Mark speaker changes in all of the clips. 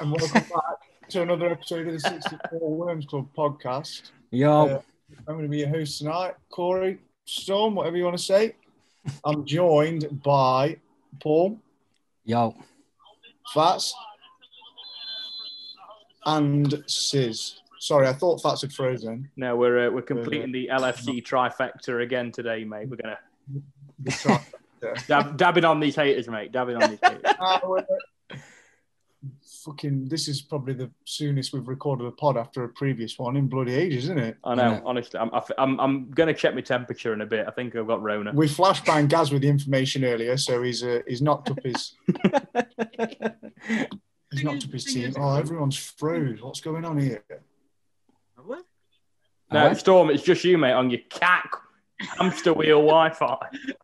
Speaker 1: and welcome back to another episode of the 64 Worms Club podcast.
Speaker 2: Yo,
Speaker 1: Uh, I'm going to be your host tonight, Corey Storm, whatever you want to say. I'm joined by Paul
Speaker 2: yo,
Speaker 1: Fats and Sis. Sorry, I thought Fats had frozen.
Speaker 3: No, we're uh, we're completing the LFC trifecta again today, mate. We're gonna
Speaker 1: Good try.
Speaker 3: dab, dabbing on these haters, mate. Dabbing on these haters.
Speaker 1: Ah, well, uh, Fucking, this is probably the soonest we've recorded a pod after a previous one in bloody ages, isn't it?
Speaker 3: I know.
Speaker 2: Yeah.
Speaker 3: Honestly, I'm, I f- I'm I'm gonna check my temperature in a bit. I think I've got Rona.
Speaker 1: We flashbanged Gaz with the information earlier, so he's uh, he's knocked up his he's knocked up his team. Oh, everyone's froze. What's going on here?
Speaker 3: No,
Speaker 2: Alright.
Speaker 3: Storm, it's just you, mate, on your cack hamster wheel Wi-Fi.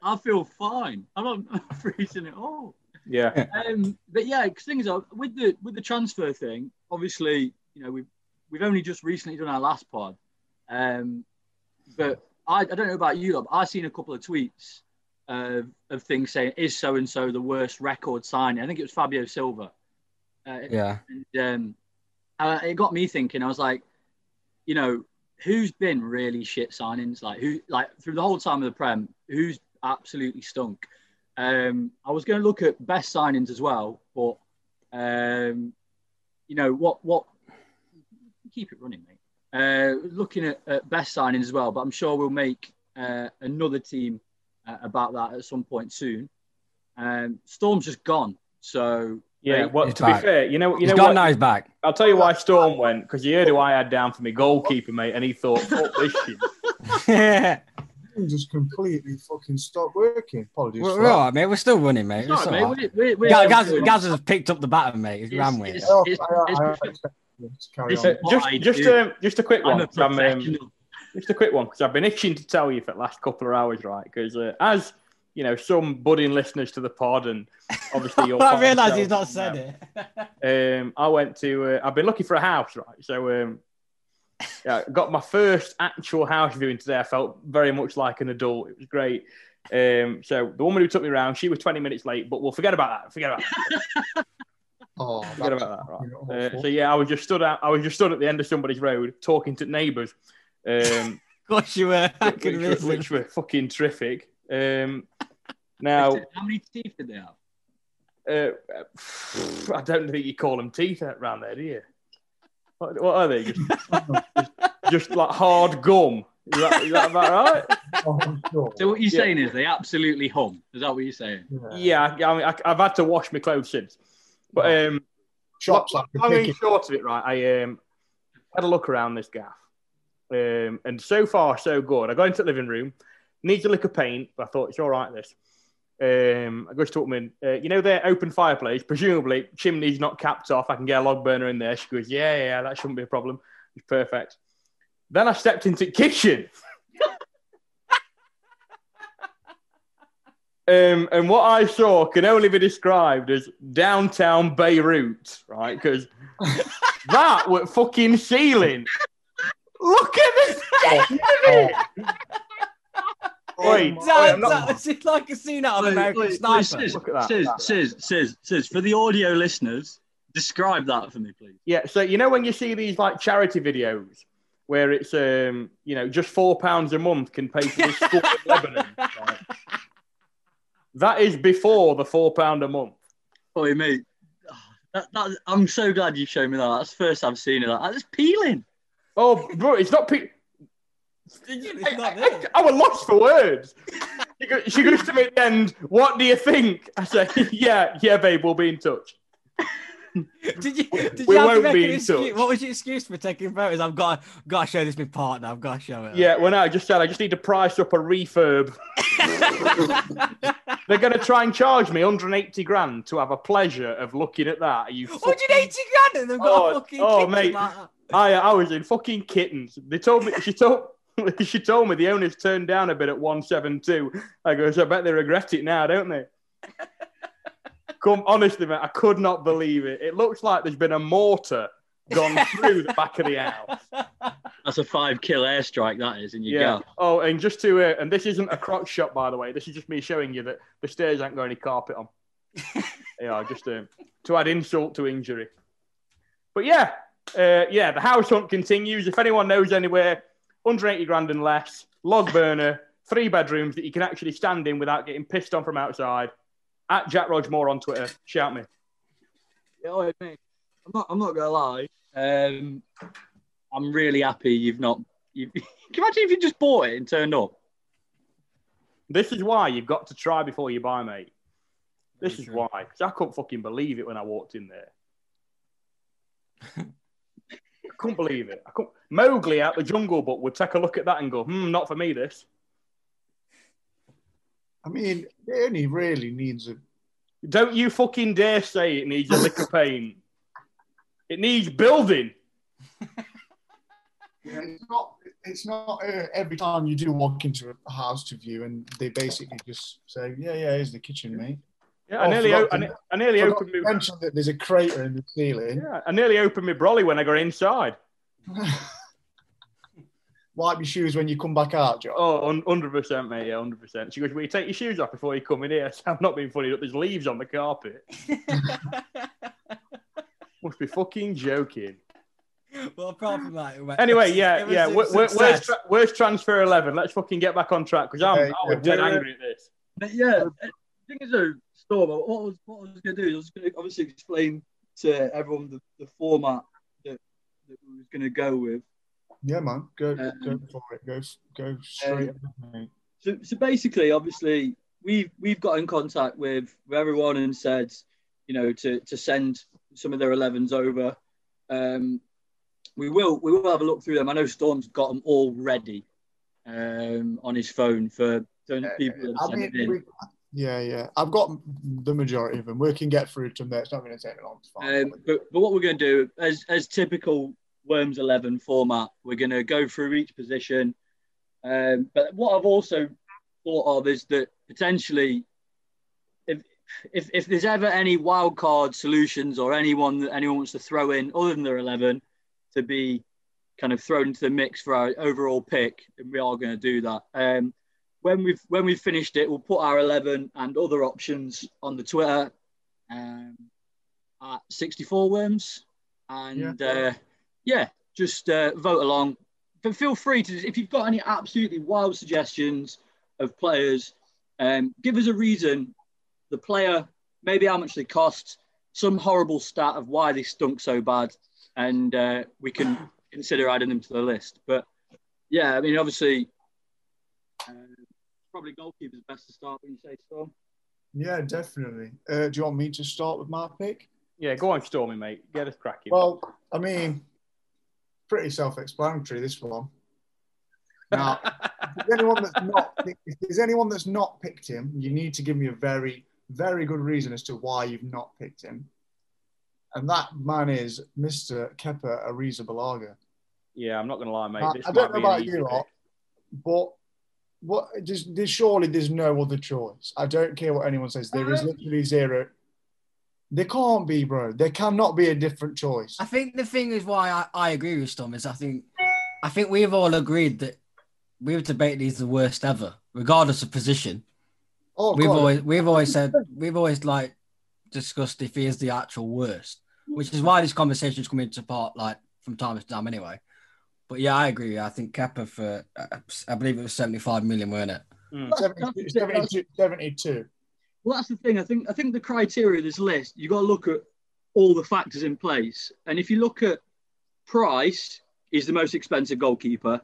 Speaker 4: I feel fine. I'm not freezing at all.
Speaker 3: Yeah,
Speaker 4: Um, but yeah, because things are with the with the transfer thing. Obviously, you know we've we've only just recently done our last pod, um, but I, I don't know about you, lot, but I've seen a couple of tweets uh, of things saying is so and so the worst record signing. I think it was Fabio Silva. Uh,
Speaker 2: yeah,
Speaker 4: and um, uh, it got me thinking. I was like, you know, who's been really shit signings? Like who, like through the whole time of the prem, who's absolutely stunk? Um, I was going to look at best signings as well, but um, you know what? What keep it running, mate. Uh, looking at, at best signings as well, but I'm sure we'll make uh, another team uh, about that at some point soon. Um, Storm's just gone, so
Speaker 3: yeah.
Speaker 4: Right.
Speaker 3: Well,
Speaker 2: He's
Speaker 3: to be
Speaker 2: back.
Speaker 3: fair, you know, you
Speaker 2: he's
Speaker 3: know
Speaker 2: got
Speaker 3: what?
Speaker 2: now his back.
Speaker 3: I'll tell you why Storm went because he heard who I had down for my goalkeeper, mate, and he thought, "Fuck this shit."
Speaker 2: we're
Speaker 1: Just completely fucking stopped working. Apologies.
Speaker 2: we're
Speaker 1: for that.
Speaker 2: all right, mate. We're still running, mate.
Speaker 4: It's
Speaker 2: It's
Speaker 4: all
Speaker 2: all
Speaker 4: right,
Speaker 2: right.
Speaker 4: mate. We're- we're-
Speaker 2: Ga-
Speaker 4: we're-
Speaker 2: Gaz,
Speaker 4: we're-
Speaker 2: Gaz has picked up the baton, mate. He's
Speaker 4: It's-
Speaker 2: ran with it.
Speaker 4: it's-
Speaker 1: Oh,
Speaker 4: It's-
Speaker 1: I- I-
Speaker 4: it's-
Speaker 1: let's carry
Speaker 4: it's
Speaker 1: on.
Speaker 4: what
Speaker 3: just
Speaker 4: I
Speaker 3: just
Speaker 4: do.
Speaker 3: um, just a quick
Speaker 4: I'm
Speaker 3: one.
Speaker 4: a
Speaker 3: 'cause I'm, um,
Speaker 4: professional.
Speaker 3: Just a quick one because I've been itching to tell you for the last couple of hours, right? Because uh, as you know, some budding listeners to the pod, and obviously you're.
Speaker 2: I realise he's not said it.
Speaker 3: it. Um, I went to. Uh, I've been looking for a house, right? So, um, yeah, I got my first actual house viewing today. I felt very much like an adult. It was great. Um, so the woman who took me around, she was 20 minutes late, but we'll forget about that. Forget about that.
Speaker 1: Oh,
Speaker 3: Forget
Speaker 1: that's
Speaker 3: about that. Right.
Speaker 1: fucking
Speaker 3: Uh,
Speaker 1: awful.
Speaker 3: so yeah, I was just stood out. I was just stood at the end of somebody's road talking to neighbours. Um,
Speaker 2: Of course you were. I
Speaker 3: which,
Speaker 2: could
Speaker 3: were-
Speaker 2: miss it.
Speaker 3: which were fucking terrific. Um, now,
Speaker 4: How many teeth did they have?
Speaker 3: uh, I don't think you call them teeth around there, do you? What, what are they? Just, just like hard gum. Is that, is that about right?
Speaker 1: Oh, I'm sure.
Speaker 4: So what you're
Speaker 3: Yeah.
Speaker 4: saying is they absolutely hum. Is that what you're saying?
Speaker 3: Yeah, I, I mean, I, I've had to wash my clothes since. But um,
Speaker 1: Shops like
Speaker 3: long
Speaker 1: the
Speaker 3: and short of it, right? I um, had a look around this gaff, um, and so far so good. I got into the living room, needs a lick of paint, but I thought it's all right. This, um, I go to talk to them, uh, you know, their open fireplace. Presumably, chimney's not capped off. I can get a log burner in there. She goes, yeah, yeah, yeah, that shouldn't be a problem. It's perfect. Then I stepped into the kitchen. Um, and what I saw can only be described as downtown Beirut, right? Because that were fucking ceiling. Look at this.
Speaker 1: Oh. Oh,
Speaker 3: Oi,
Speaker 1: my-
Speaker 2: Damn,
Speaker 1: not-
Speaker 2: that- It's like a scene out of American Sniper.
Speaker 4: says,
Speaker 3: Look at that.
Speaker 4: says, says, says, says, for the audio listeners, describe that for me, please.
Speaker 3: Yeah, so you know when you see these like charity videos where it's um, you know, just four pounds a month can pay for this school in Lebanon. right? That is before the four pound a month.
Speaker 4: Boy, mate, ah, that, that, I'm so glad you showed me that. That's the first I've seen of that. That's peeling.
Speaker 3: Oh, bro, it's not. Pe-
Speaker 2: It's not
Speaker 3: I,
Speaker 2: there.
Speaker 3: I, I was lost for words. She go- She goes to me at the end. What do you think? I say, yeah, yeah, babe, we'll be in touch.
Speaker 2: Did you? Did
Speaker 3: We
Speaker 2: you have to
Speaker 3: won't
Speaker 2: make
Speaker 3: be
Speaker 2: an
Speaker 3: in
Speaker 2: excuse?
Speaker 3: touch.
Speaker 2: What was your excuse for taking photos? I've got, got to show this to my partner. I've got to show it.
Speaker 3: Yeah, well, no, I just said I just need to price up a refurb. They're going to try and charge me 180 grand to have a pleasure of looking at that. Are you?
Speaker 2: What Oh,
Speaker 3: fuck-
Speaker 2: do you need to grand and they've got
Speaker 3: Oh,
Speaker 2: a fucking
Speaker 3: oh,
Speaker 2: kitchen
Speaker 3: mate.
Speaker 2: like that?
Speaker 3: I, I was in fucking kittens. They told me she told she told me the owners turned down a bid at 172. I goes, I bet they regret it now, don't they? Come honestly, mate, I could not believe it. It looks like there's been a mortar gone through the back of the house.
Speaker 4: That's a five kill airstrike, that is, and you
Speaker 3: Yeah.
Speaker 4: go.
Speaker 3: Oh, and just to uh, and this isn't a crock shot, by the way. This is just me showing you that the stairs ain't got any carpet on. yeah, just um, to add insult to injury. But yeah, uh, yeah, the house hunt continues. If anyone knows anywhere, 180 grand and less, log burner, three bedrooms that you can actually stand in without getting pissed on from outside. At Jack Rodgemore on Twitter, shout me.
Speaker 4: You know what I mean? I'm not. I'm not gonna lie. Um, I'm really happy you've not. You, can you imagine if you just bought it and turned up?
Speaker 3: This is why you've got to try before you buy, mate. This
Speaker 2: Very
Speaker 3: is
Speaker 2: true.
Speaker 3: why. 'Cause I couldn't fucking believe it when I walked in there. I couldn't believe it. I couldn't... Mowgli out the Jungle Book would take a look at that and go, hmm, not for me, this.
Speaker 1: I mean, it only really needs a.
Speaker 3: Don't you fucking dare say it needs a lick of paint. It needs building.
Speaker 1: Yeah, it's not. It's not uh, every time you do walk into a house to view, and they basically just say, "Yeah, yeah, here's the kitchen, mate."
Speaker 3: Yeah, I,
Speaker 1: Oh,
Speaker 3: nearly,
Speaker 1: forgot
Speaker 3: o-
Speaker 1: to-
Speaker 3: I, ne- I nearly
Speaker 1: Forgot
Speaker 3: opened
Speaker 1: to
Speaker 3: my,
Speaker 1: mention that there's a crater in the ceiling.
Speaker 3: yeah, I nearly opened my brolly when I got inside.
Speaker 1: Wipe your shoes when you come back out, Joe.
Speaker 3: Oh, hun- 100%, mate. Yeah, 100%. She goes, Will you take your shoes off before you come in here? I said, I'm not being funny. Look, there's leaves on the carpet. Must be fucking joking.
Speaker 2: well, apart from that, it went-
Speaker 3: Anyway,
Speaker 2: it
Speaker 3: yeah,
Speaker 2: was
Speaker 3: yeah.
Speaker 2: a
Speaker 3: wor- wor- Where's,
Speaker 2: success.
Speaker 3: tra- where's transfer 11? Let's fucking get back on track because I'm,
Speaker 1: Yeah,
Speaker 3: I was
Speaker 1: yeah,
Speaker 3: dead
Speaker 1: we're-
Speaker 3: angry at this.
Speaker 4: But yeah,
Speaker 1: Um,
Speaker 4: the thing is though, Storm, what I was what I was gonna do is I was gonna obviously explain to everyone the, the format that, that we was gonna go with.
Speaker 1: Yeah, man, go
Speaker 4: Uh, um,
Speaker 1: go for it. Go go straight. ahead, mate.
Speaker 4: So so basically, obviously, we've we've got in contact with, with everyone and said, you know, to to send some of their 11s over. Um, we will we will have a look through them. I know Storm's got them all ready um, on his phone for for people that
Speaker 1: I
Speaker 4: send
Speaker 1: mean,
Speaker 4: it in.
Speaker 1: we- yeah, yeah. I've got the majority of them. We can get through to them. It's not going to take long. It's fine.
Speaker 4: Um, but, but what we're going to do, as, as typical Worms 11 format, we're going to go through each position. Um, but what I've also thought of is that potentially, if, if, if there's ever any wild card solutions or anyone that anyone wants to throw in other than their 11 to be kind of thrown into the mix for our overall pick, and we are going to do that. Um, when we've when we've finished it, we'll put our 11 and other options on the Twitter. Um, at 64 worms and yeah, uh, yeah just uh, vote along but feel free to if you've got any absolutely wild suggestions of players um, give us a reason the player maybe how much they cost some horrible stat of why they stunk so bad and uh, we can consider adding them to the list but yeah i mean obviously uh, probably goalkeeper's best to start when you say storm
Speaker 1: yeah, definitely. Uh, do you want me to start with my pick?
Speaker 3: Yeah, go on, Stormy, mate. Get us cracking.
Speaker 1: Well, I mean, pretty self-explanatory this one. Now, if there's anyone that's not if there's anyone that's not picked him, you need to give me a very, very good reason as to why you've not picked him. And that man is Mr. Kepa Ariza Balaga.
Speaker 3: yeah, I'm not going to lie, mate.
Speaker 1: I-
Speaker 3: This
Speaker 1: I
Speaker 3: might
Speaker 1: don't know
Speaker 3: be an
Speaker 1: about
Speaker 3: easy
Speaker 1: you
Speaker 3: pick.
Speaker 1: lot, but what there's, there's surely there's no other choice. I don't care what anyone says. There is literally zero. There can't be, bro. There cannot be a different choice.
Speaker 2: I think the thing is why I, I agree with Storm is I think I think we've all agreed that we've debated he's the worst ever, regardless of position.
Speaker 1: Oh,
Speaker 2: we've
Speaker 1: God.
Speaker 2: always we've always said we've always like discussed if he is the actual worst, which is why these conversations come into part like from time to time anyway. But yeah, I agree. I think Kappa for uh, I believe it was seventy five million, weren't it?
Speaker 3: Mm.
Speaker 1: 72, 72, 72.
Speaker 4: Well, that's the thing. I think I think the criteria of this list, you got to look at all the factors in place. And if you look at price, he's the most expensive goalkeeper.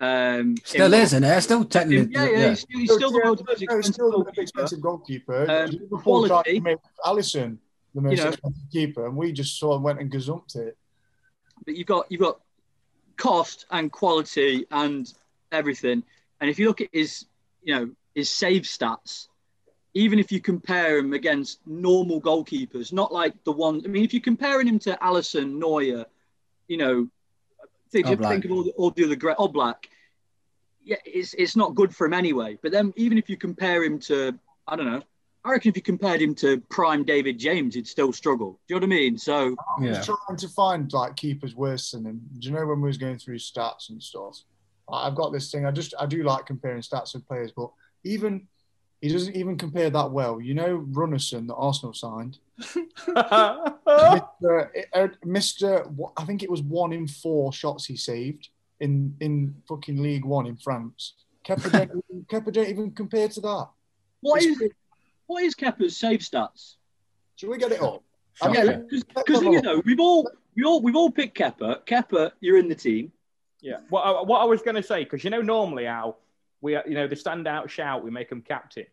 Speaker 4: Um,
Speaker 2: Still
Speaker 4: in-
Speaker 2: is, isn't it? It's Still
Speaker 4: Yeah,
Speaker 2: technically,
Speaker 4: yeah,
Speaker 2: yeah.
Speaker 4: He's, still- he's still the world's most
Speaker 1: No, he's
Speaker 4: expensive
Speaker 1: still the most
Speaker 4: goalkeeper.
Speaker 1: expensive goalkeeper.
Speaker 4: Um,
Speaker 1: Liverpool tried
Speaker 4: quality.
Speaker 1: to make Allison the most
Speaker 4: You know.
Speaker 1: expensive keeper, and we just sort of went and gazumped it.
Speaker 4: But you've got you've got cost and quality and everything. And if you look at his, you know, his save stats, even if you compare him against normal goalkeepers, not like the one. I mean, if you're comparing him to Allison Neuer, you know, think,
Speaker 2: Oblak.
Speaker 4: think of all the, all the other great Oblak. Yeah, it's it's not good for him anyway. But then, even if you compare him to, I don't know, I reckon if you compared him to prime David James, he'd still struggle. Do you know what I mean? So.
Speaker 1: I
Speaker 2: yeah.
Speaker 1: was trying to find like keepers worse than him. Do you know when we was going through stats and stuff? I- I've got this thing. I just I do like comparing stats with players, but even He doesn't even compare that well. You know Runnison that Arsenal signed. Mr. uh, Mr. what- I think it was one in four shots he saved in in fucking League One in France. Kepa don't, even- Kepa don't even compare to that.
Speaker 4: What
Speaker 1: It's-
Speaker 4: is what is Kepa's save stats?
Speaker 1: Should we get it up?
Speaker 2: Shocking.
Speaker 1: I mean,
Speaker 4: Because you know we've all we all we've all picked Kepa. Kepa, you're in the team.
Speaker 3: yeah. What I, what I was going to say, because you know normally how we, you know, the standout shout, we make him captain.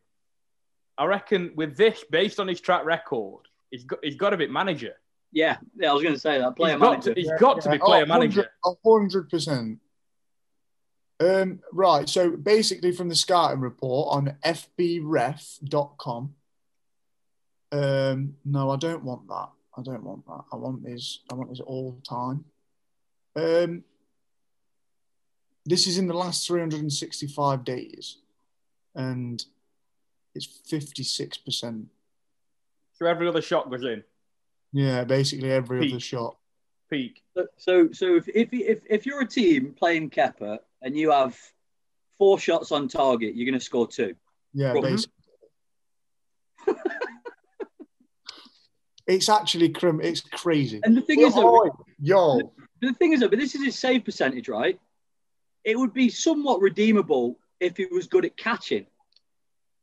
Speaker 3: I reckon with this, based on his track record, he's got, he's got to be manager.
Speaker 4: Yeah, yeah. I was going to say that player
Speaker 3: he's got,
Speaker 4: manager.
Speaker 3: to, he's got to be
Speaker 1: Oh,
Speaker 3: player manager.
Speaker 1: hundred percent. Um, right, so basically from the scouting report on fbref.com. Um, no, I don't want that. I don't want that. I want his. I want his all time. Um, this is in the last 365 days, and it's 56 percent.
Speaker 3: So every other shot goes in.
Speaker 1: Yeah, basically every
Speaker 3: Peak.
Speaker 1: other shot.
Speaker 3: Peak.
Speaker 4: So- So, so if, if, if, if you're a team playing Kepper and you have four shots on target, you're going to score two.
Speaker 1: Yeah,
Speaker 4: Mhm.
Speaker 1: basically. it's actually crim. It's crazy.
Speaker 4: And the thing is,
Speaker 1: Oi,
Speaker 4: though,
Speaker 1: yo,
Speaker 4: the thing is, though, but this is his save percentage, right? It would be somewhat redeemable if he was good at catching.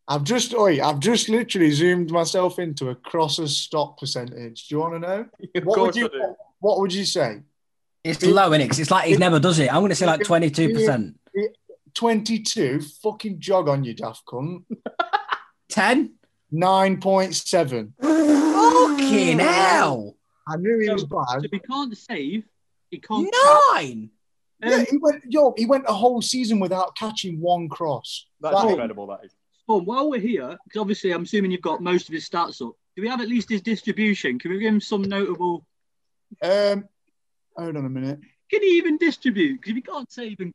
Speaker 1: I've just, oi, I've just literally zoomed myself into a crosser's stop percentage. Do you want to know? What
Speaker 3: Of
Speaker 1: would
Speaker 3: course
Speaker 1: you,
Speaker 3: I do.
Speaker 1: what would you say?
Speaker 2: It's low, innit? 'Cause It's like he
Speaker 1: It-
Speaker 2: never does it. I'm going to say like 22%.
Speaker 1: 22, fucking jog on you, daft cunt.
Speaker 2: 10?
Speaker 1: 9.7.
Speaker 2: Fucking hell.
Speaker 1: I knew he was
Speaker 4: So
Speaker 1: bad.
Speaker 4: if he can't save, he can't. catch.
Speaker 2: Nine.
Speaker 1: Uh, Yeah, he went, yo, he went a whole season without catching one cross.
Speaker 3: That's
Speaker 1: That-
Speaker 3: incredible, that is.
Speaker 4: So while we're here, because obviously I'm assuming you've got most of his stats up. Do we have at least his distribution? Can we give him some notable?
Speaker 1: um, hold on a minute.
Speaker 4: Can he even distribute? Because if he can't save and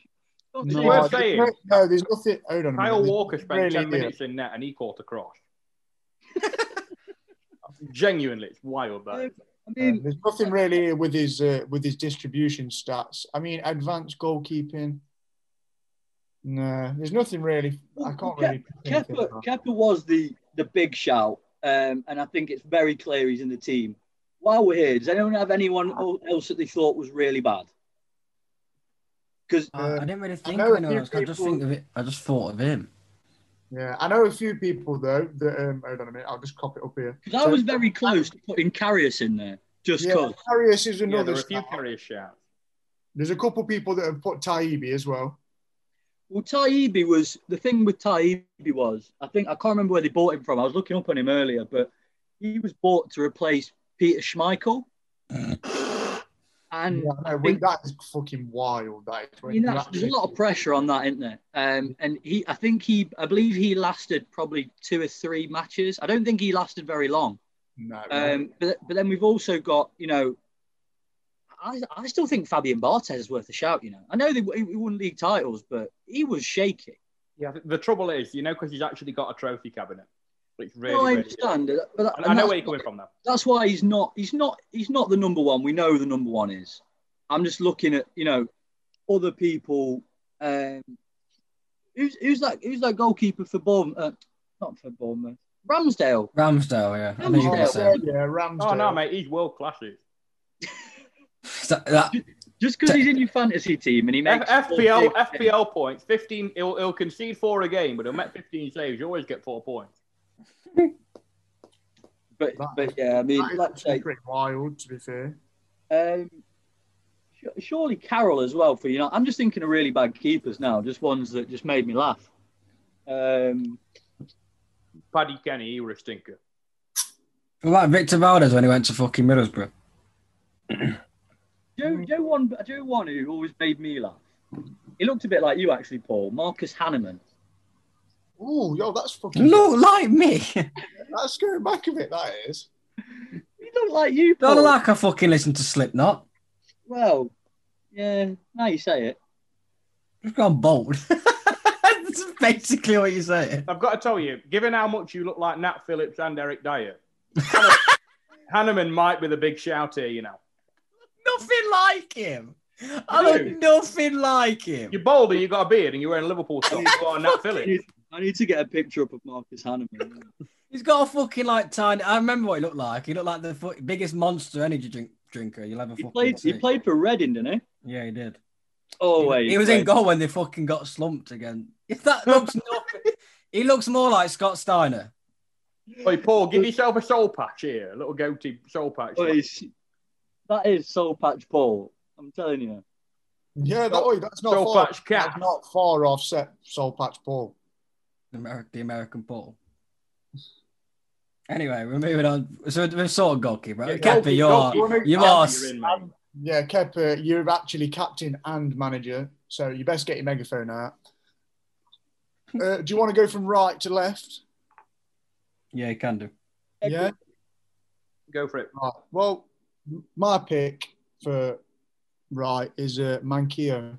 Speaker 4: can't
Speaker 3: No,
Speaker 4: save-
Speaker 3: worth
Speaker 1: I-
Speaker 3: saying.
Speaker 1: no, no, there's nothing. Hold on. a
Speaker 3: Kyle
Speaker 1: minute.
Speaker 3: Walker spent
Speaker 1: Mm-hmm. really
Speaker 3: 10
Speaker 1: did.
Speaker 3: minutes in net and he caught a cross. Genuinely, it's wild, that. is.
Speaker 4: I
Speaker 1: Um,
Speaker 4: mean,
Speaker 1: there's nothing really here with his uh, with his distribution stats. I mean, advanced goalkeeping. No, there's nothing really. I can't really. pick anything
Speaker 4: Kepa,
Speaker 1: out.
Speaker 4: Kepa was the, the big shout, um, and I think it's very clear he's in the team. While we're here, does anyone have anyone el- else that they thought was really bad? Because
Speaker 2: Oh, I I didn't really think
Speaker 1: know
Speaker 2: of
Speaker 1: a
Speaker 2: anyone
Speaker 1: few
Speaker 2: else. I just
Speaker 1: people-
Speaker 2: think of it. I just thought of him.
Speaker 1: Yeah, I know a few people though. That um, hold on a minute. I'll just cop it up here.
Speaker 4: I was very close to putting Carrius in there, just
Speaker 1: Yeah,
Speaker 4: because.
Speaker 1: Arias is
Speaker 3: Yeah,
Speaker 1: another.
Speaker 3: there are a few
Speaker 1: star.
Speaker 3: carrier shouts.
Speaker 1: There's a couple people that have put Taibbi as well.
Speaker 4: Well, Taibbi was the thing with Taibbi was I think I can't remember where they bought him from. I was looking up on him earlier, but he was bought to replace Peter Schmeichel, and
Speaker 1: Yeah, I know,
Speaker 4: think-
Speaker 1: that is fucking wild. That is.
Speaker 4: I mean, that's, there's a lot of pressure on that, isn't there? Um, and he, I think he, I believe he lasted probably two or three matches. I don't think he lasted very long.
Speaker 1: No,
Speaker 4: Um, but, but then we've also got, you know, I, I still think Fabian Barthez is worth a shout. You know, I know they he won league titles, but he was shaky.
Speaker 3: Yeah, the- the trouble is, you know, because he's actually got a trophy cabinet. It's really,
Speaker 4: no, I
Speaker 3: really good.
Speaker 4: understand. that- But that-
Speaker 3: And I know
Speaker 4: that's
Speaker 3: where you're
Speaker 4: why-
Speaker 3: coming from now.
Speaker 4: that's why he's not he's not he's not the number one we know the number one is i'm just looking at you know other people um who's who's that who's that goalkeeper for Bournemouth uh, not for Bournemouth ramsdale
Speaker 2: Ramsdale, yeah. I knew you were going to
Speaker 4: Ramsdale.
Speaker 1: yeah,
Speaker 2: say.
Speaker 1: yeah, Ramsdale.
Speaker 3: Oh no, mate, he's world class. he is.
Speaker 2: Is That, that,
Speaker 4: just because he's in your fantasy team and he
Speaker 3: F-
Speaker 4: makes
Speaker 3: FPL FPL points. Fifteen. He'll, he'll concede four a game, but he'll make fifteen saves. You always get four points.
Speaker 4: but, but yeah i mean
Speaker 1: That is
Speaker 4: like I say,
Speaker 1: pretty wild, to be fair.
Speaker 4: Um, su- surely Carroll as well for you know. I'm just thinking of really bad keepers now, just ones that just made me laugh. Um,
Speaker 3: Paddy Kenny, he was a stinker.
Speaker 2: what about Victor Valdez when he went to fucking Middlesbrough?
Speaker 4: do,
Speaker 2: Mm-hmm.
Speaker 4: you- do you know one? Do you know one who always made me laugh? He looked a bit like you actually, Paul. Marcus Hanneman.
Speaker 1: Ooh, yo, that's fucking.
Speaker 2: Look like me.
Speaker 1: That's going back a bit, that is.
Speaker 4: He looked like you, Paul.
Speaker 2: Not like I fucking listen to Slipknot.
Speaker 4: Well, yeah. Now you say it.
Speaker 2: Just gone bold. That's basically what you say.
Speaker 3: I've got to tell you, given how much you look like Nat Phillips and Eric Dyer, Hanneman- Hanneman might be the big shout here. You know,
Speaker 2: Nothing like him. I
Speaker 4: No.
Speaker 2: look nothing like him.
Speaker 3: you're bolder, you got a beard, and you're wearing Liverpool stuff. You are Nat Phillips.
Speaker 4: I I need to get a picture up of Marcus Hanneman.
Speaker 2: He's got a fucking like tiny. I remember what he looked like. He looked like the fu- biggest monster energy drink drinker you'll ever
Speaker 4: He
Speaker 2: fucking
Speaker 4: played. He
Speaker 2: see.
Speaker 4: played for Reading, didn't he?
Speaker 2: Yeah, he did.
Speaker 4: Oh
Speaker 2: He-
Speaker 4: wait,
Speaker 2: he, was in
Speaker 4: wait.
Speaker 2: goal when they fucking got slumped again. If that looks nothing, he looks more like Scott Steiner.
Speaker 3: Oi, Paul, give yourself a soul patch here, a little goatee soul patch.
Speaker 4: But it's- Oh, that is Soul Patch Paul. I'm telling you.
Speaker 1: Yeah, that,
Speaker 3: Soul-
Speaker 1: oi, that's not
Speaker 3: Soul
Speaker 1: far.
Speaker 3: Patch Cat.
Speaker 1: That's not far off set Soul Patch Paul.
Speaker 2: the American, the American Paul. Anyway, we're moving on. So we're sort of goalkeeper.
Speaker 3: Yeah,
Speaker 2: Kepa,
Speaker 3: goalkeeper,
Speaker 2: you are
Speaker 3: goalkeeper.
Speaker 2: you
Speaker 3: Andy,
Speaker 2: are
Speaker 3: you're in,
Speaker 1: Um, yeah, Kepa, you're actually captain and manager, so you best get your megaphone out. Uh, do you want to go from right to left?
Speaker 2: yeah, you can do.
Speaker 1: Yeah.
Speaker 3: Go for it.
Speaker 1: Right. Well, m- my pick for right is uh, Mankio.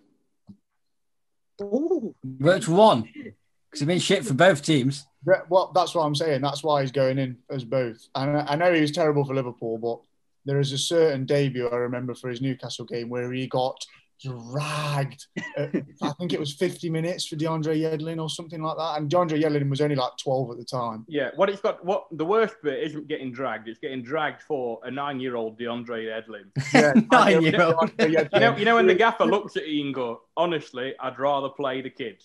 Speaker 4: Ooh.
Speaker 2: Which one? Because it's been shit for both teams.
Speaker 1: Yeah, Well, that's what I'm saying. That's why he's going in as both. And I I know he was terrible for Liverpool, but there is a certain debut I remember for his Newcastle game where he got dragged. Uh, I think it was 50 minutes for DeAndre Yedlin or something like that. And DeAndre Yedlin was only like 12 at the time.
Speaker 3: Yeah, what it's got, what the worst bit isn't getting dragged, it's getting dragged for a nine year old DeAndre Edlin.
Speaker 1: Yeah,
Speaker 2: Nine year old.
Speaker 1: DeAndre Yedlin.
Speaker 3: You know, you know when the gaffer looks at you and go, honestly, I'd rather play the kids.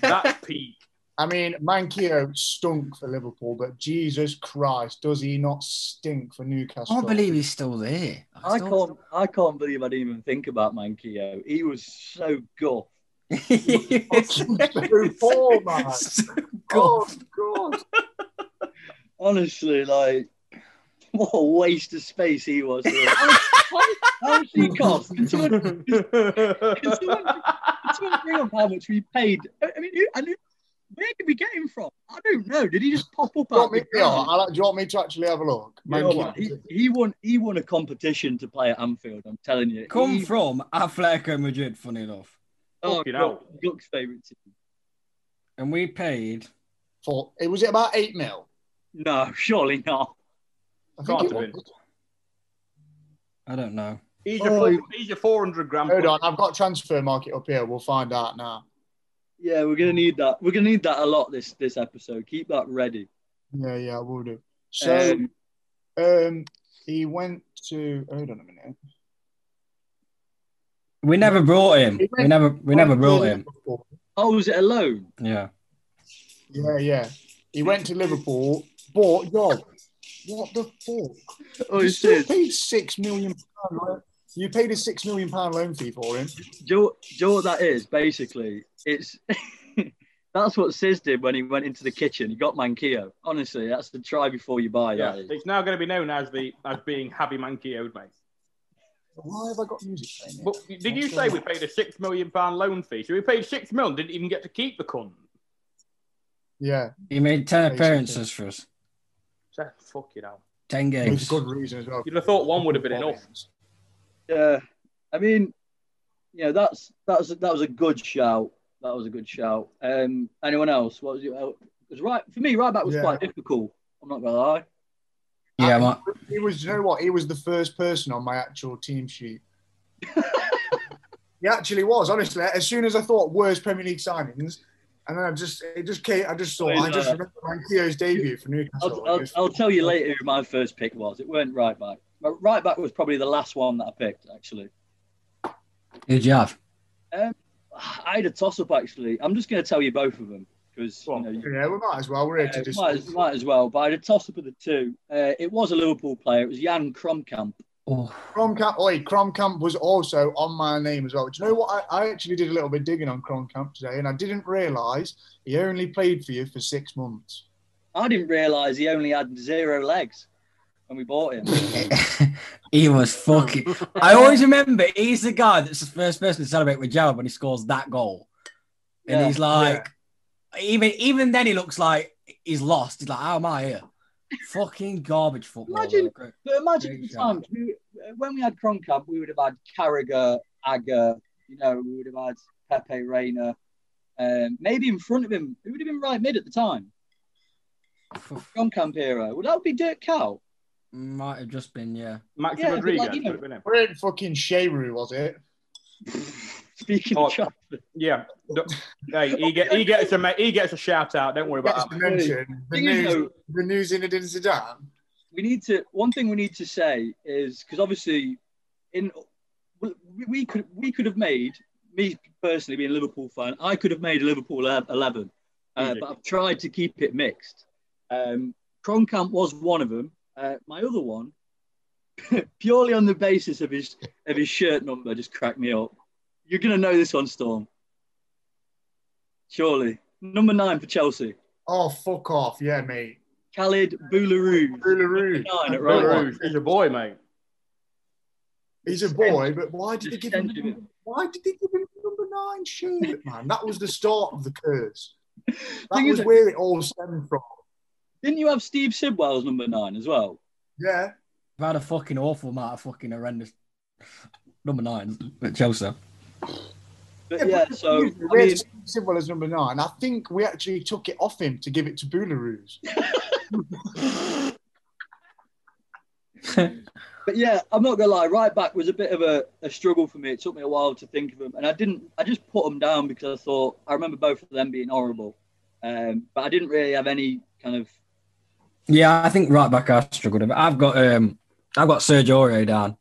Speaker 3: That's peak.
Speaker 1: I mean, Mankio stunk for Liverpool, but Jesus Christ, does he not stink for Newcastle?
Speaker 2: I can't believe he's still there.
Speaker 4: I
Speaker 2: still-
Speaker 4: can't. I can't believe I didn't even think about Mankio. He was so good.
Speaker 1: Fucking poor, man.
Speaker 2: So
Speaker 1: Oh,
Speaker 2: good.
Speaker 1: God.
Speaker 4: Honestly, like, what a waste of space he was. how, how, how much did he cost? Can someone, can someone, can someone bring up how much we paid? I I mean, who, and who, where did we get him from? I don't know. Did he just pop up
Speaker 1: Do you,
Speaker 4: out
Speaker 1: want
Speaker 4: the
Speaker 1: me, yeah, I like- do you want me to actually have a look?
Speaker 4: ground?
Speaker 1: Mankio.
Speaker 4: Yeah, he, he won. He won a competition to play at Anfield. I'm telling you.
Speaker 2: Come
Speaker 4: he,
Speaker 2: from Atletico Madrid, funny enough,
Speaker 4: oh,
Speaker 3: Fucking hell.
Speaker 4: Duck's favourite team.
Speaker 2: and we paid.
Speaker 1: for it was it about eight mil.
Speaker 4: No, surely not.
Speaker 1: I
Speaker 3: Can't
Speaker 1: think
Speaker 3: have
Speaker 1: it
Speaker 3: been.
Speaker 1: was.
Speaker 2: I don't know.
Speaker 3: He's a, four, he's a 400 gram.
Speaker 1: Hold on, I've got transfer market up here. We'll find out now.
Speaker 4: Yeah, we're gonna need that. We're gonna need that a lot this this episode. Keep that ready.
Speaker 1: Yeah, yeah, I will do. So
Speaker 4: Um,
Speaker 1: um, he went to hold on a minute.
Speaker 2: We never brought him.
Speaker 1: We
Speaker 2: We never we never
Speaker 1: Went to
Speaker 2: brought him.
Speaker 1: Liverpool.
Speaker 4: oh, was it alone?
Speaker 2: Yeah.
Speaker 1: Yeah, yeah. He went to Liverpool, bought yo. What the fuck?
Speaker 4: Oh,
Speaker 1: you
Speaker 4: it
Speaker 1: still
Speaker 4: says
Speaker 1: paid six million pound loan. You paid a six million pound loan fee for him.
Speaker 4: Joe. Joe, what that is basically it's that's what Sis did when he went into the kitchen. He got Mankio. Honestly, that's the try before you buy.
Speaker 3: Yeah,
Speaker 4: That is.
Speaker 3: it's now going to be known as the as being Happy Mankioed, mate.
Speaker 1: Why have I got music playing? here?
Speaker 3: But did you say we paid a six million pound loan fee? So we paid six million, didn't even get to keep the cunt.
Speaker 1: Yeah,
Speaker 2: He made ten
Speaker 1: Basically.
Speaker 2: appearances for us.
Speaker 3: So, fucking hell.
Speaker 2: Ten
Speaker 1: with
Speaker 2: games.
Speaker 1: good reason as well.
Speaker 3: You'd have thought one would have been enough.
Speaker 4: Yeah, I mean, yeah, that's that's that was a good shout. That was a good shout. Um, anyone else? What was your? oh, It was right for me. Right back was
Speaker 1: Yeah.
Speaker 4: quite difficult. I'm not gonna lie.
Speaker 2: Yeah, my,
Speaker 1: He was, you know what? He was the first person on my actual team sheet. he actually was, honestly. As soon as I thought worst Premier League signings, and then I just, it just came, I just saw,
Speaker 4: Wait,
Speaker 1: I just
Speaker 4: uh,
Speaker 1: remember Mankio's debut for Newcastle.
Speaker 4: I'll, I'll, I'll tell you later who my first pick was. It weren't right back. My right back was probably the last one that I picked, actually.
Speaker 2: Good job.
Speaker 4: I had a toss up, actually. I'm just going to tell you both of them because
Speaker 3: Go
Speaker 4: you
Speaker 3: on.
Speaker 4: know, you-
Speaker 1: yeah, we might as well. We're here
Speaker 4: uh,
Speaker 1: to just.
Speaker 4: might, as, might as well. But I had a toss up of the two. Uh, it was a Liverpool player. It was Jan Kromkamp.
Speaker 2: Oh,
Speaker 1: Cromkamp, oi, Cromkamp was also on my name as well. Do you know what? I, I actually did a little bit digging on Cromkamp today, and I didn't realise he only played for you for six months.
Speaker 4: I didn't realise he only had zero legs when we bought him.
Speaker 2: he was fucking. I always remember he's the guy that's the first person to celebrate with Jared when he scores that goal, and
Speaker 4: Yeah.
Speaker 2: he's like, even even then he looks like he's lost. He's like, how am I here? fucking garbage football.
Speaker 4: Imagine- But imagine at
Speaker 2: Great
Speaker 4: the time we, uh, when we had Kromkamp, we would have had Carragher, Agger. You know, we would have had Pepe Reina. Um, maybe in front of him, who would have been right mid at the time? Kromkamp hero. Well, that would be Dirk Cow.
Speaker 2: Might have just been yeah.
Speaker 3: Maxi
Speaker 4: Yeah, but like,
Speaker 3: Rodriguez
Speaker 4: you know-
Speaker 3: would have been him.
Speaker 1: We're in fucking Sheru, was it?
Speaker 4: Speaking
Speaker 3: Oh,
Speaker 4: of Charlton,
Speaker 3: Yeah. D- hey, he, get, he gets a ma- he gets a shout out. Don't worry
Speaker 1: Gets
Speaker 3: about
Speaker 1: to
Speaker 3: that.
Speaker 1: mention the
Speaker 4: Thing is,
Speaker 1: news,
Speaker 4: though-
Speaker 1: the news in Edin Zidane.
Speaker 4: we need to. One thing we need to say is because obviously, in we, we could we could have made me personally being a Liverpool fan, I could have made a Liverpool ele- eleven, uh,
Speaker 3: Easy.
Speaker 4: but I've tried to keep it mixed. Um, Cronkamp was one of them. Uh, my other one, purely on the basis of his of his shirt number, just cracked me up. You're gonna know this one, Storm. Surely, number nine for Chelsea,
Speaker 1: Oh, fuck off. Yeah, mate.
Speaker 4: Khalid Boularoud.
Speaker 1: Boularoo.
Speaker 4: Nine at
Speaker 3: Bill
Speaker 4: Right.
Speaker 3: Rouge, he's a boy, mate.
Speaker 1: He's a boy, but why did they give
Speaker 4: Just send
Speaker 1: him? Why did they give him the number nine shirt, man? That was the start of the curse. That
Speaker 4: Thing is
Speaker 1: was
Speaker 4: that-
Speaker 1: where it all stemmed from.
Speaker 4: Didn't you have Steve Sidwell's number nine as well?
Speaker 1: Yeah,
Speaker 2: I've had a fucking awful amount of fucking horrendous number nines at Chelsea.
Speaker 4: But yeah,
Speaker 1: but
Speaker 4: so
Speaker 1: usually
Speaker 4: I
Speaker 1: where
Speaker 4: mean,
Speaker 1: does Sidwell as number nine. I think we actually took it off him to give it to Boularoos.
Speaker 4: but yeah, I'm not gonna lie. Right back was a bit of a, a struggle for me. It took me a while to think of them, and I didn't. I just put them down because I thought I remember both of them being horrible, um, but I didn't really have any kind of.
Speaker 2: Yeah, I think right back I struggled a bit. I've got um I've got Sergio Aurier down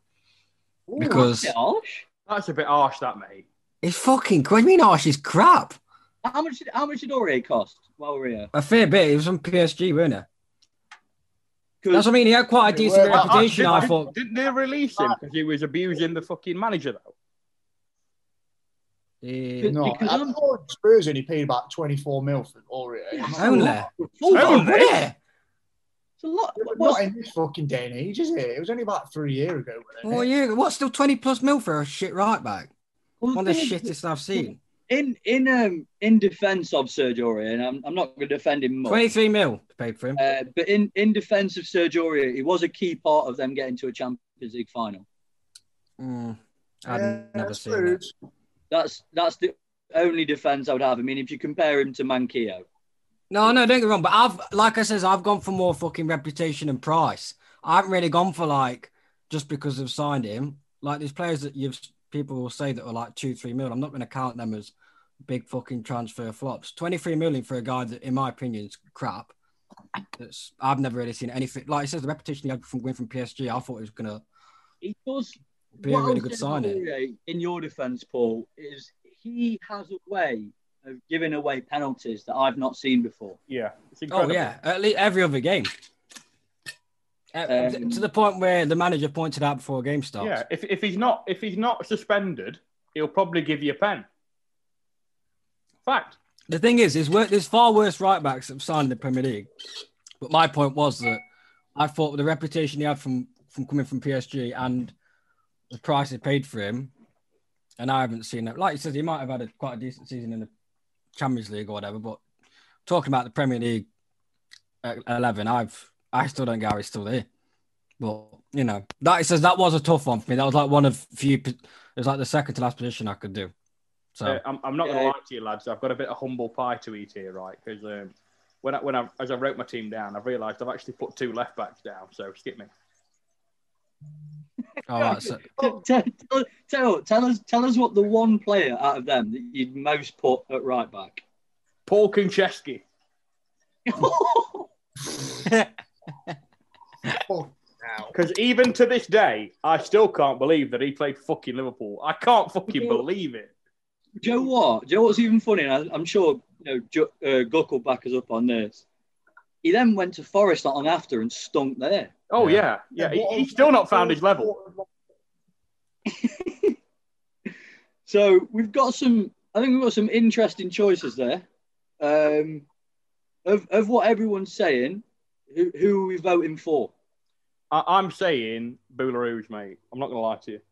Speaker 2: because
Speaker 4: Is it harsh?
Speaker 3: That's a bit harsh, that mate.
Speaker 2: it's fucking what do you mean harsh is crap.
Speaker 4: How much? Did, how much did Aurier cost while we were here?
Speaker 2: A fair bit. It was from PSG, weren't it?
Speaker 4: 'Cause
Speaker 2: That's what I mean. He had quite a
Speaker 1: They
Speaker 2: decent
Speaker 1: were- I- I-
Speaker 2: reputation, I,
Speaker 3: did-
Speaker 2: thought.
Speaker 3: Didn't they release him because he was abusing the fucking manager though?
Speaker 2: Yeah.
Speaker 4: Did-
Speaker 1: No,
Speaker 4: Because
Speaker 1: I
Speaker 4: I'm-
Speaker 1: thought Spurs only paid about 24 mil for Aurier.
Speaker 2: Only.
Speaker 4: Oh,
Speaker 3: Only?
Speaker 4: well,
Speaker 2: Wasn't it?
Speaker 4: it's a lot.
Speaker 1: But
Speaker 4: What's-
Speaker 1: Not in this fucking day and age, is it? It was only about three years ago. wasn't it?
Speaker 2: Four years. Oh, What, still 20 plus mil for a shit right back?
Speaker 4: well,
Speaker 2: One of the
Speaker 4: thing is,
Speaker 2: shittest I've seen.
Speaker 4: In in um in defence of Sergio Aurier, and I'm, I'm not going to defend him much.
Speaker 2: 23 mil paid for him.
Speaker 4: Uh, but in, in defence of Sergio Aurier, he was a key part of them getting to a Champions League final.
Speaker 2: Mm, I'd
Speaker 1: Yeah,
Speaker 2: never seen that.
Speaker 1: Spurs.
Speaker 4: That's that's the only defence I would have. I mean, if you compare him to Manquillo,
Speaker 2: No, no, don't get me wrong. But I've, like I says, I've gone for more fucking reputation and price. I haven't really gone for like just because they've signed him. Like these players that you've people will say that are like two, three mil. I'm not going to count them as big fucking transfer flops. Twenty three million for a guy that, in my opinion, is crap. That's I've never really seen anything. Like I says, the reputation he had from going from PSG, I thought it was oh, going to
Speaker 4: he does
Speaker 2: be a
Speaker 4: what
Speaker 2: really
Speaker 4: I'll
Speaker 2: good
Speaker 4: say
Speaker 2: signing.
Speaker 4: about Aurier In your defence, Paul, is he has a way of giving away penalties that I've not seen before.
Speaker 3: Yeah. It's
Speaker 2: Oh
Speaker 3: incredible.
Speaker 2: yeah, at least every other game. Uh,
Speaker 4: Um,
Speaker 2: to the point where the manager pointed out before a game starts.
Speaker 3: Yeah. If, if he's not if he's not suspended, he'll probably give you a pen. Fact.
Speaker 2: The thing is, is wor- there's far worse right backs that have signed in the Premier League. But my point was that I thought the reputation he had from from coming from PSG and the price they paid for him, and I haven't seen that. Like you said, he might have had a, quite a decent season in the Champions League or whatever. But talking about the Premier League uh, eleven, I've I still don't get how he's still there. But you know, that it says that was a tough one for me. That was like one of few. po- It was like the second to last position I could do. So
Speaker 3: Uh, I'm, I'm not going to
Speaker 4: Yeah.
Speaker 3: lie to you, lads. I've got a bit of humble pie to eat here, right? Because um, when I, when I, as I wrote my team down, I've realised I've actually put two left backs down. So skip me.
Speaker 2: all right, so
Speaker 4: Tell, tell, tell, tell us tell us what the one player out of them that you'd most put at right back.
Speaker 3: Paul Konchesky.
Speaker 1: Fuck now.
Speaker 3: Because even to this day, I still can't believe that he played fucking Liverpool. I can't fucking believe it.
Speaker 4: Do you know what? Do you know what's even funny? And I, I'm sure you know Ju- uh, Guck will back us up on this. He then went to Forest not long after and stunk there.
Speaker 3: Oh yeah,
Speaker 2: Yeah.
Speaker 3: yeah.
Speaker 1: What-
Speaker 3: he, he's still not found his level.
Speaker 4: So we've got some. I think we've got some interesting choices there. Um, of of what everyone's saying, who, who are we voting for?
Speaker 3: I, I'm saying Boularouge, mate. I'm not going to lie to you.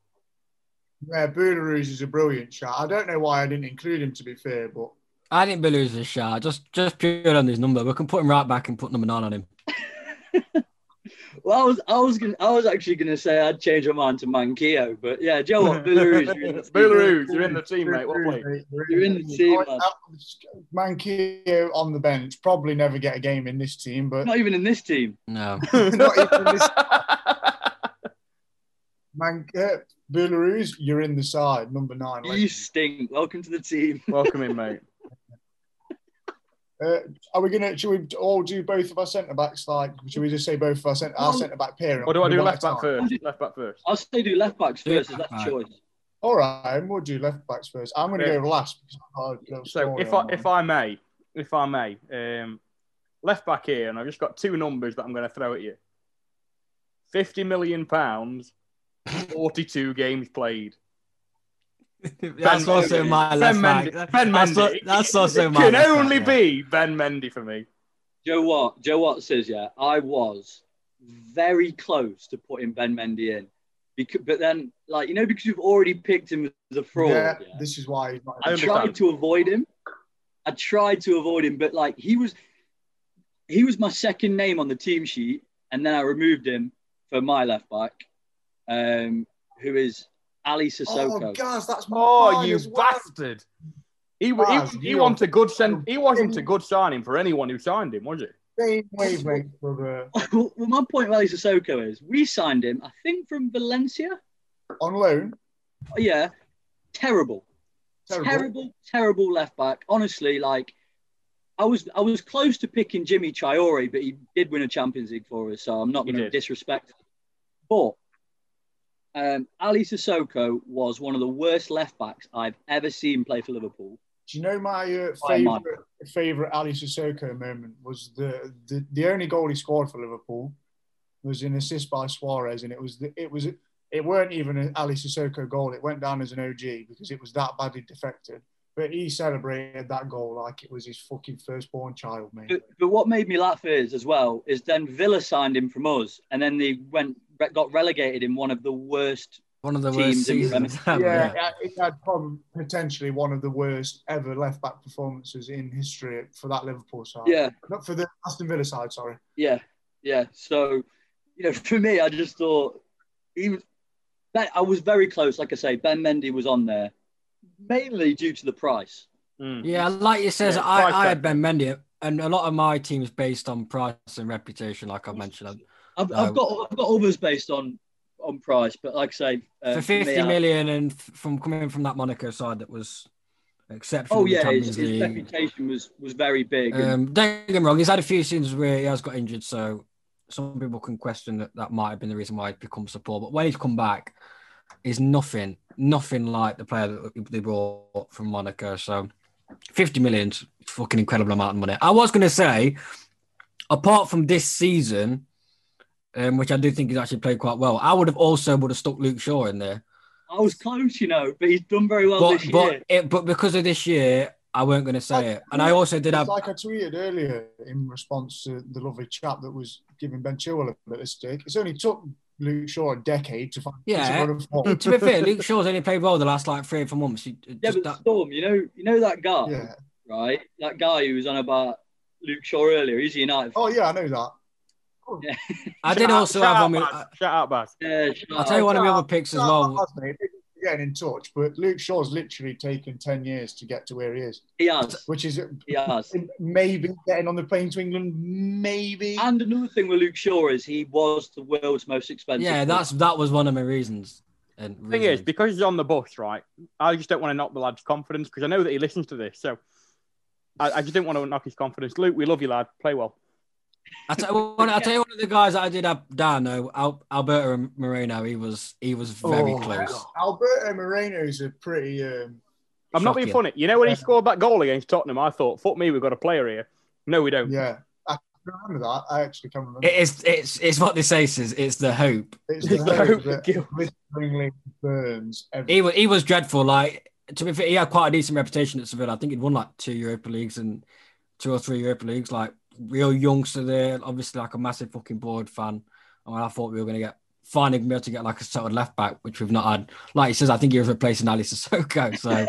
Speaker 1: Yeah, Boularoo's is a brilliant shot. I don't know why I didn't include him, to be fair, but
Speaker 2: I think Billy's a shot. Just just pure on his number. We can put him right back and put number nine on him.
Speaker 4: Well, I was I was gonna, I was actually going to say I'd change my mind to Mankio, but yeah, do you know what? Villaruz, you're in the-
Speaker 3: Boularouge, you're in the team, mate. What play?
Speaker 1: Boularoo's, mate,
Speaker 4: You're in the team,
Speaker 1: I- I- Manquillo on the bench probably never get a game in this team, but
Speaker 4: Not even in this team.
Speaker 2: No.
Speaker 1: Not even this- Man, uh, Belarus, you're in the side, number nine.
Speaker 4: You stink. Welcome to the team.
Speaker 3: Welcome in, mate.
Speaker 1: Uh, are we gonna? Should we all do both of our centre backs? Like, should we just say both of our centre our
Speaker 4: Um,
Speaker 1: centre back pair?
Speaker 3: Or do I do
Speaker 1: One
Speaker 3: left
Speaker 1: at a
Speaker 3: back
Speaker 1: time?
Speaker 3: first? Left back first.
Speaker 4: I'll say do left backs
Speaker 2: Do
Speaker 4: first. Is
Speaker 2: left
Speaker 4: that the
Speaker 2: back.
Speaker 4: choice?
Speaker 1: All right, we'll do left backs first. I'm gonna
Speaker 3: Yeah.
Speaker 1: go last. Because I've got a little
Speaker 3: So
Speaker 1: story
Speaker 3: if I
Speaker 1: on
Speaker 3: if
Speaker 1: mine.
Speaker 3: I may, if I may, um, left back here, and I've just got two numbers that I'm going to throw at you. Fifty million pounds, forty-two games played.
Speaker 2: That's
Speaker 3: Ben
Speaker 2: also
Speaker 3: Mendy.
Speaker 2: my
Speaker 3: Ben
Speaker 2: left
Speaker 3: Mendy.
Speaker 2: back.
Speaker 3: Ben
Speaker 2: that's,
Speaker 3: Mendy.
Speaker 2: al- that's also
Speaker 3: it
Speaker 2: my
Speaker 3: can
Speaker 2: left back,
Speaker 3: only
Speaker 2: yeah.
Speaker 3: be Ben Mendy for me.
Speaker 4: Joe Watt. Joe Watt says, yeah, I was very close to putting Ben Mendy in, because, but then, like you know, because you've already picked him as a fraud.
Speaker 1: yeah,
Speaker 4: yeah.
Speaker 1: this is why he's not.
Speaker 4: I
Speaker 3: I
Speaker 4: tried
Speaker 3: understand.
Speaker 4: to avoid him. I tried to avoid him, but like he was, he was my second name on the team sheet, and then I removed him for my left back, um, who is Ali
Speaker 1: Oh,
Speaker 4: Sissoko.
Speaker 1: guys, that's mine
Speaker 3: Oh, you
Speaker 1: as well.
Speaker 3: bastard! He wa- he,
Speaker 1: Baz,
Speaker 3: was- he
Speaker 1: you
Speaker 3: wasn't a good sen-
Speaker 1: are-
Speaker 3: He wasn't a good signing for anyone who signed him, was it?
Speaker 1: Same wavelength, brother.
Speaker 4: well, my point with Ali Sissoko is we signed him, I think, from Valencia.
Speaker 1: On loan.
Speaker 4: Oh, yeah, terrible.
Speaker 1: Terrible.
Speaker 4: terrible, terrible, left back. Honestly, like I was, I was close to picking Jimmy Chiori, but he did win a Champions League for us, so I'm not
Speaker 3: He
Speaker 4: going to
Speaker 3: did.
Speaker 4: disrespect. Him. But um, Ali Sissoko was one of the worst left backs I've ever seen play for Liverpool.
Speaker 1: Do you know my uh,
Speaker 4: Why mine?
Speaker 1: favorite favorite Ali Sissoko moment was the, the the only goal he scored for Liverpool was an assist by Suarez, and it was the, it was it weren't even an Ali Sissoko goal. It went down as an OG because it was that badly defected. But he celebrated that goal like it was his fucking firstborn child, mate.
Speaker 4: But, but what made me laugh is as well is then Villa signed him from us, and then they went got relegated in one of the worst.
Speaker 2: One of the worst
Speaker 4: Teams in
Speaker 2: seasons.
Speaker 1: Yeah,
Speaker 2: ever,
Speaker 1: he had probably potentially one of the worst ever left back performances in history for that Liverpool side.
Speaker 4: Yeah,
Speaker 1: not for the Aston Villa side. Sorry.
Speaker 4: Yeah, yeah. So, you know, for me, I just thought he was. That I was very close. Like I say, Ben Mendy was on there mainly due to the price.
Speaker 3: Mm.
Speaker 2: Yeah, like you says,
Speaker 3: Yeah, price
Speaker 2: I, I
Speaker 3: tag.
Speaker 2: had Ben Mendy, and a lot of my team is based on price and reputation, like I mentioned.
Speaker 4: I've,
Speaker 2: No.
Speaker 4: I've got I've got others based on on price, but like I say, uh,
Speaker 2: for
Speaker 4: for me,
Speaker 2: fifty million
Speaker 4: I-
Speaker 2: and f- from coming from that Monaco side that was exceptional.
Speaker 4: Oh
Speaker 2: in the
Speaker 4: yeah, his,
Speaker 2: Champions
Speaker 4: his
Speaker 2: League.
Speaker 4: reputation was was very big. and-
Speaker 2: Um, don't get me wrong, he's had a few seasons where he has got injured, so some people can question that that might have been the reason why he's become support. But when he's come back, he's nothing, nothing like the player that they brought from Monaco. So 50 million's a fucking incredible amount of money. I was going to say, apart from this season, um, which I do think he's actually played quite well, I would have also would have stuck Luke Shaw in there.
Speaker 4: I was close, you know, but he's done very well
Speaker 2: But
Speaker 4: this year.
Speaker 2: but, it, but because of this year, I weren't going to say it. And I also did
Speaker 1: It's
Speaker 2: have
Speaker 1: like I tweeted earlier in response to the lovely chap that was giving Ben Chilwell a bit of stick. It's only took Luke Shaw a decade to find
Speaker 2: Yeah.
Speaker 1: a form.
Speaker 2: to be fair, Luke Shaw's only played well the last like three or four months. He,
Speaker 4: Yeah,
Speaker 2: just uh,
Speaker 4: but
Speaker 2: that,
Speaker 4: Storm, you know, you know that guy,
Speaker 1: Yeah.
Speaker 4: right? That guy who was on about Luke Shaw earlier. He's a United.
Speaker 1: Oh yeah, I know that.
Speaker 2: I did
Speaker 3: Shout out-
Speaker 2: also
Speaker 3: shout
Speaker 2: have uh, on me.
Speaker 3: Out, Baz.
Speaker 2: I-
Speaker 3: Shout out, Baz.
Speaker 4: Yeah,
Speaker 2: I'll tell you one of my other picks as well.
Speaker 1: That's me. Getting in touch, but Luke Shaw's literally taken ten years to get to where he is,
Speaker 4: he has.
Speaker 1: which is uh,
Speaker 4: He has.
Speaker 1: maybe getting on the plane to England. Maybe.
Speaker 4: And another thing with Luke Shaw is he was the world's most expensive.
Speaker 2: Yeah, that's that was one of my reasons. And
Speaker 3: thing is,
Speaker 2: reasoning.
Speaker 3: because he's on the bus, right? I just don't want to knock the lad's confidence because I know that he listens to this. So I, I just didn't want to knock his confidence. Luke, we love you, lad. Play well.
Speaker 2: I tell, you one, I tell you one of the guys that I did have down though, Al, Alberto Moreno. He was he was very
Speaker 1: Oh,
Speaker 2: close.
Speaker 1: Alberto Moreno's a pretty. Um,
Speaker 3: I'm not being
Speaker 2: Shocking.
Speaker 3: funny. You know when he
Speaker 1: Yeah.
Speaker 3: scored that goal against Tottenham, I thought, "Fuck me, we've got a player here." No, we don't.
Speaker 1: yeah, I can remember that. I actually can remember.
Speaker 2: It is it's it's what they say is it's the hope.
Speaker 1: It's
Speaker 3: It's the hope
Speaker 1: that
Speaker 3: that kills.
Speaker 1: blisteringly burns.
Speaker 2: He was he was dreadful. Like to be fair, he had quite a decent reputation at Sevilla. I think he'd won like two Europa Leagues and two or three Europa Leagues. Like real youngster there, obviously like a massive fucking board fan. And when I thought we were gonna get finally gonna be able to get like a settled left back, which we've not had. Like he says, I think he was replacing Ali Sissoko. So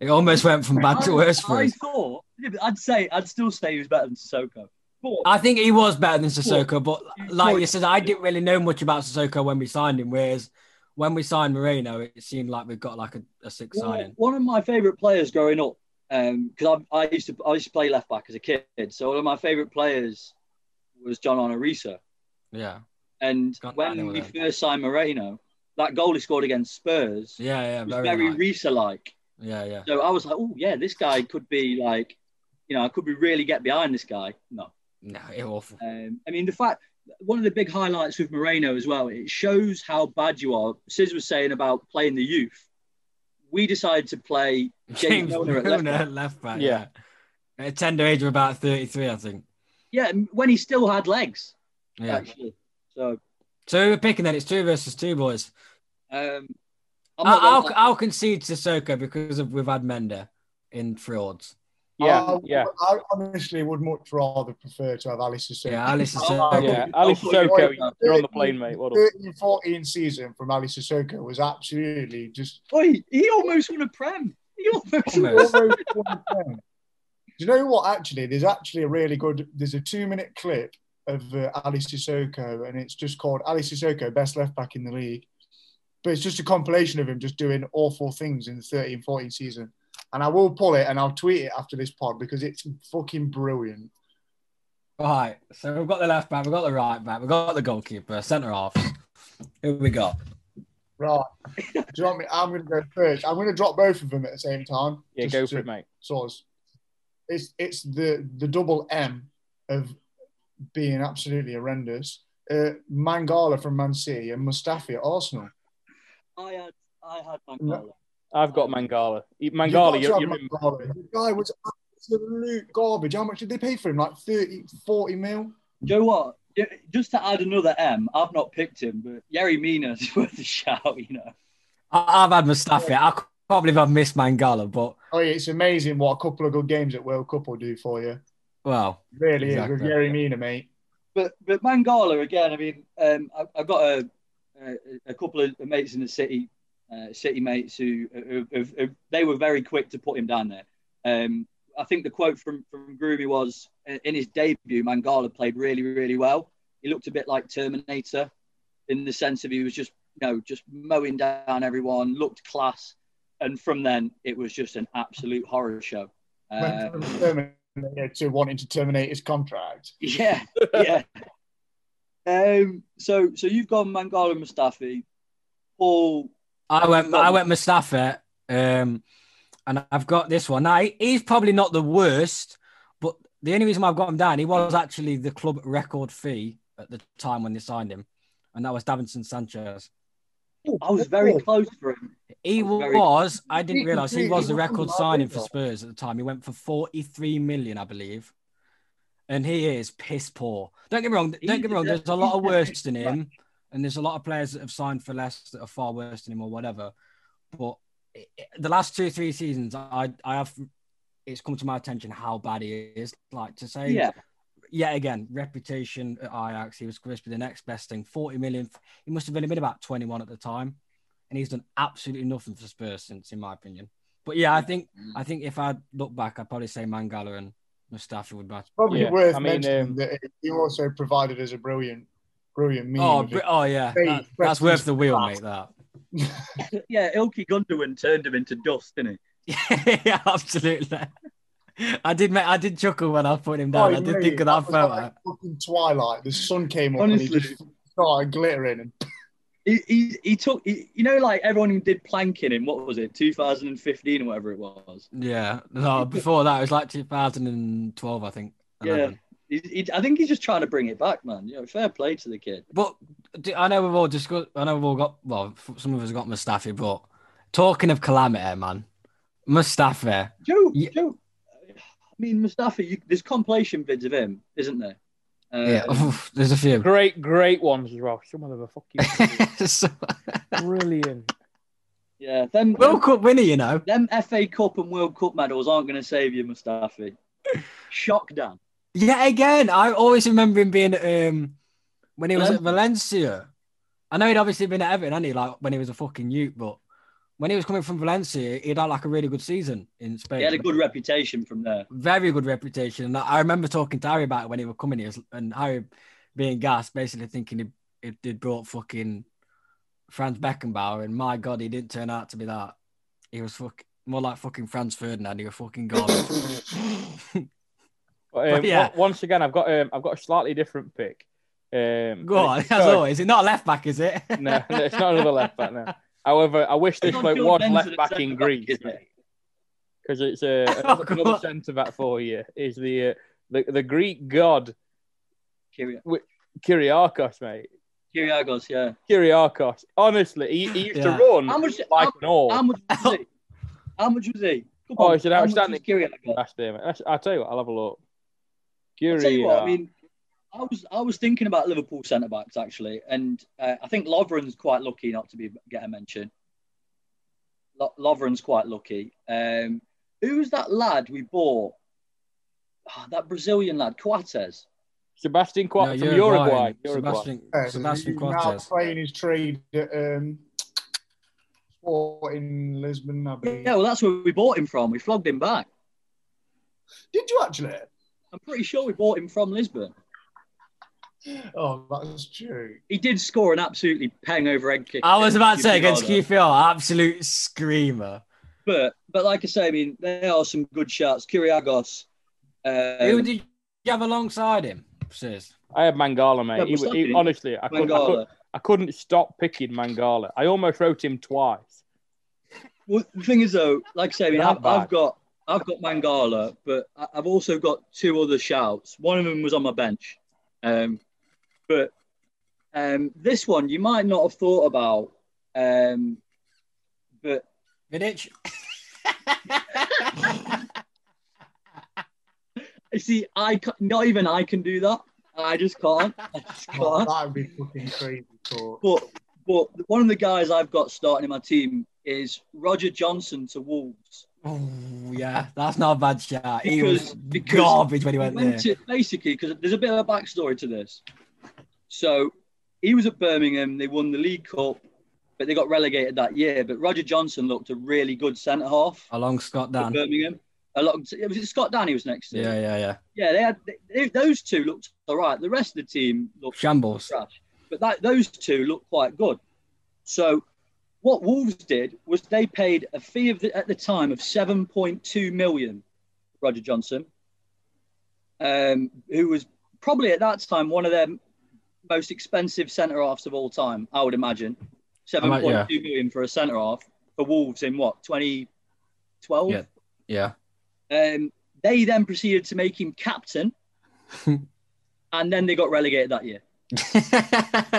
Speaker 2: it almost went from bad to worse for
Speaker 4: I
Speaker 2: us.
Speaker 4: thought yeah, but I'd say I'd still say he was better than Sissoko. But
Speaker 2: I think he was better than Sissoko, but
Speaker 4: Well,
Speaker 2: like you said, I didn't really know much about Sissoko when we signed him. Whereas when we signed Moreno, it seemed like we've got like a, a six
Speaker 4: one-
Speaker 2: signing.
Speaker 4: one of my favourite players growing up, because I, I used to I used to play left back as a kid. So one of my favourite players was John Onorisa.
Speaker 2: Yeah.
Speaker 4: And
Speaker 2: Can't find
Speaker 4: when
Speaker 2: anyone
Speaker 4: we
Speaker 2: else.
Speaker 4: first signed Moreno, that goal he scored against Spurs
Speaker 2: Yeah, yeah,
Speaker 4: was
Speaker 2: very,
Speaker 4: very
Speaker 2: nice.
Speaker 4: Risa like.
Speaker 2: yeah, yeah.
Speaker 4: So I was like, oh yeah, this guy could be like, you know, I could be really get behind this guy. No,
Speaker 2: No, it awful.
Speaker 4: um, I mean the fact one of the big highlights with Moreno as well. It shows how bad you are. Sis was saying about playing the youth. We decided to play James,
Speaker 2: James
Speaker 4: Milner at
Speaker 2: Milner
Speaker 4: left.
Speaker 2: at
Speaker 4: back.
Speaker 2: left back. Yeah.
Speaker 3: Yeah.
Speaker 2: At a tender age of about 33, I think.
Speaker 4: Yeah, when he still had legs
Speaker 2: Yeah.
Speaker 4: actually. So
Speaker 2: So we're picking that. It's two versus two, boys.
Speaker 4: um, I'm not
Speaker 2: I'll, I'll,
Speaker 4: gonna-
Speaker 2: I'll concede Sissoko because of, we've had Mender in Fjords.
Speaker 3: Yeah,
Speaker 1: I,
Speaker 3: yeah,
Speaker 1: I honestly would much rather prefer to have Alice Sissoko.
Speaker 2: Yeah, Alice
Speaker 1: I
Speaker 2: Sissoko.
Speaker 1: would-
Speaker 3: yeah. Alice Soko, you're on the plane, mate. What up?
Speaker 1: 13 14 season from Ali Sissoko was absolutely just.
Speaker 4: Oi, he almost won a prem. He almost. won-
Speaker 2: Almost.
Speaker 1: almost one thing. Do you know what? Actually, there's actually a really good. There's a two-minute clip of uh, Ali Sissoko, and it's just called Ali Sissoko, best left back in the league. But it's just a compilation of him just doing awful things in the 13 14 season. And I will pull it and I'll tweet it after this pod because it's fucking brilliant.
Speaker 2: Right. So we've got the left back, we've got the right back, we've got the goalkeeper, centre half. Who we got?
Speaker 1: Right. Do you want me? I'm going to go first. I'm going to drop both of them at the same time.
Speaker 3: Yeah,
Speaker 1: just
Speaker 3: go
Speaker 1: to-
Speaker 3: for it, mate.
Speaker 1: So it's it's, it's the the double M of being absolutely horrendous. Uh, Mangala from Man City and Mustafi at Arsenal.
Speaker 4: I had, I had my
Speaker 1: No.
Speaker 4: goal.
Speaker 3: I've got Mangala. He-
Speaker 1: You've got
Speaker 3: Mangala,
Speaker 1: to
Speaker 3: you're,
Speaker 1: have
Speaker 3: you're in.
Speaker 1: Mangala. The guy was absolute garbage. How much did they pay for him? Like 30, 40 mil?
Speaker 4: Do you know what? Ju- Just to add another M, I've not picked him, but Yerry Mina's worth a shout, you know.
Speaker 2: I, I've had Mustafi. I can't believe I've missed Mangala, but
Speaker 1: Oh, yeah, it's amazing what a couple of good games at World Cup will do for you.
Speaker 2: well,
Speaker 1: Really is.
Speaker 2: Exactly.
Speaker 1: With Yerry Mina, mate.
Speaker 4: But but Mangala again. I mean, um, I, I've got a, a a couple of mates in the city, uh, city mates who, who, who, who- they were very quick to put him down there. Um, I think the quote from from Groomy was "In- in his debut, Mangala played really really well. He looked a bit like Terminator, in the sense of he was just you know just mowing down everyone, looked class, and from then it was just an absolute horror show.
Speaker 1: Went
Speaker 4: Uh,
Speaker 1: from Terminator to wanting to terminate his contract.
Speaker 4: yeah, yeah. Um, so, so you've gone Mangala and Mustafi. Paul,
Speaker 2: I went I went Mustafi. Um and I've got this one. Now he- he's probably not the worst, but the only reason why I've got him down, he was actually the club record fee at the time when they signed him, and that was Davinson Sanchez.
Speaker 4: I was very close for him.
Speaker 2: He
Speaker 4: That was very-
Speaker 2: was, I
Speaker 1: He
Speaker 2: didn't realise he
Speaker 1: completely
Speaker 2: was the
Speaker 1: wasn't
Speaker 2: record
Speaker 1: like
Speaker 2: signing
Speaker 1: that,
Speaker 2: for
Speaker 1: though.
Speaker 2: Spurs at the time. He went for 43 million, I believe. And he is piss poor. Don't get me wrong, don't get me wrong, there's a lot of worse than him, and there's a lot of players that have signed for less that are far worse than him or whatever. But it- it- the last two, three seasons, I I have it's come to my attention how bad he is. Like to say
Speaker 4: Yeah,
Speaker 2: yet again, reputation at Ajax. He was supposed to be the next best thing. 40 million. He must have only been about 21 at the time. And he's done absolutely nothing for Spurs since, in my opinion. But yeah, I think I think if I look back, I'd probably say Mangala and Mustafi would match.
Speaker 1: Probably
Speaker 3: Yeah,
Speaker 1: worth
Speaker 3: I mean,
Speaker 1: mentioning
Speaker 3: um,
Speaker 1: that he also provided us a brilliant, brilliant meme.
Speaker 2: Oh,
Speaker 1: of
Speaker 2: br- oh yeah,
Speaker 1: Hey,
Speaker 2: that- that's
Speaker 1: Preston's
Speaker 2: worth the wheel,
Speaker 1: class.
Speaker 2: mate. That.
Speaker 4: yeah. Ilky Gundogan turned him into dust, didn't he?
Speaker 2: yeah, absolutely. I did, mate. I did chuckle when I put him down.
Speaker 1: Oh,
Speaker 2: I did
Speaker 1: mate,
Speaker 2: think of that
Speaker 1: was
Speaker 2: photo.
Speaker 1: Like fucking Twilight. The sun came up and
Speaker 4: Honestly.
Speaker 1: it just started glittering. And
Speaker 4: He, he, he took, he, you know, like everyone who did planking in what was it, 2015 or whatever it was.
Speaker 2: yeah, no, before that it was like 2012, I think.
Speaker 4: Yeah.
Speaker 2: 11.
Speaker 4: He, he, I think he's just trying to bring it back, man. You know, fair play to the kid.
Speaker 2: But do- I know we've all discussed. I know we've all got. Well, f- some of us got Mustafi, but talking of calamity, man, Mustafi.
Speaker 4: Joe,
Speaker 2: Ye-
Speaker 4: Joe. I mean, Mustafa, you, there's compilation vids of him, isn't there? Uh,
Speaker 2: Yeah, there's a few.
Speaker 3: Great, great ones as well. Some of them are fucking
Speaker 2: so,
Speaker 3: brilliant.
Speaker 4: yeah. Them,
Speaker 2: World Cup winner, you know.
Speaker 4: Them FA Cup and World Cup medals aren't going to save you, Mustafi. Shock, Dan.
Speaker 2: Yet again, I always remember him being um when he was at
Speaker 4: Valen-
Speaker 2: Valencia. I know he'd obviously been at Everton, hadn't he? Like when he was a fucking youth, but when he was coming from Valencia, he'd had like a really good season in Spain.
Speaker 4: He had a good reputation from there.
Speaker 2: very good reputation. And I I remember talking to Harry about it when he was coming here, and Harry being gassed, basically thinking he it did brought fucking Franz Beckenbauer, and my god, he didn't turn out to be that. He was fuck more like fucking Franz Ferdinand. He was fucking garbage.
Speaker 3: But, um,
Speaker 2: But yeah.
Speaker 3: on- once again, I've got um, I've got a slightly different pick. Um,
Speaker 2: Go on, as always. It's not a left back, is it?
Speaker 3: No, no, it's not another left back now. However, I wish this
Speaker 4: It's
Speaker 3: bloke
Speaker 4: Phil
Speaker 3: was
Speaker 4: Benson
Speaker 3: left
Speaker 4: at
Speaker 3: back
Speaker 4: centre
Speaker 3: in
Speaker 4: back,
Speaker 3: Greece
Speaker 4: isn't it?
Speaker 3: because it's uh,
Speaker 2: Oh,
Speaker 3: another,
Speaker 2: God.
Speaker 3: another centre back for you is the, uh, the the Greek god
Speaker 4: Kyri-
Speaker 3: Kyriakos, mate.
Speaker 4: Kyriakos, yeah.
Speaker 3: Kyriakos. Honestly, he, he used
Speaker 2: Yeah.
Speaker 3: to run
Speaker 4: How much-
Speaker 3: like an orb.
Speaker 4: How much was he? How much was he? Come
Speaker 3: Oh, it's an
Speaker 4: how much
Speaker 3: outstanding-
Speaker 4: was Kyriakos?
Speaker 3: Last day, mate. That's- I'll tell you what, I'll have a look. uh,
Speaker 4: I'll tell you what, I
Speaker 3: Kyriakos.
Speaker 4: mean, I was I was thinking about Liverpool centre backs actually, and uh, I think Lovren's quite lucky not to be get a mention. Lo- Lovren's quite lucky. Um, who was that lad we bought? Ah, that Brazilian lad, Coates.
Speaker 3: Sebastian
Speaker 2: No,
Speaker 3: Quat from
Speaker 2: Uruguayan.
Speaker 3: Uruguay. Uruguay.
Speaker 2: Sebastian,
Speaker 1: Yeah,
Speaker 2: Sebastian
Speaker 1: he's now
Speaker 2: Cortez.
Speaker 1: playing his trade at um, Sporting Lisbon, I believe.
Speaker 4: Yeah, well, that's where we bought him from. We flogged him back.
Speaker 1: Did you actually?
Speaker 4: I'm pretty sure we bought him from Lisbon.
Speaker 1: Oh, that's true.
Speaker 4: He did score an absolutely pang over egg kick.
Speaker 2: I was about to say against
Speaker 4: though.
Speaker 2: QPR, absolute screamer.
Speaker 4: But but like I say, I mean, there are some good shots. Kiriagos.
Speaker 2: Who
Speaker 4: Um,
Speaker 2: did you have alongside him? Sis.
Speaker 3: I had Mangala, mate.
Speaker 4: Yeah,
Speaker 3: he,
Speaker 4: but
Speaker 3: was- he-
Speaker 4: Sutton-
Speaker 3: honestly, I couldn't, I,
Speaker 4: Mangala.
Speaker 3: couldn't, I couldn't stop picking Mangala. I almost wrote him twice.
Speaker 4: Well, the thing is, though, like I say, I mean,
Speaker 3: Not
Speaker 4: I've, I've
Speaker 3: bad.
Speaker 4: got I've got Mangala, but I- I've also got two other shouts. One of them was on my bench, um, but um, this one you might not have thought about. Um, but
Speaker 2: Vidic?
Speaker 4: you see, I ca- not even I can do that. I just can't. I just
Speaker 1: Oh,
Speaker 4: can't.
Speaker 1: that would be fucking crazy talk.
Speaker 4: But but one of the guys I've got starting in my team is Roger Johnson to Wolves.
Speaker 2: Oh, yeah, that's not a bad shot. He was
Speaker 4: Because- because
Speaker 2: garbage when he
Speaker 4: He
Speaker 2: went there.
Speaker 4: went to, basically, because there's a bit of a backstory to this. So he was at Birmingham, they won the League Cup, but they got relegated that year. But Roger Johnson looked a really good centre half
Speaker 2: Along Scott
Speaker 4: at
Speaker 2: Oh, Dan.
Speaker 4: Birmingham. A lot, was it Scott Dan he was next to?
Speaker 2: Yeah, yeah, yeah.
Speaker 4: yeah they had they, those two looked all right. The rest of the team looked
Speaker 2: Shambles.
Speaker 4: trash, but that, those two looked quite good. So what Wolves did was they paid a fee of the, at the time of 7.2 million, Roger Johnson, um, who was probably at that time one of their most expensive centre halves of all time, I would imagine. Seven point two
Speaker 2: might-
Speaker 4: million
Speaker 2: yeah.
Speaker 4: for a centre half for Wolves in what 2012.
Speaker 2: Yeah. Yeah.
Speaker 4: Um, they then proceeded to make him captain, and then they got relegated that year.
Speaker 2: that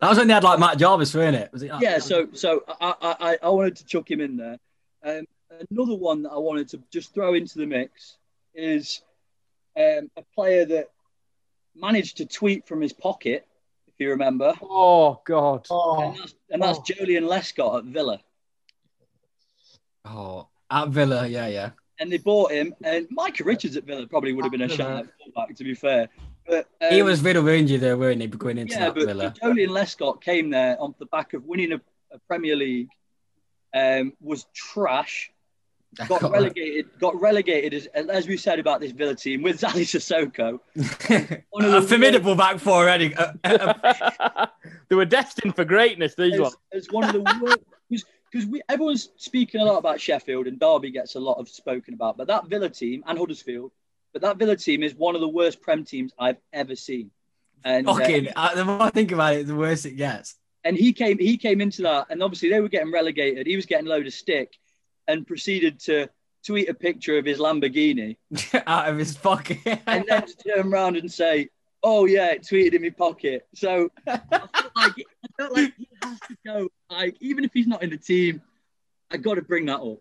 Speaker 2: was when they had like Matt Jarvis, weren't it? Was it?
Speaker 4: yeah, so so I, I I- I wanted to chuck him in there. Um, another one that I wanted to just throw into the mix is um, a player that managed to tweet from his pocket, if you remember,
Speaker 3: Oh, God.
Speaker 1: Oh,
Speaker 4: and that's, and that's
Speaker 1: Oh.
Speaker 4: Jolien Lescott at Villa.
Speaker 2: Oh, at Villa, yeah, yeah.
Speaker 4: And they bought him, and Micah Richards at Villa probably would have been a shout at fullback, to be fair. But um,
Speaker 2: he was riddled with injury there, weren't he? Going into
Speaker 4: yeah,
Speaker 2: that
Speaker 4: but,
Speaker 2: Villa.
Speaker 4: but Jolien Lescott came there on the back of winning a, a Premier League, um, was trash. got relegated. Got relegated as, as we said about this Villa team with Zali Sissoko. One of
Speaker 2: a
Speaker 4: the
Speaker 2: formidable back four already. Uh, uh,
Speaker 3: they were destined for greatness, these
Speaker 4: As,
Speaker 3: ones.
Speaker 4: as one of the worst because we everyone's speaking a lot about Sheffield and Derby gets a lot of spoken about, but that Villa team and Huddersfield, but that Villa team is one of the worst Prem teams I've ever seen. And uh,
Speaker 2: fucking, uh, the more I think about it, the worse it gets.
Speaker 4: and he came he came into that and obviously they were getting relegated. He was getting a load of stick, and proceeded to tweet a picture of his Lamborghini.
Speaker 2: Out of his pocket.
Speaker 4: and then to turn around and say, "Oh yeah, it tweeted in my pocket." So I felt like, I felt like he has to go. Like even if he's not in the team, I got to bring that up.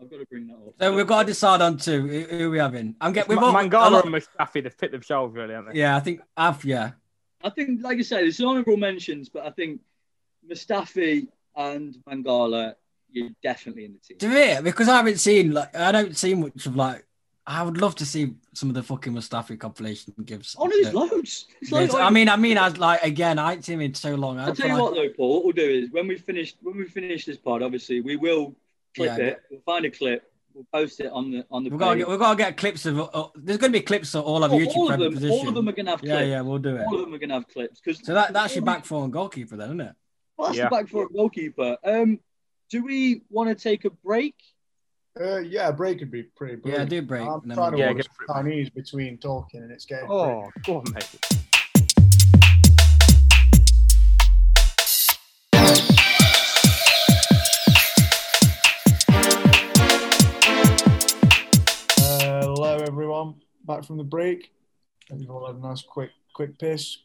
Speaker 4: I've got to bring that up.
Speaker 2: so we've got to decide on two. Who, who are we having? I'm getting.
Speaker 3: Ma-
Speaker 2: We've all, a
Speaker 3: Mangala
Speaker 2: lot-
Speaker 3: and Mustafi, they've picked themselves, really, haven't they?
Speaker 2: Yeah, I think I've yeah.
Speaker 4: I think, like I say, there's honourable mentions, but I think Mustafi and Mangala, you're definitely in the
Speaker 2: Do
Speaker 4: team.
Speaker 2: it because I haven't seen like I don't see much of like I would love to see some of the fucking Mustafi compilation gives.
Speaker 4: Oh no, there's loads. There's loads.
Speaker 2: I mean, I mean, I was like again, I ain't seen him in so long. I
Speaker 4: I'll
Speaker 2: don't
Speaker 4: tell
Speaker 2: feel
Speaker 4: you
Speaker 2: like-
Speaker 4: what though, Paul. What we'll do is when we finish when we finish this pod, obviously we will clip
Speaker 2: Yeah.
Speaker 4: it. We'll find a clip. We'll post it on the on the.
Speaker 2: We've got, to
Speaker 4: page.
Speaker 2: get, we've got to get clips of. Uh, there's going to be clips of all of
Speaker 4: Oh,
Speaker 2: YouTube
Speaker 4: all of
Speaker 2: Premier
Speaker 4: them,
Speaker 2: position.
Speaker 4: all of them are going to have clips.
Speaker 2: yeah, yeah, we'll do it.
Speaker 4: All of them are going to have clips because
Speaker 2: So that, that's your back four and goalkeeper, then, isn't it?
Speaker 4: Well, that's
Speaker 3: Yeah.
Speaker 4: the back foot goalkeeper. Um, do we want to take a break?
Speaker 1: uh, yeah, a break would be pretty
Speaker 2: Yeah,
Speaker 1: brilliant.
Speaker 2: do break.
Speaker 1: I'm
Speaker 2: and then
Speaker 1: trying to
Speaker 2: we'll-
Speaker 3: Yeah,
Speaker 1: order
Speaker 3: go
Speaker 4: Oh,
Speaker 1: some Chinese between talking and it's getting.
Speaker 3: Oh, God, mate.
Speaker 1: Uh, back from the break. And we've all had a nice quick, quick piss,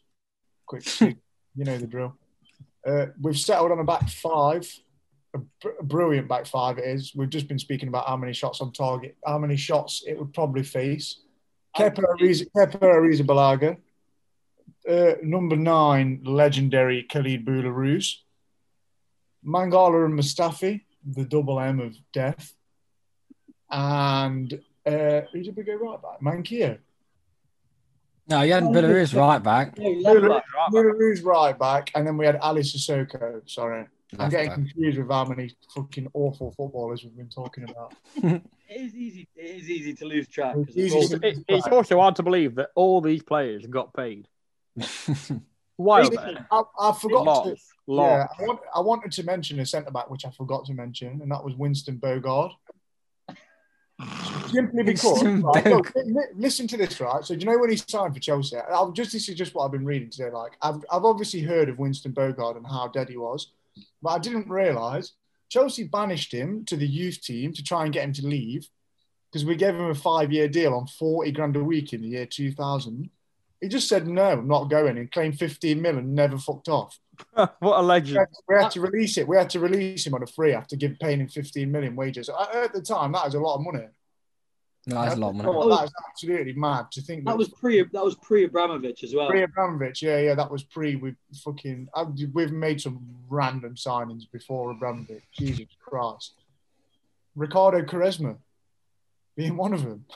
Speaker 1: quick. sleep. you know the drill. Uh, we've settled on a back five, a, br- a brilliant back five it is. We've just been speaking about how many shots on target, how many shots it would probably face. Kepa Ariza, Kepa Arrizabalaga. Uh, number nine, legendary Khalid Boularus. Mangala and Mustafi, the double M of death. And uh, who did we go right back? Mankia.
Speaker 2: No, you had Villarreal's right back.
Speaker 4: No, left back.
Speaker 1: Boularus right back. And then we had Ali Sissoko. Sorry. I'm
Speaker 2: Left
Speaker 1: getting
Speaker 2: back.
Speaker 1: confused with how many fucking awful footballers we've been talking about.
Speaker 4: It is easy. It is easy to lose track. 'cause
Speaker 1: It's
Speaker 4: it's
Speaker 1: easy
Speaker 4: all-
Speaker 3: It's, it- it's also hard to believe that all these players got paid. Why?
Speaker 1: Basically, I, I forgot to.
Speaker 3: Lots.
Speaker 1: Yeah,
Speaker 3: Lots.
Speaker 1: I, want, I wanted to mention a centre back which I forgot to mention, and that was Winston Bogard. Simply because,
Speaker 2: Winston
Speaker 1: right, look,
Speaker 2: Bogard.
Speaker 1: li- li- listen to this, right? So, do you know when he signed for Chelsea? I've just this is just what I've been reading today. Like, I've, I've obviously heard of Winston Bogard and how dead he was, but I didn't realise Chelsea banished him to the youth team to try and get him to leave because we gave him a five-year deal on forty grand a week in the year two thousand. He just said no, I'm not going, and claimed fifteen mil and never fucked off
Speaker 3: what a
Speaker 1: we
Speaker 3: legend.
Speaker 1: had, we had to release it. We had to release him on a free after give, paying him 15 million wages. At at the time, that was a lot of money.
Speaker 2: No, that's a lot, man.
Speaker 1: Oh, that was absolutely mad to think
Speaker 4: That was pre. That was pre Abramovich as well.
Speaker 1: pre Abramovich. Yeah, yeah, that was pre. We fucking uh, we've made some random signings before Abramovich. Jesus Christ, Ricardo Quaresma being one of them.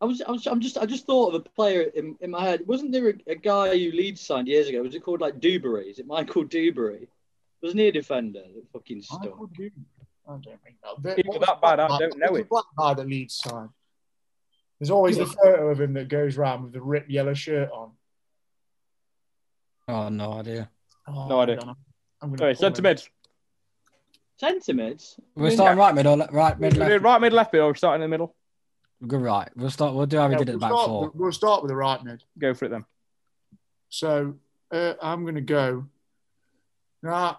Speaker 4: I was, I was, I'm just, I just thought of a player in, in my head. Wasn't there a, a guy who Leeds signed years ago? Was it called like Dewberry? Is it Michael Dewberry? Wasn't he a defender that fucking stunk?
Speaker 1: Michael Goon. I don't think that.
Speaker 3: He's
Speaker 1: what was
Speaker 3: that bad, I
Speaker 1: black guy-
Speaker 3: don't know
Speaker 1: what was
Speaker 3: him.
Speaker 1: the Black guy that leads sign. There's always the photo of him that goes round with the ripped yellow shirt on.
Speaker 2: Oh, no idea.
Speaker 1: Oh,
Speaker 3: No idea.
Speaker 1: hang on, I'm gonna
Speaker 3: Sorry,
Speaker 1: pull
Speaker 3: centre mid.
Speaker 4: Sentiments.
Speaker 2: We're starting right mid or le- right mid left.
Speaker 3: Right mid, left mid, or starting in the middle.
Speaker 2: Go right. We'll start. We'll do how we
Speaker 1: Yeah,
Speaker 2: did at the
Speaker 1: we'll,
Speaker 2: back
Speaker 1: start,
Speaker 2: four.
Speaker 1: we'll start with the right mid.
Speaker 3: Go for it then.
Speaker 1: So uh, I'm going to go. Now,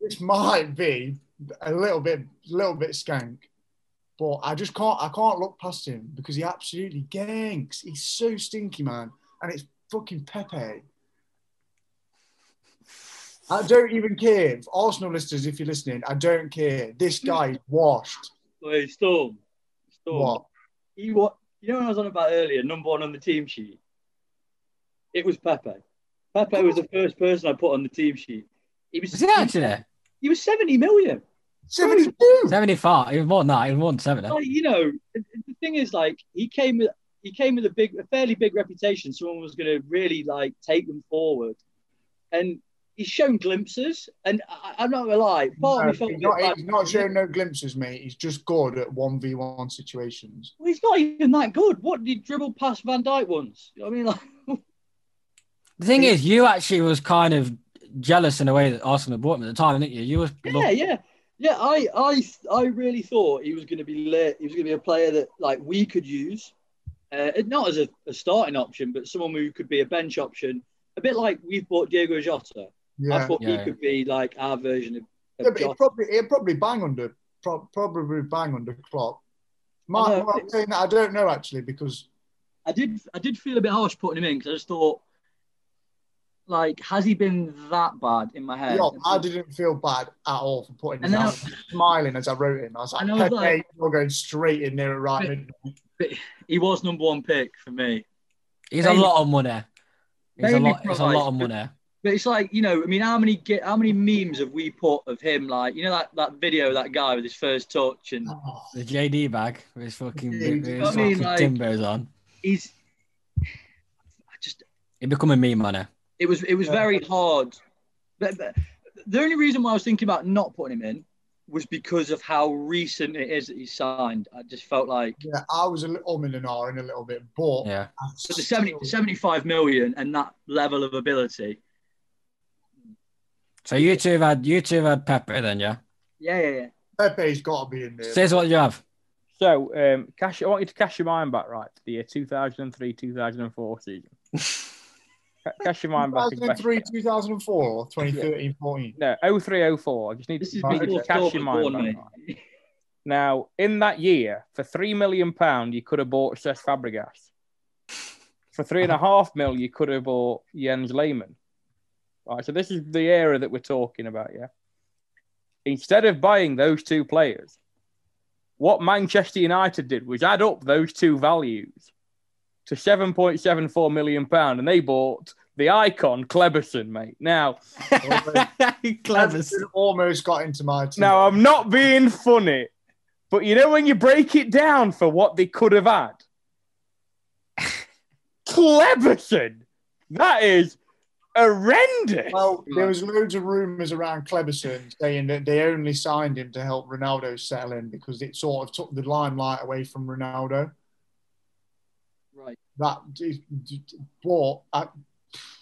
Speaker 1: this might be a little bit, little bit skank, but I just can't, I can't look past him because he absolutely ganks. He's so stinky, man, and it's fucking Pepe. I don't even care, If Arsenal listeners, if you're listening. I don't care. This guy is washed.
Speaker 4: Wait, Storm. Storm.
Speaker 1: What?
Speaker 4: He what? You know what I was on about earlier? Number one on the team sheet. It was Pepe. Pepe was the first person I put on the team sheet. He was.
Speaker 2: Is he actually there?
Speaker 4: He was 70 million.
Speaker 1: Seventy-two.
Speaker 2: 75. It was more than that. It was more than 70.
Speaker 4: like you know the the thing is like he came with he came with a big a fairly big reputation someone was going to really like take them forward and he's shown glimpses and I, i'm not gonna lie part
Speaker 1: No,
Speaker 4: of me felt a
Speaker 1: he's,
Speaker 4: bit
Speaker 1: not,
Speaker 4: bad.
Speaker 1: he's not showing no glimpses, mate. He's just good at one v one situations.
Speaker 4: Well, he's not even that good what did he dribble past van dyke once You know what i mean like
Speaker 2: The thing is, you actually was kind of jealous in a way that Arsenal bought him at the time, didn't you? You was
Speaker 4: yeah yeah yeah i i i really thought he was going to be lit he was going to be a player that like we could use uh, not as a, a starting option but someone who could be a bench option a bit like we've bought diego jota I
Speaker 1: Yeah,
Speaker 4: thought he
Speaker 2: Yeah.
Speaker 4: could be like our version of,
Speaker 1: yeah
Speaker 4: of
Speaker 1: but it
Speaker 4: Josh.
Speaker 1: probably it probably bang under pro- probably bang under clock.
Speaker 4: I
Speaker 1: My,
Speaker 4: know.
Speaker 1: my I'm saying that I don't know actually because
Speaker 4: I did I did feel a bit harsh putting him in because I just thought, like, has he been that bad in my head?
Speaker 1: yo, I didn't feel bad at all for putting
Speaker 4: And
Speaker 1: him
Speaker 4: then
Speaker 1: out. smiling as I wrote him. I was like,
Speaker 4: And I was
Speaker 1: Pepe,
Speaker 4: like-
Speaker 1: you're going straight in there at right
Speaker 4: But-
Speaker 1: mid.
Speaker 4: He was number one pick for me.
Speaker 2: He's a
Speaker 4: Mainly-
Speaker 2: lot of money. He's a
Speaker 4: mainly
Speaker 2: lot. It's a
Speaker 4: price.
Speaker 2: lot of money.
Speaker 4: But it's like you know, I mean, how many get how many memes have we put of him? Like you know that that video of that guy with his first touch, and
Speaker 1: Oh,
Speaker 2: The JD bag with his fucking,
Speaker 1: Yeah,
Speaker 2: with
Speaker 1: you
Speaker 2: his
Speaker 1: know what
Speaker 4: I mean?
Speaker 2: fucking
Speaker 4: Like-
Speaker 2: timbers on.
Speaker 4: he's I just
Speaker 2: He become a meme money.
Speaker 4: it was it was
Speaker 1: Yeah.
Speaker 4: very hard. But, but the only reason why I was thinking about not putting him in was because of how recent it is that he signed. I just felt like.
Speaker 1: yeah, I was a little um and an R in a little bit, but
Speaker 2: Yeah.
Speaker 1: I
Speaker 4: But the 70, 75 million and that level of ability.
Speaker 2: So you two have had you two have had Pepe then, yeah.
Speaker 4: Yeah, yeah, yeah.
Speaker 1: Pepe's got to be in there.
Speaker 2: Says what you have.
Speaker 3: So, um, cash. I want you to cash your mind back right to the year 2003 2004 season. Ca- cash your mind back.
Speaker 1: 2003, 2004, or 2013, 14.
Speaker 3: No, 03 04. I just need
Speaker 4: This is
Speaker 3: I need
Speaker 4: before
Speaker 3: to cash
Speaker 4: Storm
Speaker 3: your mind
Speaker 4: was born,
Speaker 3: back.
Speaker 4: mate.
Speaker 3: right. Now, in that year, for three million pound, you could have bought Cesc Fabregas. For three and a half mil, you could have bought Jens Lehmann. All right, so this is the era that we're talking about, yeah. Instead of buying those two players, what Manchester United did was add up those two values to 7.74 million pound, and they bought the icon Cleberson, mate. Now,
Speaker 1: Cleverson almost got into my team.
Speaker 3: now I'm not being funny, but you know when you break it down for what they could have had, Cleberson, that is horrendous.
Speaker 1: Well, there was loads of rumours around Cleberson saying that they only signed him to help Ronaldo settle in because it sort of took the limelight away from Ronaldo.
Speaker 4: Right.
Speaker 1: That, but uh,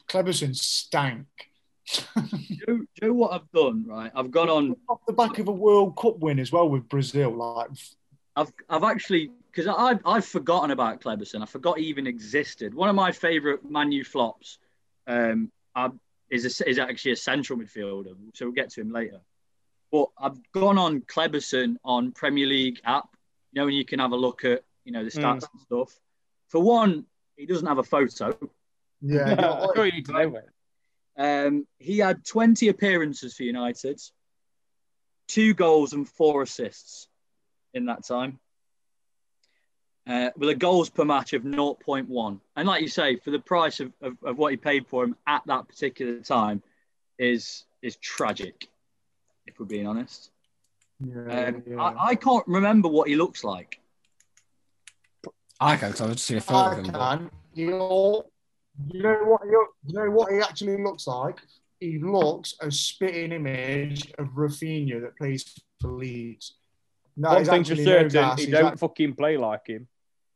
Speaker 1: Cleberson stank.
Speaker 4: Do, you know what I've done, right? I've gone on.
Speaker 1: Off the back of a World Cup win as well with Brazil, like
Speaker 4: I've I've actually because I I've forgotten about Cleberson. I forgot he even existed. One of my favourite Manu flops, um, I, is a, is actually a central midfielder. So we'll get to him later. But I've gone on Cleberson on Premier League app. You know, and you can have a look at you know the stats and stuff. For one, he doesn't have a photo.
Speaker 1: yeah,
Speaker 3: I'm
Speaker 1: you know,
Speaker 3: sure you know it.
Speaker 4: Um, he had 20 appearances for United, two goals and four assists in that time, uh, with a goals per match of 0.1. And like you say, for the price of, of, of what he paid for him at that particular time, is is tragic, if we're being honest.
Speaker 1: yeah,
Speaker 4: Um,
Speaker 1: yeah.
Speaker 4: I, I can't remember what he looks like.
Speaker 2: I can't. 'cause I've just seen a photo of
Speaker 1: I
Speaker 2: him. but-
Speaker 1: can. You're, you know what? You're, you know what he actually looks like. He looks a spitting image of Rafinha that plays for Leeds. No,
Speaker 3: One
Speaker 1: he's
Speaker 3: thing's for
Speaker 1: actually no
Speaker 3: certain,
Speaker 1: gas.
Speaker 3: he
Speaker 1: He's
Speaker 3: don't
Speaker 1: act-
Speaker 3: fucking play like him.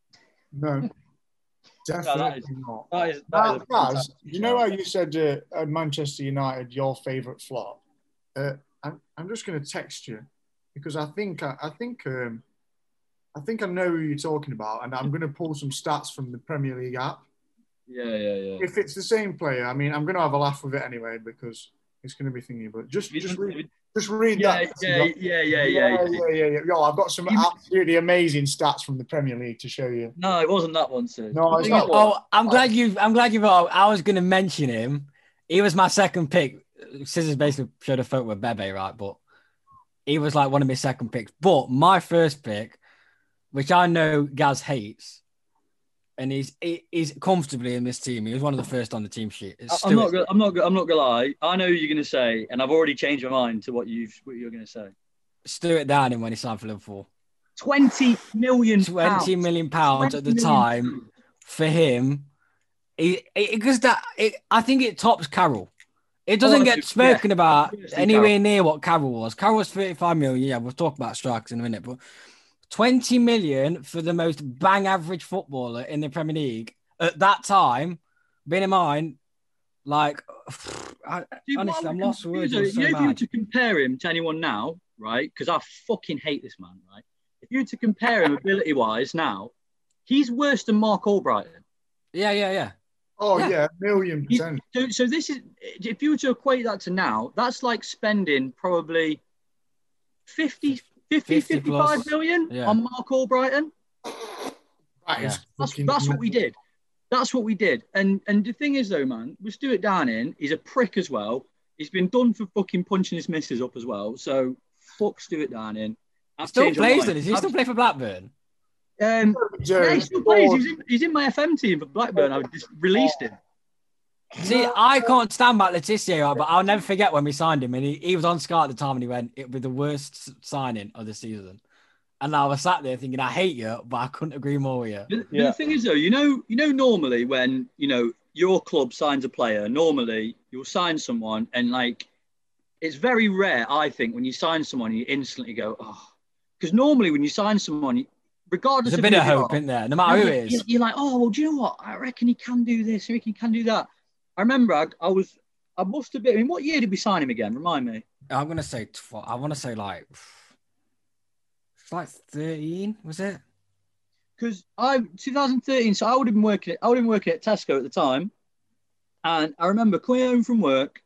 Speaker 1: no, definitely
Speaker 4: that is-
Speaker 1: not.
Speaker 4: That is, that is
Speaker 1: Now,
Speaker 4: a
Speaker 1: Gaz,
Speaker 4: fantastic
Speaker 1: you know
Speaker 4: shout.
Speaker 1: how you said uh, at Manchester United your favourite flop. Uh, I'm, I'm just going to text you because I think I, I think um, I think I know who you're talking about, and I'm going to pull some stats from the Premier League app.
Speaker 4: Yeah, yeah, yeah.
Speaker 1: If it's the same player, I mean, I'm going to have a laugh with it anyway because it's going to be thingy. But just
Speaker 4: If you
Speaker 1: just
Speaker 4: don't-
Speaker 1: read, just read
Speaker 4: yeah,
Speaker 1: that.
Speaker 4: yeah, yeah, yeah, yeah, yeah.
Speaker 1: yeah, yeah, yeah. Yo, I've got some absolutely amazing stats from the Premier League to show you.
Speaker 4: No, it wasn't that one, sir.
Speaker 1: No, it's not.
Speaker 2: Oh, I'm glad you. I'm glad you. brought- I was going to mention him. He was my second pick. Scissors basically showed a photo with Bebe, right? But he was like one of my second picks. But my first pick, which I know Gaz hates, and he's he- he's comfortably in this team. He was one of the first on the team sheet. It's
Speaker 4: I- I'm not.
Speaker 2: Stuart-
Speaker 4: Gonna, I'm not. gonna- I'm not gonna lie. I know you're gonna say, and I've already changed my mind to what you've what you're gonna say.
Speaker 2: Stuart Downing when he signed for Liverpool.
Speaker 4: Twenty million.
Speaker 2: Twenty million pounds at the
Speaker 4: 20 million
Speaker 2: time for him. He because that it, I think it tops Carroll. It doesn't
Speaker 4: Oh, yeah.
Speaker 2: get spoken about
Speaker 4: Seriously,
Speaker 2: anywhere near what Carroll was. Carroll was 35 million. Yeah, we'll talk about strikers in a minute, but 20 million for the most bang average footballer in the Premier League at that time, bearing in mind, like, I, Honestly,
Speaker 4: Dude, what
Speaker 2: I'm
Speaker 4: I'm
Speaker 2: lost for words, it's
Speaker 4: confused
Speaker 2: so
Speaker 4: though, You know, if you were
Speaker 2: bad.
Speaker 4: to compare him to anyone now, right? Because I fucking hate this man, right? If you were to compare him ability wise now, he's worse than Mark Albrighton.
Speaker 2: yeah, yeah, yeah.
Speaker 1: Oh
Speaker 2: Yeah.
Speaker 1: yeah, a million
Speaker 4: He-
Speaker 1: percent.
Speaker 4: So, so this is if you were to equate that to now, that's like spending probably 50, 50,
Speaker 2: 50 plus.
Speaker 4: 55 million
Speaker 2: Yeah.
Speaker 4: on Mark Albrighton.
Speaker 1: That is
Speaker 4: That's,
Speaker 1: fucking
Speaker 4: that's what we
Speaker 1: mental.
Speaker 4: did. That's what we did. And and the thing is though, man, with Stuart Downing, he's a prick as well. He's been done for fucking punching his missus up as well. So fuck Stuart Downing.
Speaker 2: He
Speaker 4: I've
Speaker 2: still
Speaker 4: changed my
Speaker 2: plays,
Speaker 4: mind.
Speaker 2: doesn't he? He still
Speaker 4: I've-
Speaker 2: play for Blackburn.
Speaker 4: um,
Speaker 1: Joe,
Speaker 4: yeah, he still plays. He's in, he's in my FM team for Blackburn. I just released him.
Speaker 2: See, I can't stand Matt Letizia, right, but I'll never forget when we signed him. And he, he was on Sky at the time and he went, it'll be the worst s- signing of the season. And I was sat there thinking, I hate you, but I couldn't agree more with you.
Speaker 4: The, but
Speaker 3: Yeah.
Speaker 4: the thing is though, you know, you know, normally when you know your club signs a player, normally you'll sign someone and like it's very rare, I think, when you sign someone you instantly go, oh, because normally when you sign someone, regardless
Speaker 2: There's a
Speaker 4: of
Speaker 2: bit
Speaker 4: who
Speaker 2: of
Speaker 4: they
Speaker 2: hope,
Speaker 4: are,
Speaker 2: isn't there? No matter who
Speaker 4: you-
Speaker 2: it is.
Speaker 4: you- You're like, oh, well, do you know what? I reckon he can do this. I reckon he can do that. I remember I, I was, I must have been, I mean, what year did we sign him again? Remind me.
Speaker 2: I'm going to say, tw- I want to say like, it's like 13, was it?
Speaker 4: Because I, 2013, so I would have been working, at, I would have been working at Tesco at the time. And I remember coming home from work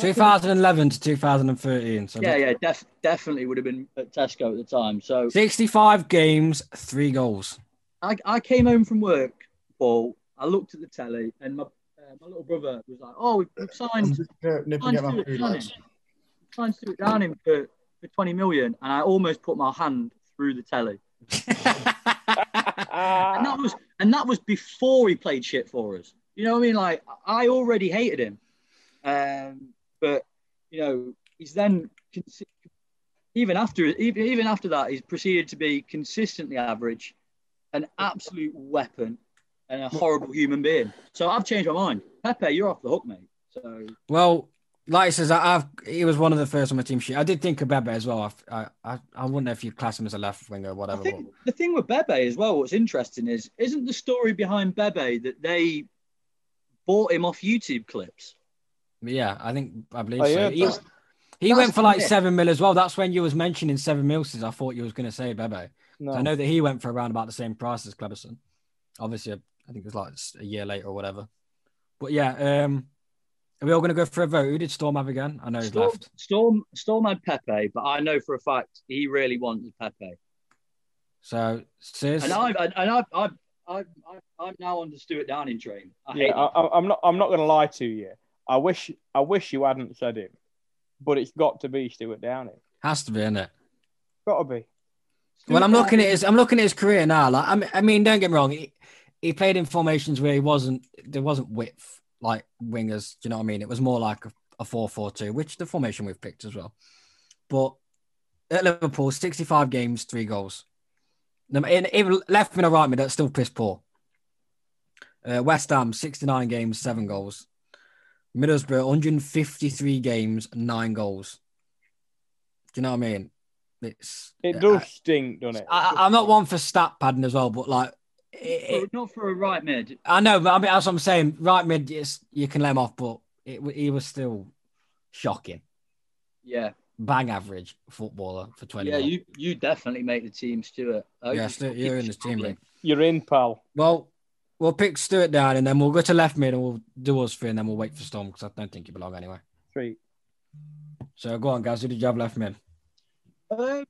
Speaker 2: 2011 to 2013. So
Speaker 4: Yeah, yeah, def- definitely would have been at Tesco at the time. So
Speaker 2: 65 games, three goals.
Speaker 4: I, I came home from work, Paul. I looked at the telly, and my, uh, my little brother was like, "Oh, we've, we've
Speaker 1: I'm
Speaker 4: signed,
Speaker 1: just uh, nipping
Speaker 4: signed
Speaker 1: at my
Speaker 4: Stuart
Speaker 1: food.
Speaker 4: Downing,
Speaker 1: lads.
Speaker 4: signed Stuart Downing for, for 20 million," and I almost put my hand through the telly.
Speaker 1: Ah,
Speaker 4: And that was and that was before he played shit for us. You know what I mean? Like I already hated him, um, but you know he's then consi- even after even even after that he's proceeded to be consistently average, an absolute weapon, and a horrible human being. So I've changed my mind. Pepe, you're off the hook, mate. So
Speaker 2: well, like I says, I, I've he was one of the first on my team sheet. I did think of Bebe as well. I I, I wouldn't know if you class him as a left winger or
Speaker 4: I
Speaker 2: whatever.
Speaker 4: think
Speaker 2: but-
Speaker 4: the thing with Bebe as well, what's interesting is, isn't the story behind Bebe that they bought him off YouTube clips?
Speaker 2: But yeah, I think I believe
Speaker 3: Oh,
Speaker 2: so.
Speaker 3: yeah,
Speaker 2: he
Speaker 3: that's-
Speaker 2: he
Speaker 4: that's
Speaker 2: went for like
Speaker 4: it.
Speaker 2: seven mil as well. That's when you was mentioning seven mil. Since I thought you was going to say Bebe.
Speaker 3: No.
Speaker 2: I know that he went for around about the same price as Cleberson. Obviously, I think it was like a year later or whatever. But yeah, um, are we all going to go for a vote? Who did Storm have again? I know he's
Speaker 4: Storm,
Speaker 2: left.
Speaker 4: Storm, Storm had Pepe, but I know for a fact he really wanted Pepe.
Speaker 2: So, Sis,
Speaker 4: And I've, and I've, I've, I've, I've, I'm now on the Stuart Downing train. I hate
Speaker 3: Yeah, I, I- I'm not. I'm not going to lie to you. I wish. I wish you hadn't said him, but it's got to be Stuart Downing.
Speaker 2: has to be in it.
Speaker 3: Got to be.
Speaker 4: Stuart
Speaker 2: Well, I'm looking at
Speaker 4: Downing-
Speaker 2: his. I'm looking at his career now. Like, I mean, I mean don't get me wrong. He, he played in formations where he wasn't. There wasn't width like wingers. Do you know what I mean? It was more like a, a four-four-two, which the formation we've picked as well. But at Liverpool, 65 games, three goals. No, In, in left mid or right mid, that's still piss poor. Uh, West Ham, 69 games, seven goals. Middlesbrough, 153 games, nine goals. Do you know what I mean? It's uh,
Speaker 3: It
Speaker 2: I-
Speaker 3: does stink, doesn't it?
Speaker 2: I, I'm not one for stat padding as well, but like, it, it,
Speaker 4: not for a right mid.
Speaker 2: I know, but I mean, that's what I'm saying. Right mid, it's, you can let him off, but it, w- he was still shocking.
Speaker 4: Yeah,
Speaker 2: Bang average footballer for 20.
Speaker 4: yeah, you, you definitely make the team, Stuart. I hope
Speaker 2: yeah,
Speaker 4: you
Speaker 2: Stuart,
Speaker 4: keep
Speaker 2: you're in this team,
Speaker 4: struggling.
Speaker 2: mate.
Speaker 3: You're in, pal.
Speaker 2: Well, we'll pick Stuart down and then we'll go to left mid and we'll do us three and then we'll wait for Storm because I don't think you belong anyway.
Speaker 3: Three.
Speaker 2: So go on, guys. Who did you have left mid?
Speaker 4: Um,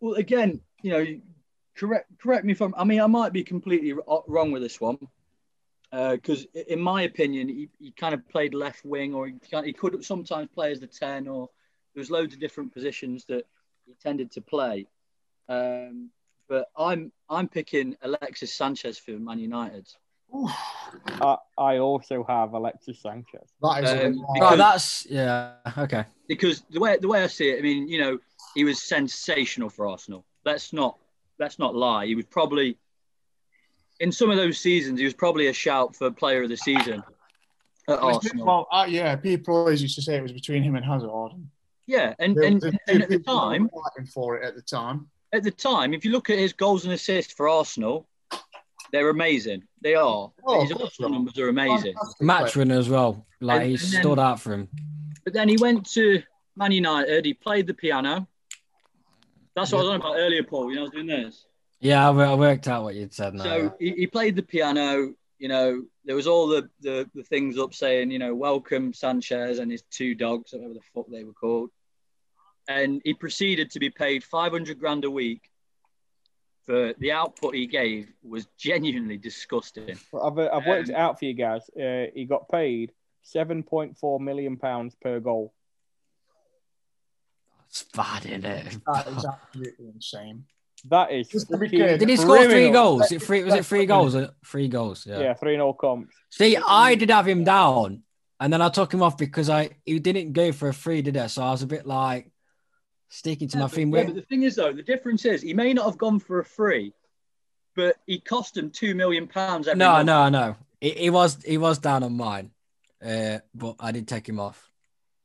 Speaker 4: well, again, you know, correct correct me if I'm. I mean, I might be completely r- uh, wrong with this one, because in my opinion, he, he kind of played left wing, or he, kind- he could sometimes play as the ten, or there was loads of different positions that he tended to play. Um, but I'm I'm picking Alexis Sanchez for Man United.
Speaker 1: Oof,
Speaker 3: I, I also have Alexis Sanchez.
Speaker 1: that is a
Speaker 4: Um,
Speaker 1: bit
Speaker 2: Oh,
Speaker 4: because-
Speaker 2: that's yeah. Okay.
Speaker 4: because the way the way I see it, I mean, you know, he was sensational for Arsenal. Let's not let's not lie. He was probably in some of those seasons, he was probably a shout for player of the season at Arsenal.
Speaker 1: Well, uh, yeah, people always used to say it was between him and Hazard.
Speaker 4: Yeah, and,
Speaker 1: There
Speaker 4: and,
Speaker 1: was a few
Speaker 4: and at the
Speaker 1: people
Speaker 4: time,
Speaker 1: fighting for it at the time.
Speaker 4: at the time, if you look at his goals and assists for Arsenal, they're amazing. They are.
Speaker 1: Oh,
Speaker 4: his
Speaker 1: of course
Speaker 4: Arsenal
Speaker 1: they are.
Speaker 4: numbers are amazing.
Speaker 1: Fantastic
Speaker 2: Match winner as well. Like
Speaker 4: And-
Speaker 2: he
Speaker 4: and then-
Speaker 2: stood out for him.
Speaker 4: But then he went to Man United. He played the piano. That's what I was on about earlier, Paul. You know, I was doing this.
Speaker 2: Yeah, I, wo- I worked out what you'd said now. yeah.
Speaker 4: So he, he played the piano. You know, there was all the, the, the things up saying, you know, welcome Sanchez and his two dogs, or whatever the fuck they were called. And he proceeded to be paid 500 grand a week for the output he gave was genuinely disgusting.
Speaker 3: Well, I've, uh, I've worked
Speaker 4: Um,
Speaker 3: it out for you guys. Uh, he got paid seven point four million pounds per goal.
Speaker 2: It's bad, isn't it?
Speaker 1: That is absolutely insane.
Speaker 3: That is.
Speaker 1: Just to be
Speaker 3: freaking
Speaker 1: clear,
Speaker 2: Did he score three
Speaker 3: criminal.
Speaker 2: goals? It three, was it
Speaker 1: that's
Speaker 2: three
Speaker 1: fucking-
Speaker 2: goals? Uh, Three goals.
Speaker 3: Yeah.
Speaker 2: Yeah.
Speaker 3: three and all comps.
Speaker 2: See, I did have him down, and then I took him off because I he didn't go for a free, did I? So I was a bit like sticking to my
Speaker 4: but-
Speaker 2: theme.
Speaker 4: yeah, but the thing is, though, the difference is he may not have gone for a free, but he cost him two million pounds every
Speaker 2: No,
Speaker 4: month.
Speaker 2: no, no. He, he was he was down on mine, uh, but I did take him off.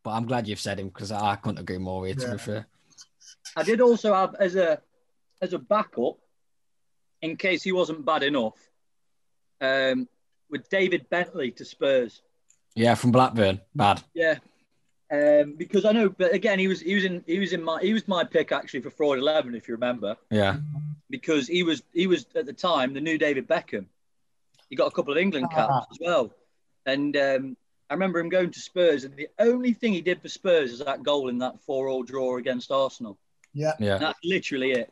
Speaker 2: But I'm glad you've said him because I couldn't agree more with you. To
Speaker 1: Yeah.
Speaker 2: be fair,
Speaker 4: I did also have as a as a backup, in case he wasn't bad enough, um, with David Bentley to Spurs.
Speaker 2: yeah, from Blackburn, bad.
Speaker 4: Yeah, um, because I know, but again, he was he was in he was in my he was my pick actually for fraud eleven, if you remember,
Speaker 2: Yeah,
Speaker 4: because he was he was at the time the new David Beckham. He got a couple of England caps as well, and um, I remember him going to Spurs, and the only thing he did for Spurs is that goal in that four-all draw against Arsenal.
Speaker 2: Yeah.
Speaker 4: That's literally it.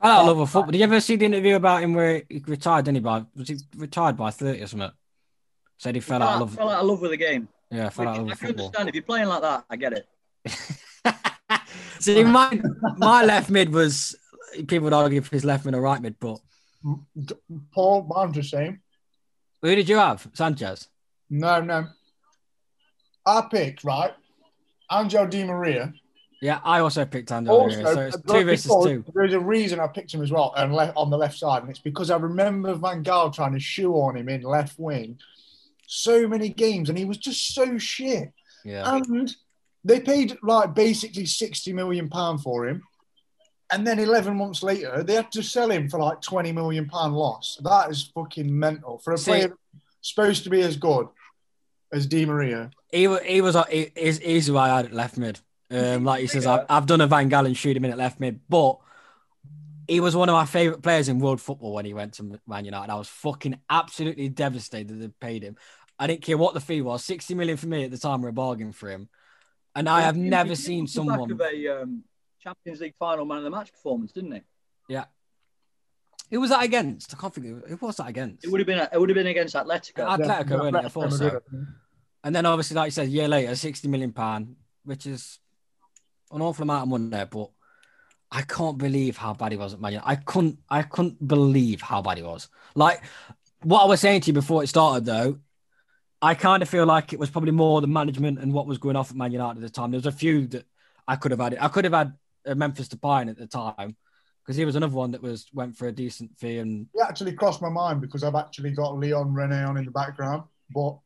Speaker 2: I don't love a football. Did you ever see the interview about him where he retired? Didn't he? By was he retired by thirty or something? Said he fell out of
Speaker 4: fell
Speaker 2: love.
Speaker 4: out of love with the game.
Speaker 2: Yeah, fell
Speaker 4: Which
Speaker 2: out of love
Speaker 4: I
Speaker 2: with
Speaker 4: can
Speaker 2: football.
Speaker 4: understand if you're playing like that. I get it.
Speaker 2: See, my my left mid was people would argue if his left mid or right mid, but
Speaker 1: Paul, mine's the same.
Speaker 2: who did you have? Sanchez.
Speaker 1: No, no. I picked right. Angel Di Maria.
Speaker 2: Yeah, I also picked Andrew.
Speaker 1: Also,
Speaker 2: so it's
Speaker 1: but
Speaker 2: two versus
Speaker 1: because
Speaker 2: two.
Speaker 1: There's a reason I picked him as well, and left on the left side, and it's because I remember Van Gaal trying to shoehorn him in left wing, so many games, and he was just so shit.
Speaker 2: Yeah.
Speaker 1: And they paid like basically sixty million pound for him, and then eleven months later they had to sell him for like twenty million pound loss. That is fucking mental for a
Speaker 2: See-
Speaker 1: player supposed to be as good as Di Maria.
Speaker 2: He was he was he, he's, he's who I had at left mid. Um, like he says, I've, I've done a Van Gaal and shoot him in at left mid, but he was one of my favorite players in world football when he went to Man United. I was fucking absolutely devastated they paid him. I didn't care what the fee was. Sixty million for me at the time were a bargain for him, and I have
Speaker 4: He- he
Speaker 2: never
Speaker 4: did
Speaker 2: seen
Speaker 4: off the back
Speaker 2: someone.
Speaker 4: of a um, Champions League final man of the match performance, didn't it?
Speaker 2: Who was that against? I can't think. Who who was that against?
Speaker 4: It would have been it would have been against Atletico.
Speaker 2: Atletico,
Speaker 1: Yeah,
Speaker 2: weren't it? I
Speaker 1: Atletico
Speaker 2: thought so.
Speaker 1: Madrid, I think.
Speaker 2: And then obviously, like you said, a year later, sixty million pound, which is an awful amount of money there. But I can't believe how bad he was at Man United. I couldn't, I couldn't believe how bad he was. Like what I was saying to you before it started, though, I kind of feel like it was probably more the management and what was going off at Man United at the time. There was a few that I could have had. I could have had uh, Memphis Depay in at the time because he was another one that was went for a decent fee and
Speaker 1: It actually crossed my mind because I've actually got Leon Rene on in the background, but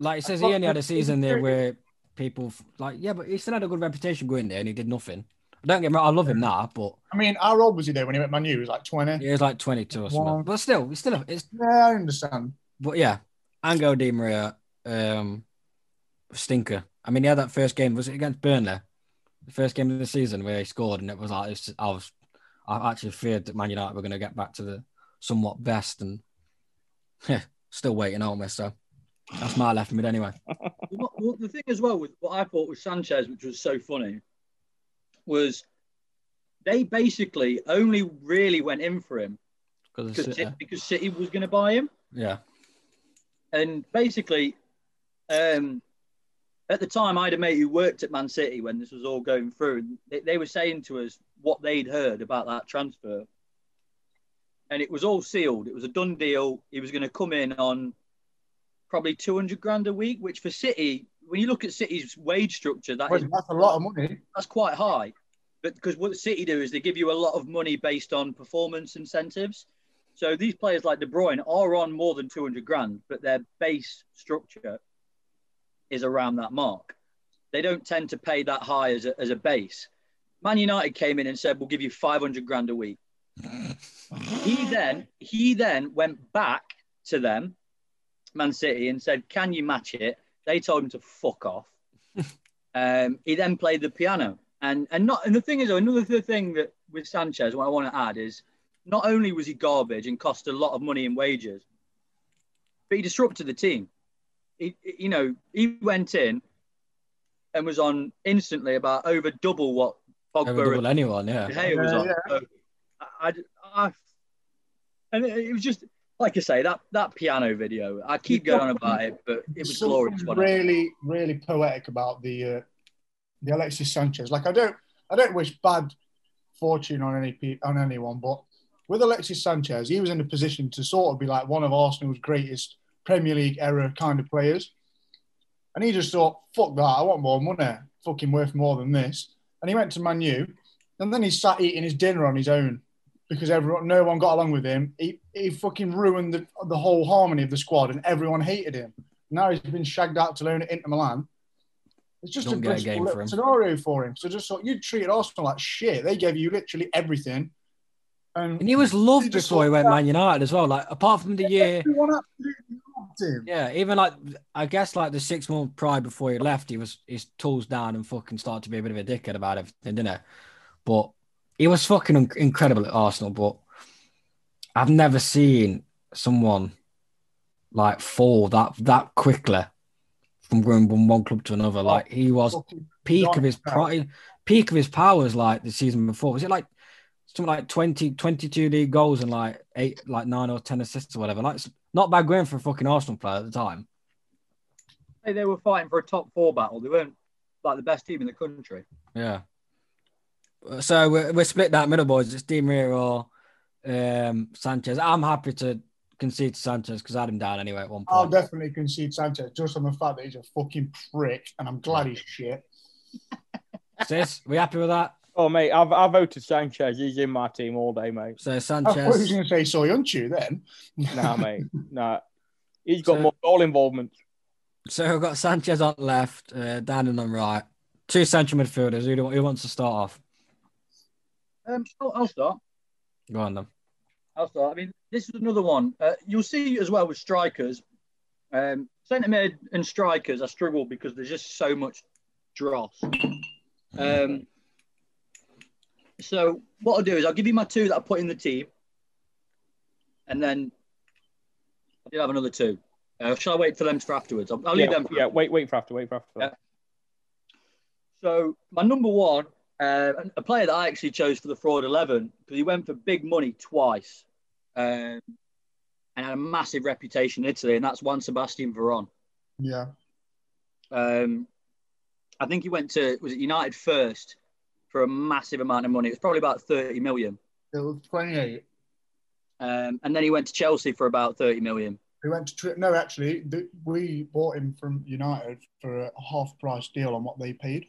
Speaker 2: Like he says,
Speaker 1: thought
Speaker 2: he only had a
Speaker 1: that-
Speaker 2: season there where people f- like, yeah, but he still had a good reputation going there, and he did nothing. Don't get me wrong, I love him now, but
Speaker 1: I mean, how old was he there when he went Man U? He was like 20. Yeah,
Speaker 2: he was like 22 or something.
Speaker 1: Wow.
Speaker 2: But still, it's still, it's
Speaker 1: I understand.
Speaker 2: but yeah, Angel Di Maria, um, stinker. I mean, he had that first game was it against Burnley, the first game of the season where he scored, and it was like it's, I was, I actually feared that Man United were going to get back to the somewhat best, and still waiting, aren't we? So that's my left mid anyway.
Speaker 4: What- what- the thing as well with what I thought was Sanchez, which was so funny, was they basically only really went in for him
Speaker 2: Because
Speaker 4: because City, because City was going to buy him,
Speaker 2: uh, yeah,
Speaker 4: and basically, um, at the time, I had a mate who worked at Man City when this was all going through, and they, they were saying to us what they'd heard about that transfer, and it was all sealed. It was a done deal. He was going to come in on probably 200 grand a week, which for City, when you look at City's wage structure, that
Speaker 1: Well,
Speaker 4: is
Speaker 1: that's a lot of money.
Speaker 4: that's quite high. But because what City do is they give you a lot of money based on performance incentives. So these players like De Bruyne are on more than 200 grand, but their base structure is around that mark. They don't tend to pay that high as a, as a base. Man United came in and said, "We'll give you 500 grand a week." he then he then went back to them, Man City, and said, "Can you match it?" They told him to fuck off. Um, he then played the piano, and and not and the thing is another th- thing that with Sanchez, what I want to add is not only was he garbage and cost a lot of money in wages, but he disrupted the team. He, he- you know, he went in and was on instantly about over double what Pogba
Speaker 2: Never
Speaker 4: and
Speaker 2: double anyone, yeah.
Speaker 4: Hey, it was
Speaker 1: Yeah,
Speaker 4: on. So, I, I- I- and it, it was just like I say that that piano video. I keep going on about it, but it was
Speaker 1: Something
Speaker 4: glorious. wasn't it?
Speaker 1: Really, really poetic about the uh, the Alexis Sanchez. Like I don't, I don't wish bad fortune on any pe- on anyone, but with Alexis Sanchez, he was in a position to sort of be like one of Arsenal's greatest Premier League era kind of players, and he just thought, "Fuck that! I want more money. Fucking worth more than this." And he went to Man U, and then he sat eating his dinner on his own. Because everyone, no one got along with him. He, he fucking ruined the, the whole harmony of the squad, and everyone hated him. Now he's been shagged out to loan at Inter Milan. It's just
Speaker 2: Don't
Speaker 1: a
Speaker 2: get a
Speaker 1: blissful
Speaker 2: game for
Speaker 1: little
Speaker 2: him.
Speaker 1: scenario for him. So just thought you treated Arsenal like shit. They gave you literally everything. And
Speaker 2: And he was loved
Speaker 1: He just
Speaker 2: before he
Speaker 1: sort
Speaker 2: went
Speaker 1: of-
Speaker 2: Man United as well. Like apart from the year,
Speaker 1: everyone absolutely loved him.
Speaker 2: yeah, even like I guess like the six month prior before he left, he was his tools down and fucking started to be a bit of a dickhead about everything, didn't he? But he was fucking un- incredible at Arsenal. But I've never seen someone like fall that that quickly from going from one club to another. Like he was
Speaker 1: Fucking
Speaker 2: peak
Speaker 1: Not
Speaker 2: of his
Speaker 1: bad.
Speaker 2: pride, peak of his powers like the season before. Was it like something like 20, 22 league goals and like eight, like nine or ten assists or whatever? Like it's not bad going for a fucking Arsenal player at the time.
Speaker 4: Hey, they were fighting for a top four battle. They weren't like the best team in the country.
Speaker 2: Yeah. So we're, we're split that middle boys. It's Di Maria or um, Sanchez. I'm happy to concede to Sanchez because I had him down anyway at one
Speaker 1: I'll
Speaker 2: point.
Speaker 1: definitely concede Sanchez just on the fact that he's a fucking prick, and I'm glad he's shit.
Speaker 2: Sis, we happy with that?
Speaker 3: Oh, mate, I've, I voted Sanchez. He's in my team all day, mate.
Speaker 2: So
Speaker 1: I thought he was
Speaker 2: Sanchez,
Speaker 1: going to say Soyuncu then.
Speaker 3: Nah, mate. Nah. He's got
Speaker 2: So-
Speaker 3: more goal involvement.
Speaker 2: So we've got Sanchez on left, uh, Dannon on right. Two central midfielders. Who, do, who wants to start off?
Speaker 4: Um, I'll, I'll start.
Speaker 2: Go on then.
Speaker 4: I'll start. I mean, this is another one. Uh, you'll see as well with strikers, um, centre mid and strikers. I struggle because there's just so much dross. Um, so what I'll do is I'll give you my two that I put in the team, and then I did have another two. Uh, shall I wait for them for afterwards? I'll, I'll leave
Speaker 3: yeah,
Speaker 4: them. For
Speaker 3: yeah, wait, wait for after, wait for after.
Speaker 4: Yeah. So my number one, uh, a player that I actually chose for the fraud eleven because he went for big money twice, um, and had a massive reputation in Italy, and that's Juan Sebastian Veron.
Speaker 1: Yeah.
Speaker 4: Um, I think he went to was it United first for a massive amount of money. It was probably about thirty million,
Speaker 1: It was 28.
Speaker 4: um, and then he went to Chelsea for about thirty million.
Speaker 1: We went to Tri- no, actually, th- we bought him from United for a half price deal on what they paid.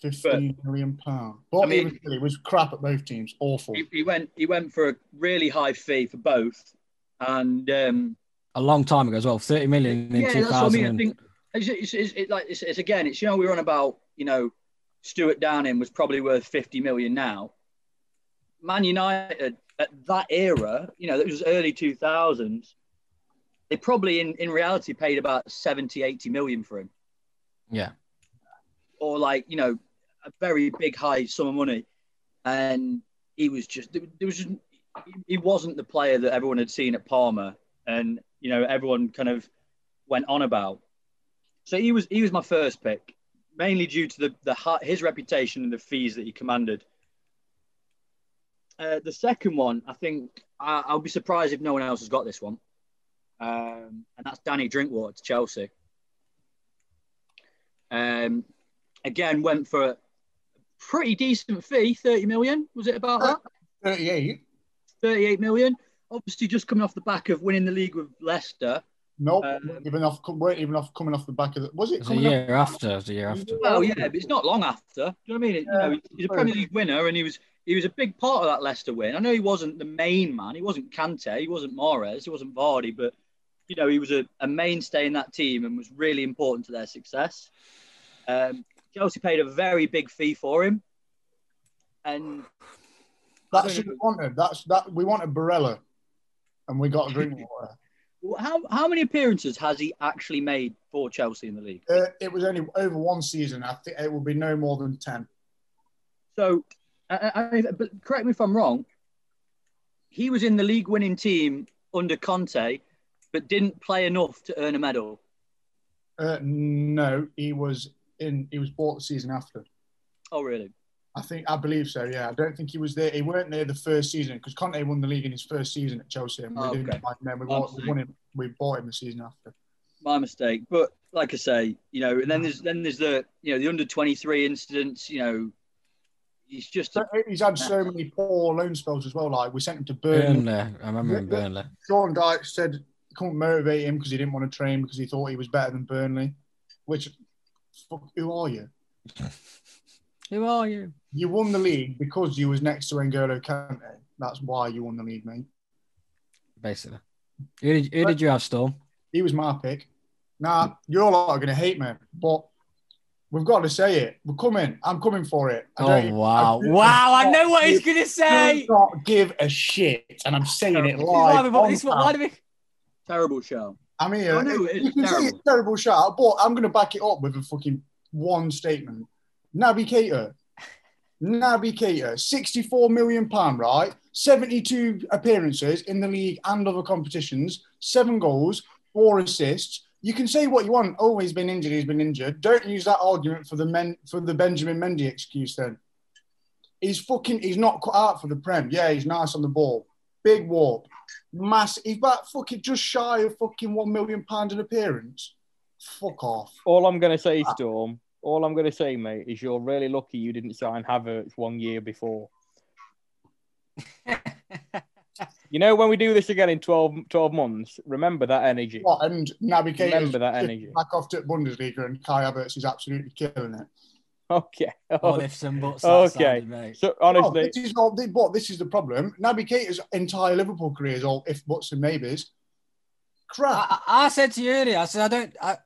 Speaker 1: Fifteen million pound. But
Speaker 4: I mean-
Speaker 1: it, was, it was crap at both teams. Awful.
Speaker 4: He, he went he went for a really high fee for both, and um,
Speaker 2: A long time ago as well, 30 million in
Speaker 4: yeah, that's what I
Speaker 2: 2000.
Speaker 4: mean. I think it's, it's, it's, it, like it's, it's again, it's you know we were on about you know Stuart Downing was probably worth fifty million now. Man United at that era, you know, it was early two thousands. They probably in, in reality paid about 70, 80 million for him,
Speaker 2: yeah.
Speaker 4: or like you know a very big high sum of money, and he was just there was just, he- he wasn't the player that everyone had seen at Parma, and you know everyone kind of went on about. So he was he was my first pick, mainly due to the the hi- his reputation and the fees that he commanded. Uh, the second one, I think I, I'll be surprised if no one else has got this one, um, and that's Danny Drinkwater to Chelsea. Um, again, went for a pretty decent fee, thirty million was it about that?
Speaker 1: 38.
Speaker 4: 38 million. Obviously, just coming off the back of winning the league with Leicester.
Speaker 1: Nope.
Speaker 4: Um,
Speaker 1: weren't even off. Weren't even off. Coming off the back of the. Was it
Speaker 2: It's a
Speaker 1: coming off?
Speaker 2: year after. It's a year after.
Speaker 4: Well, yeah, but it's not long after. Do you know what I mean? It- you know, he's a Premier League winner, and he was he was a big part of that Leicester win. I know he wasn't the main man. He wasn't Kante. He wasn't Mares. He wasn't Vardy. But you know, he was a, a mainstay in that team and was really important to their success. Um, Chelsea paid a very big fee for him, and
Speaker 1: That's what we wanted. That's that. We wanted Barella, and we got a drink water.
Speaker 4: how how many appearances has he actually made for Chelsea in the league?
Speaker 1: Uh, it was only over one season. I think it will be no more than ten.
Speaker 4: So, I, I, I- but correct me if I'm wrong. He was in the league-winning team under Conte, but didn't play enough to earn a medal.
Speaker 1: Uh, no, he was in. He was bought the season after.
Speaker 4: Oh, really?
Speaker 1: I think I believe so. Yeah, I don't think he was there. He weren't there the first season because Conte won the league in his first season at Chelsea, and we
Speaker 4: Oh,
Speaker 1: didn't
Speaker 4: okay.
Speaker 1: buy him. We,
Speaker 4: Oh,
Speaker 1: bought, we won him. We bought him the season after.
Speaker 4: My mistake. But like I say, you know, and then there's then there's the you know the under-23 incidents. You know, he's just a,
Speaker 1: But he's had so many poor loan spells as well. Like we sent him to Burnley.
Speaker 2: Burnley. I remember in Burnley.
Speaker 1: Sean Dyche said he couldn't motivate him because he didn't want to train because he thought he was better than Burnley. Which, fuck, who are you?
Speaker 2: Who are you?
Speaker 1: You won the league because you was next to N'Golo Kante. That's why you won the league, mate.
Speaker 2: Basically. Who did, who did you have, Storm?
Speaker 1: He was my pick. Now, you're lot are going to hate me, but we've got to say it. We're coming. I'm coming for it. I
Speaker 2: Oh,
Speaker 1: don't-
Speaker 2: wow.
Speaker 1: I do-
Speaker 2: Wow. I know what he's going to
Speaker 1: I do
Speaker 2: say.
Speaker 1: not give a shit, and I'm saying it
Speaker 2: Why
Speaker 1: live.
Speaker 2: do we-
Speaker 1: on
Speaker 2: this- why do we-
Speaker 4: terrible show.
Speaker 1: I'm here.
Speaker 4: I know, it is
Speaker 1: you can say
Speaker 4: terrible.
Speaker 1: it's a terrible shout, but I'm going to back it up with a fucking one statement. Naby Keita. Naby Keita, 64 million pound, right? 72 appearances in the league and other competitions, seven goals, four assists, you can say what you want. Oh, he's been injured. He's been injured. Don't use that argument for the men for the Benjamin Mendy excuse. Then he's fucking. He's not cut out for the Prem. Yeah, he's nice on the ball. Big warp, mass. He's about fucking just shy of fucking one million pound in appearance. Fuck off.
Speaker 3: All I'm gonna
Speaker 1: Ah.
Speaker 3: say, Storm. All I'm gonna say, mate, is you're really lucky you didn't sign Havertz one year before. you know when we do this again in 12, 12 months, remember that energy.
Speaker 1: What, and Naby Keita's
Speaker 3: Remember that energy.
Speaker 1: back off to Bundesliga, and Kai Havertz is absolutely killing it.
Speaker 3: Okay.
Speaker 2: What ifs and buts.
Speaker 3: Okay.
Speaker 2: that sounded, mate.
Speaker 3: So
Speaker 1: Oh,
Speaker 3: honestly,
Speaker 1: this is all, this, what this is the problem. Naby Keita's entire Liverpool career is all if buts and maybes. Crap,
Speaker 2: I, I I said to you earlier. I said I don't. I,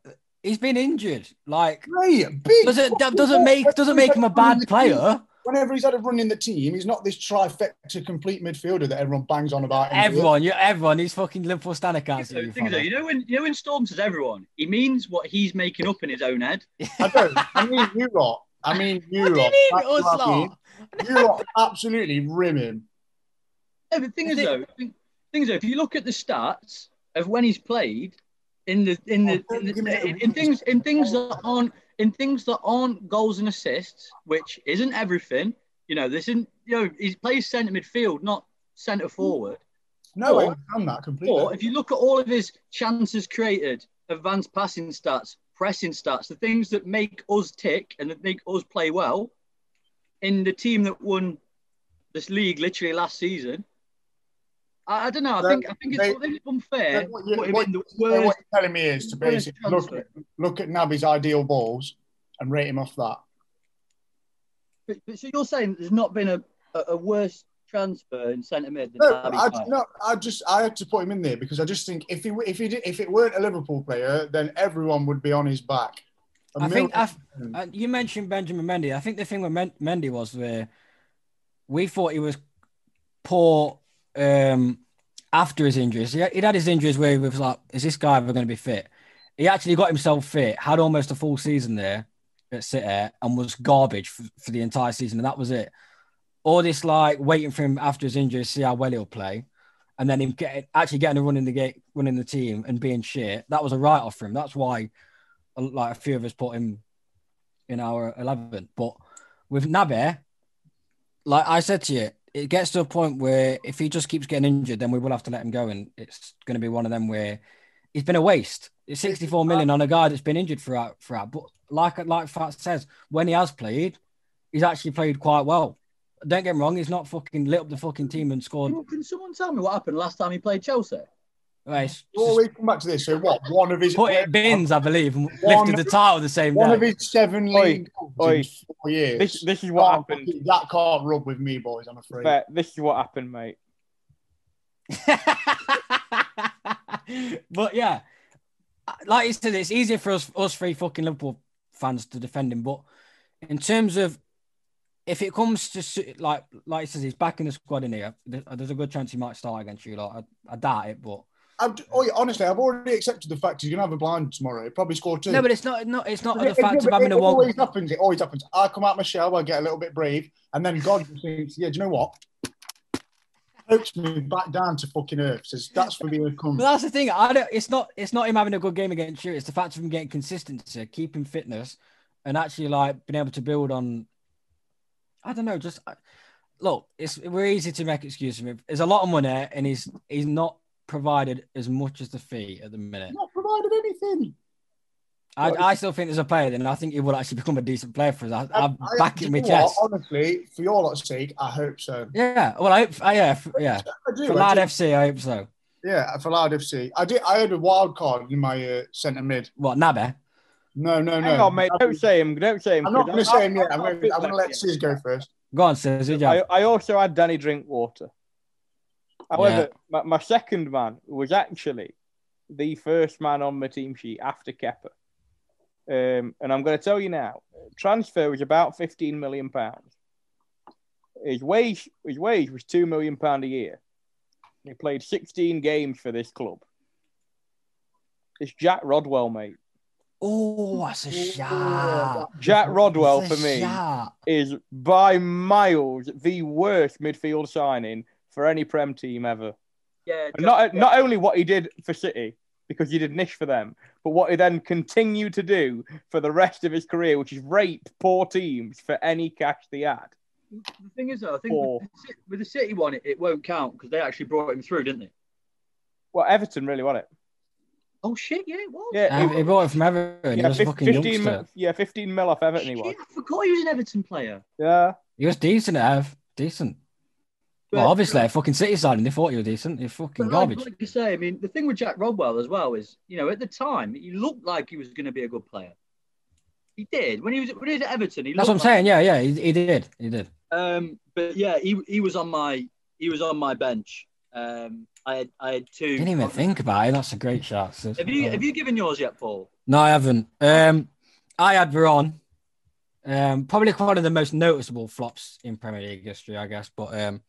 Speaker 2: he's been injured. Like
Speaker 1: great, big.
Speaker 2: doesn't that
Speaker 1: fucking
Speaker 2: doesn't
Speaker 1: ball.
Speaker 2: make doesn't make him a bad player.
Speaker 1: Whenever he's had a run in the team, he's not this trifecta complete midfielder that everyone bangs on about.
Speaker 2: Everyone, you everyone. He's fucking Liverpool standard
Speaker 4: So the
Speaker 2: council.
Speaker 4: thing is, though, you know when you know when Storm says everyone, he means what he's making up in his own head.
Speaker 1: I don't. I mean you lot. I mean you
Speaker 2: What do you
Speaker 1: lot.
Speaker 2: mean,
Speaker 1: That's what I
Speaker 2: us lot?
Speaker 1: mean. You lot absolutely rim him.
Speaker 4: No, the thing is
Speaker 2: The
Speaker 4: though, thing, thing is though, if you look at the stats of when he's played in the in the,
Speaker 1: Oh,
Speaker 4: in, the-
Speaker 1: give me that
Speaker 4: in- in things in things that aren't in things that aren't goals and assists, which isn't everything. You know, this isn't you know he plays centre midfield, not centre forward.
Speaker 1: No, I
Speaker 4: Or-
Speaker 1: understand that completely.
Speaker 4: But if you look at all of his chances created, advanced passing stats, pressing stats, the things that make us tick and that make us play well in the team that won this league literally last season. I, I don't know. I
Speaker 1: Then
Speaker 4: think I think it's,
Speaker 1: they-
Speaker 4: I think it's unfair.
Speaker 1: then what you-
Speaker 4: to put him
Speaker 1: what-
Speaker 4: in the
Speaker 1: So what
Speaker 4: worst,
Speaker 1: you're telling me is to
Speaker 4: worst
Speaker 1: basically look
Speaker 4: transfer.
Speaker 1: at, look at Naby's ideal balls and rate him off that.
Speaker 4: But, but so you're saying there's not been a, a, a worse transfer in centre mid than
Speaker 1: No,
Speaker 4: Harvey
Speaker 1: I,
Speaker 4: Barnes?
Speaker 1: no, I just I had to put him in there because I just think if he if he did, if it weren't a Liverpool player, then everyone would be on his back. A
Speaker 2: I think
Speaker 1: million-
Speaker 2: I've, uh, you mentioned Benjamin Mendy. I think the thing with Men- Mendy was where we thought he was poor um, after his injuries. He, he'd had his injuries where he was like, "Is this guy ever going to be fit?" He actually got himself fit, had almost a full season there at City, and was garbage for, for the entire season, and that was it. All this like waiting for him after his injury to see how well he'll play, and then him getting actually getting a run in the game, running the team, and being shit. That was a write off for him. That's why a- like a few of us put him in our 11. But with Nabe, like I said to you, it gets to a point where if he just keeps getting injured, then we will have to let him go. And it's going to be one of them where it's been a waste. It's 64 million on a guy that's been injured throughout. throughout. But like, like Fat says, when he has played, he's actually played quite well. Don't get me wrong, he's not fucking lit up the fucking team and scored.
Speaker 4: Can, can someone tell me what happened last time he played Chelsea?
Speaker 2: Well, it's
Speaker 1: You always come back to this. So what? One of his
Speaker 2: just put it bins, I believe, and lifted the title the same
Speaker 1: one of
Speaker 2: day.
Speaker 1: his seven
Speaker 3: Oi,
Speaker 1: league goals in
Speaker 3: oi.
Speaker 1: four years.
Speaker 3: this this is what
Speaker 1: Can't
Speaker 3: happened.
Speaker 1: Oh, fucking- That can't rub with me, boys. I'm afraid.
Speaker 3: Fair. This is what happened, mate.
Speaker 2: but yeah, like you said, it's easier for us us three fucking Liverpool fans to defend him. But in terms of if it comes to su- like like he says, he's back in the squad in here. there- There's a good chance he might start against you. Like I, I doubt it, but
Speaker 1: I'm, oh, yeah, honestly, I've already accepted the fact he's gonna have a blind tomorrow. He probably scored two.
Speaker 2: no, but it's not not it's not the
Speaker 1: It- it-
Speaker 2: fact
Speaker 1: it
Speaker 2: of having a
Speaker 1: always
Speaker 2: one.
Speaker 1: happens. It always happens. I come out my shell, I get a little bit brave, and then God just thinks, "Yeah, do you know what?" Pokes me back down to fucking earth. Says that's for being a
Speaker 2: But
Speaker 1: cunt.
Speaker 2: that's the thing. I don't. It's not. It's not him having a good game against you. It's the fact of him getting consistency, keeping fitness, and actually like being able to build on. I don't know. Just I- look. It's we're easy to make excuses. for him. There's a lot of money, and he's he's not provided as much as the fee at the minute.
Speaker 1: Not provided anything.
Speaker 2: I, I still think there's a player, then and I think he will actually become a decent player for us. I, I'm
Speaker 1: I-
Speaker 2: backing
Speaker 1: do
Speaker 2: my
Speaker 1: you know what?
Speaker 2: chest.
Speaker 1: Honestly, for your lot's sake, I hope so.
Speaker 2: Yeah. Well, I hope. I, yeah. f- Yeah.
Speaker 1: I do.
Speaker 2: For
Speaker 1: I
Speaker 2: Lad
Speaker 1: do.
Speaker 2: FC, I hope so.
Speaker 1: Yeah, for Loud FC. I did. I had a wild card in my uh, centre mid.
Speaker 2: What Nabe?
Speaker 1: No, no, no.
Speaker 3: Hang on, mate. Don't say him. Don't say him.
Speaker 1: I'm not going
Speaker 3: Chris.
Speaker 1: to
Speaker 3: I-
Speaker 1: say him yet.
Speaker 3: I-
Speaker 1: I'm
Speaker 3: I-
Speaker 1: going to let Sis go first.
Speaker 2: Go on, says
Speaker 3: I,
Speaker 2: yeah.
Speaker 3: I also had Danny Drinkwater. However, my, my second man was actually the first man on my team sheet after Kepper. Um, and I'm going to tell you now, transfer was about 15 million pounds. His wage, his wage was two million pound a year. He played 16 games for this club. It's Jack Rodwell, mate.
Speaker 2: Oh, that's a shot.
Speaker 3: Jack Rodwell
Speaker 2: That's a
Speaker 3: for me
Speaker 2: shot.
Speaker 3: is by miles the worst midfield signing for any Prem team ever.
Speaker 4: Yeah,
Speaker 3: And not not only what he did for City, because you did niche for them. But what he then continued to do for the rest of his career, which is rape poor teams for any cash they had.
Speaker 4: The thing is, though, I think
Speaker 3: Four.
Speaker 4: with the, Ci- with the City one, it, it won't count because they actually brought him through, didn't they?
Speaker 3: Well, Everton really won it.
Speaker 4: Oh shit! Yeah, it was.
Speaker 3: Yeah,
Speaker 2: Um,
Speaker 3: it-
Speaker 2: he bought it from Everton. he
Speaker 3: yeah,
Speaker 2: was
Speaker 3: fif-
Speaker 2: a fucking
Speaker 3: 15,
Speaker 2: youngster.
Speaker 3: mil, yeah, 15 mil off Everton he
Speaker 4: Shit,
Speaker 3: was.
Speaker 4: I forgot he was an Everton player.
Speaker 3: Yeah.
Speaker 2: He was decent at Ev. Decent. well,
Speaker 4: But-
Speaker 2: obviously, fucking City side, and they thought he was decent. He's fucking
Speaker 4: But
Speaker 2: garbage.
Speaker 4: Like, like you say, I mean, the thing with Jack Rodwell as well is, you know, at the time he looked like he was going to be a good player. He did when he was when he was at Everton. He
Speaker 2: That's what I'm
Speaker 4: looked like-
Speaker 2: saying. Yeah, yeah, he, he did. He did.
Speaker 4: Um, but yeah, he, he was on my he was on my bench. Um, I had I had two.
Speaker 2: Didn't even think about it. That's a great shot. So-
Speaker 4: Have you have you given yours yet, Paul?
Speaker 2: No, I haven't. Um, I had Veron. Um, probably one of the most noticeable flops in Premier League history, I guess. But um,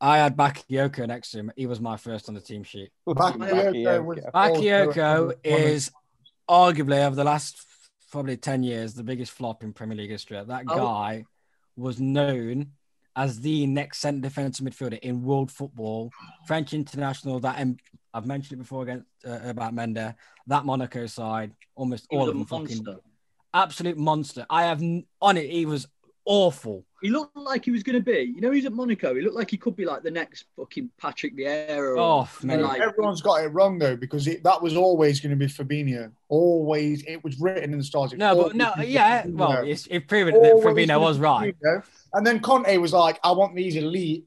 Speaker 2: I had Bakayoko next to him. He was my first on the team sheet.
Speaker 1: Bakayoko was
Speaker 2: Bakayoko
Speaker 1: also-
Speaker 2: is arguably over the last probably 10 years the biggest flop in Premier League history. That
Speaker 4: Oh.
Speaker 2: guy was known as the next centre defensive midfielder in world football, French international. That um, I've mentioned it before against uh, about Mender, that Monaco side, almost
Speaker 4: He
Speaker 2: all
Speaker 4: was a
Speaker 2: of them
Speaker 4: monster.
Speaker 2: fucking absolute monster. I have n- on it, he was awful.
Speaker 4: He looked like he was going to be. You know, he's at Monaco. He looked like he could be like the next fucking Patrick Vieira. Or,
Speaker 2: Oh,
Speaker 4: you know,
Speaker 2: man.
Speaker 4: like,
Speaker 1: Everyone's got it wrong though, because it, that was always going to be Fabinho. Always, it was written in the stars. it
Speaker 2: No,
Speaker 1: was
Speaker 2: but no,
Speaker 1: always
Speaker 2: yeah,
Speaker 1: Fabinho.
Speaker 2: well, it's, it proven that
Speaker 1: Always
Speaker 2: Fabinho
Speaker 1: gonna
Speaker 2: was
Speaker 1: be
Speaker 2: right.
Speaker 1: Fabinho. And then Conte was like, "I want these elite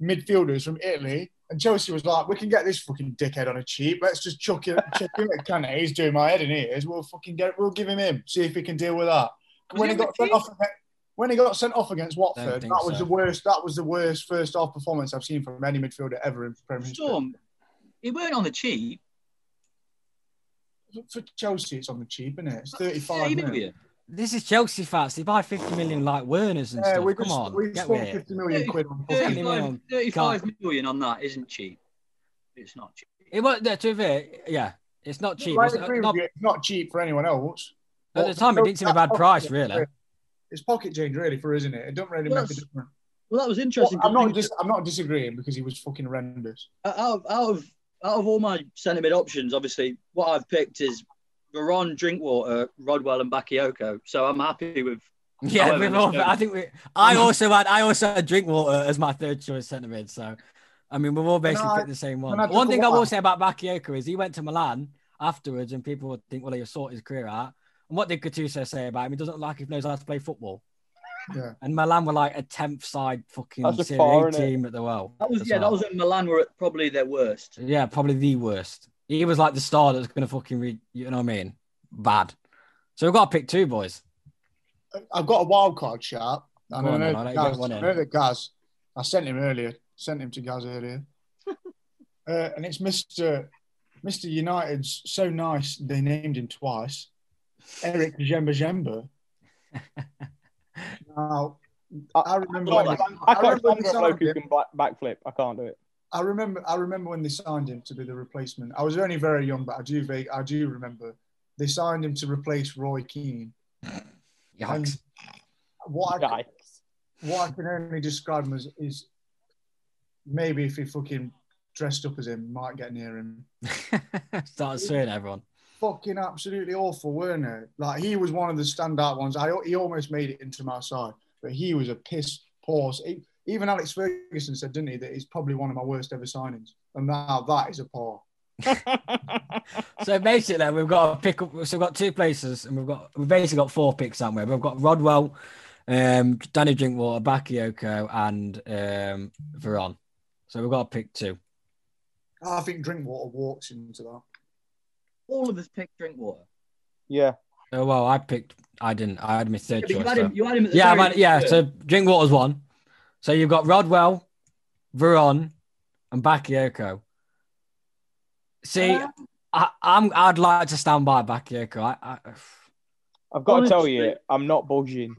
Speaker 1: midfielders from Italy," and Chelsea was like, "We can get this fucking dickhead on a cheap. Let's just chuck it, chuck him at Conte. He's doing my head in ears. We'll fucking get, we'll give him him. See if he can deal with that."
Speaker 4: Was
Speaker 1: When
Speaker 4: he
Speaker 1: he
Speaker 4: on
Speaker 1: got
Speaker 4: the
Speaker 1: sent
Speaker 4: team?
Speaker 1: off, against- when he got sent off against Watford, that
Speaker 2: think
Speaker 1: was
Speaker 2: so.
Speaker 1: the worst. That was the worst first half performance I've seen from any midfielder ever in Premier League.
Speaker 4: Storm. He weren't on the cheap.
Speaker 1: for Chelsea, it's on the cheap, isn't it? It's
Speaker 4: Yeah,
Speaker 1: 35
Speaker 4: he
Speaker 1: million.
Speaker 4: knew you.
Speaker 2: This is Chelsea fans. They buy 50 million like Werners and
Speaker 1: Yeah,
Speaker 2: stuff.
Speaker 1: we
Speaker 2: Come
Speaker 1: just,
Speaker 2: on.
Speaker 1: we
Speaker 2: get
Speaker 1: just
Speaker 2: with
Speaker 1: spent
Speaker 2: it.
Speaker 1: 50 million quid on
Speaker 2: Yeah.
Speaker 1: fucking
Speaker 4: 35, 35 million on that isn't cheap. It's not cheap.
Speaker 2: It was yeah, to be fair, yeah, it's not cheap.
Speaker 1: I
Speaker 2: It's
Speaker 1: agree
Speaker 2: not-
Speaker 1: with you, it's not cheap for anyone else.
Speaker 2: At the time, it didn't seem a bad price, really.
Speaker 1: It's pocket change, really, for isn't it? It don't really
Speaker 4: Well,
Speaker 1: make a difference.
Speaker 4: Well, that was interesting.
Speaker 1: I'm not,
Speaker 4: because
Speaker 1: dis- I'm not disagreeing because he was fucking horrendous.
Speaker 4: out of, out of out of all my centre mid options, obviously what I've picked is Veron, Drinkwater, Rodwell, and Bakayoko. So I'm happy with.
Speaker 2: Yeah,
Speaker 4: However,
Speaker 2: we've
Speaker 4: let's
Speaker 2: all,
Speaker 4: go.
Speaker 2: I think we. I also had. I also had drink water as my third choice centre mid. So, I mean, we've all basically
Speaker 1: I-
Speaker 2: picked the same one.
Speaker 1: I took
Speaker 2: One
Speaker 1: a
Speaker 2: thing I will
Speaker 1: while-
Speaker 2: say about Bakayoko is he went to Milan afterwards, and people would think, well, he'll sort his career out. And what did Gattuso say about him? He doesn't look like he knows how to play football.
Speaker 1: Yeah.
Speaker 2: And Milan were like a tenth side fucking
Speaker 3: That's a
Speaker 2: Serie
Speaker 3: par,
Speaker 2: A
Speaker 3: innit?
Speaker 2: team at the world.
Speaker 4: That was
Speaker 2: as
Speaker 4: yeah,
Speaker 2: well.
Speaker 4: that was when Milan were at probably their worst.
Speaker 2: Yeah, probably the worst. He was like the star that's going to fucking read, you know what I mean? Bad. So we've got to pick two boys.
Speaker 1: I've got a wild card sharp. And
Speaker 2: Go
Speaker 1: I
Speaker 2: on
Speaker 1: know,
Speaker 2: then, I'll let you get
Speaker 1: Gaz,
Speaker 2: one
Speaker 1: I
Speaker 2: in.
Speaker 1: know that Gaz, I sent him earlier, sent him to Gaz earlier. uh, and it's Mr. Mr. United's so nice they named him twice, Eric Jemba Jemba. now, I remember,
Speaker 4: I
Speaker 1: when,
Speaker 4: like-
Speaker 3: I
Speaker 1: I
Speaker 3: can't
Speaker 1: remember when
Speaker 3: stand
Speaker 1: they
Speaker 3: a bloke
Speaker 1: signed
Speaker 3: who
Speaker 1: him.
Speaker 3: can back, backflip. I can't do it.
Speaker 1: I remember, I remember when they signed him to be the replacement. I was only very young, but I do, vague, I do remember they signed him to replace Roy Keane. And
Speaker 2: Yikes.
Speaker 1: what I,
Speaker 3: Yikes.
Speaker 1: what I can only describe him as is maybe if he fucking dressed up as him, might get near him.
Speaker 4: Um,
Speaker 2: Started suing everyone.
Speaker 1: fucking absolutely awful, weren't it? Like he was one of the standout ones. I he almost made it into my side, but he was a piss poor. he- Even Alex Ferguson said, didn't he, that he's probably one of my worst ever signings. And now that is a poor.
Speaker 2: So basically, then, we've got to pick up. So we've got two places, and we've got we've basically got four picks somewhere. We've got Rodwell, um, Danny Drinkwater, Bakayoko, and um, Veron. So we've got to pick two.
Speaker 1: I think Drinkwater walks into that.
Speaker 4: All of us picked Drinkwater.
Speaker 3: yeah.
Speaker 2: Oh well, I picked. I didn't. I had my third
Speaker 4: But you
Speaker 2: choice.
Speaker 4: had
Speaker 2: so-
Speaker 4: him. You had him at the
Speaker 2: Yeah,
Speaker 4: very
Speaker 2: man. Yeah.
Speaker 4: first.
Speaker 2: So Drinkwater's one. So you've got Rodwell, Veron, and Bakayoko. See,
Speaker 4: Uh,
Speaker 2: I, I'm. I'd like to stand by Bakayoko. I, I,
Speaker 3: I've got to tell you,
Speaker 4: Honestly.
Speaker 3: I'm not budging.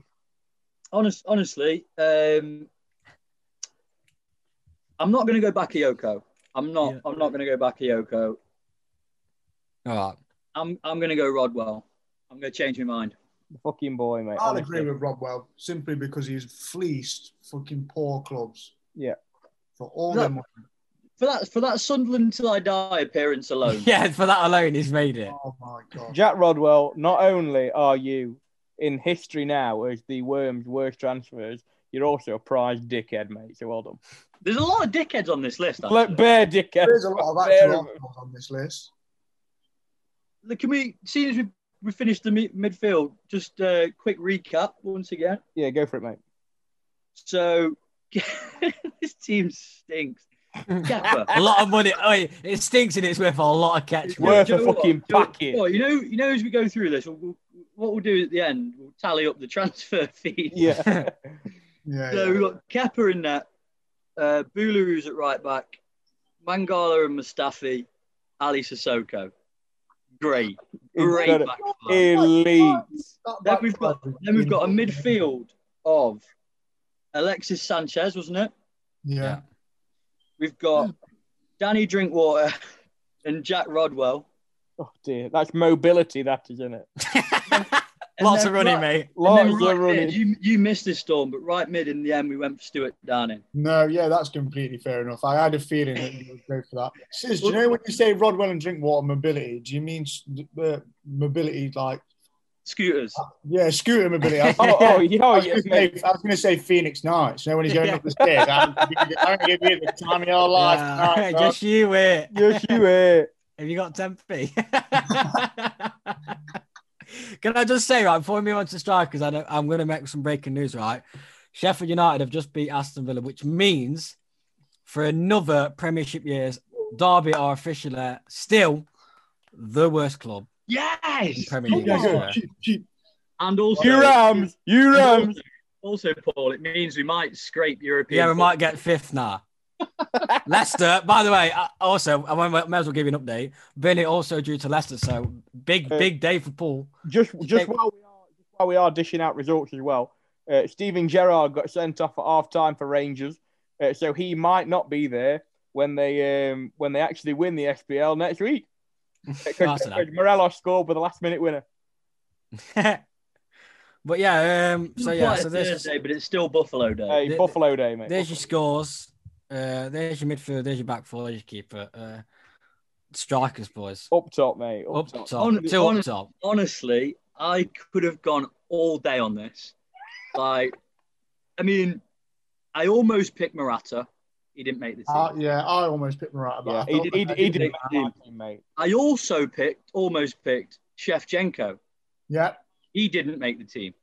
Speaker 4: honest, honestly, um, I'm not going to go Bakayoko. I'm not.
Speaker 2: Yeah.
Speaker 4: I'm not going to go Bakayoko.
Speaker 2: all right.
Speaker 4: I'm. I'm going to go Rodwell. I'm going to change my mind.
Speaker 3: The fucking boy, mate.
Speaker 1: I'll
Speaker 3: honestly.
Speaker 1: agree with Rodwell simply because he's fleeced fucking poor clubs.
Speaker 3: Yeah.
Speaker 1: For all
Speaker 4: Look,
Speaker 1: their money.
Speaker 4: for that for that Sunderland till I die appearance
Speaker 3: Oh.
Speaker 4: alone.
Speaker 2: Yeah, for that alone, he's made it.
Speaker 1: Oh my god.
Speaker 3: Jack Rodwell, not only are you in history now as the Worms' worst transfers, you're also a prize dickhead, mate. So well done.
Speaker 4: There's a lot of dickheads on this list.
Speaker 3: Bla-
Speaker 4: Actually.
Speaker 3: Bare dickhead.
Speaker 1: There's a lot of actual arsenals on this list.
Speaker 4: Look, Can we, seeing as we we finished the mi- midfield, just a quick recap once again.
Speaker 3: Yeah, go for it, mate.
Speaker 4: So this team stinks. Gaffer.
Speaker 2: A lot of money. Oh, it it stinks and it's worth a lot of catch.
Speaker 4: It's
Speaker 2: money.
Speaker 3: Worth
Speaker 4: Do you
Speaker 3: a
Speaker 4: know what?
Speaker 3: fucking
Speaker 4: Do you know-
Speaker 3: packet.
Speaker 4: Well, you know, you know, as we go through this, we'll, we'll, what we'll do at the end, we'll tally up the transfer fees.
Speaker 3: Yeah.
Speaker 1: Yeah.
Speaker 4: So
Speaker 1: yeah.
Speaker 4: we've got Kepper in that, uh, Bulu who's at right back, Mangala and Mustafi, Ali Sissoko. Great, great
Speaker 3: Incredible.
Speaker 4: back five.
Speaker 3: Elite.
Speaker 1: That
Speaker 4: Then
Speaker 1: back
Speaker 4: we've got
Speaker 1: five is
Speaker 4: Then we've got a
Speaker 1: really-
Speaker 4: midfield of Alexis Sanchez, wasn't it?
Speaker 1: Yeah.
Speaker 4: We've got Danny Drinkwater and Jack Rodwell.
Speaker 3: Oh dear, that's mobility. That is, isn't it?
Speaker 4: And
Speaker 2: Lots
Speaker 4: then
Speaker 2: of running,
Speaker 4: right-
Speaker 2: mate.
Speaker 4: and
Speaker 3: Lots
Speaker 4: then right
Speaker 3: of
Speaker 4: mid,
Speaker 3: running.
Speaker 4: You, you missed this storm, but right mid in the end, we went for Stuart Darning.
Speaker 1: No, yeah, that's completely fair enough. I had a feeling that you would go for that. Sis, do you know when you say Rodwell and Drinkwater mobility, do you mean s- uh, mobility like,
Speaker 4: Scooters.
Speaker 2: Oh.
Speaker 1: yeah, scooter mobility? I was
Speaker 3: Oh, oh, yeah, oh,
Speaker 1: I was
Speaker 3: yeah,
Speaker 1: gonna say-
Speaker 3: mate.
Speaker 1: I was going to say Phoenix Knights. You know, when he's going
Speaker 2: Yeah.
Speaker 1: up the stairs, I'm going to give you the time of your life.
Speaker 2: Yeah.
Speaker 1: tonight, bro.
Speaker 2: Just you eh? wait.
Speaker 3: Yes, you are.
Speaker 2: Have you got Tempe? Can I just say, right, before we move on to strikers, I don't, I'm going to make some breaking news, right? Sheffield United have just beat Aston Villa, which means for another Premiership years, Derby are officially still the worst club in
Speaker 4: Yes.
Speaker 2: Premier
Speaker 1: Yeah,
Speaker 2: League.
Speaker 1: yeah,
Speaker 2: history.
Speaker 1: Oh, yeah. Cheap, cheap.
Speaker 4: And also,
Speaker 3: You Rams. You Rams.
Speaker 4: also, Paul, it means we might scrape European.
Speaker 2: Yeah, we might get fifth now. Leicester, by the way, I- also, I might- may as well give you an update. Burnley also due to Leicester, so big,
Speaker 3: Uh,
Speaker 2: big day for Paul.
Speaker 3: Just, just
Speaker 2: Okay.
Speaker 3: while we are, just while we are dishing out results as well. Uh, Steven Gerrard got sent off at half time for Rangers, uh, so he might not be there when they um, when they actually win the SPL next week. Because
Speaker 2: Arsenal.
Speaker 3: Morelos scored with a last minute winner.
Speaker 2: but yeah, um, so yeah, so there's
Speaker 4: Thursday, but it's still Buffalo Day.
Speaker 3: Hey,
Speaker 2: Th-
Speaker 3: Buffalo Day, mate.
Speaker 2: there's your scores, uh, there's your midfield, there's your back four, there's your keeper, uh, strikers, boys,
Speaker 3: Up top, mate. Up,
Speaker 2: up
Speaker 3: top.
Speaker 2: top,
Speaker 4: On-
Speaker 2: two
Speaker 4: on-
Speaker 2: up top.
Speaker 4: Honestly, I could have gone all day on this. Like, I mean, I almost picked Murata. He didn't make the team.
Speaker 1: Uh, yeah, I almost picked Murata. But I
Speaker 3: Yeah,
Speaker 1: thought
Speaker 3: he, he, he,
Speaker 1: that-
Speaker 3: didn't
Speaker 4: make
Speaker 3: make
Speaker 4: team.
Speaker 3: my team, mate.
Speaker 4: I also picked, almost picked Shevchenko.
Speaker 1: Yeah,
Speaker 4: He didn't make the team.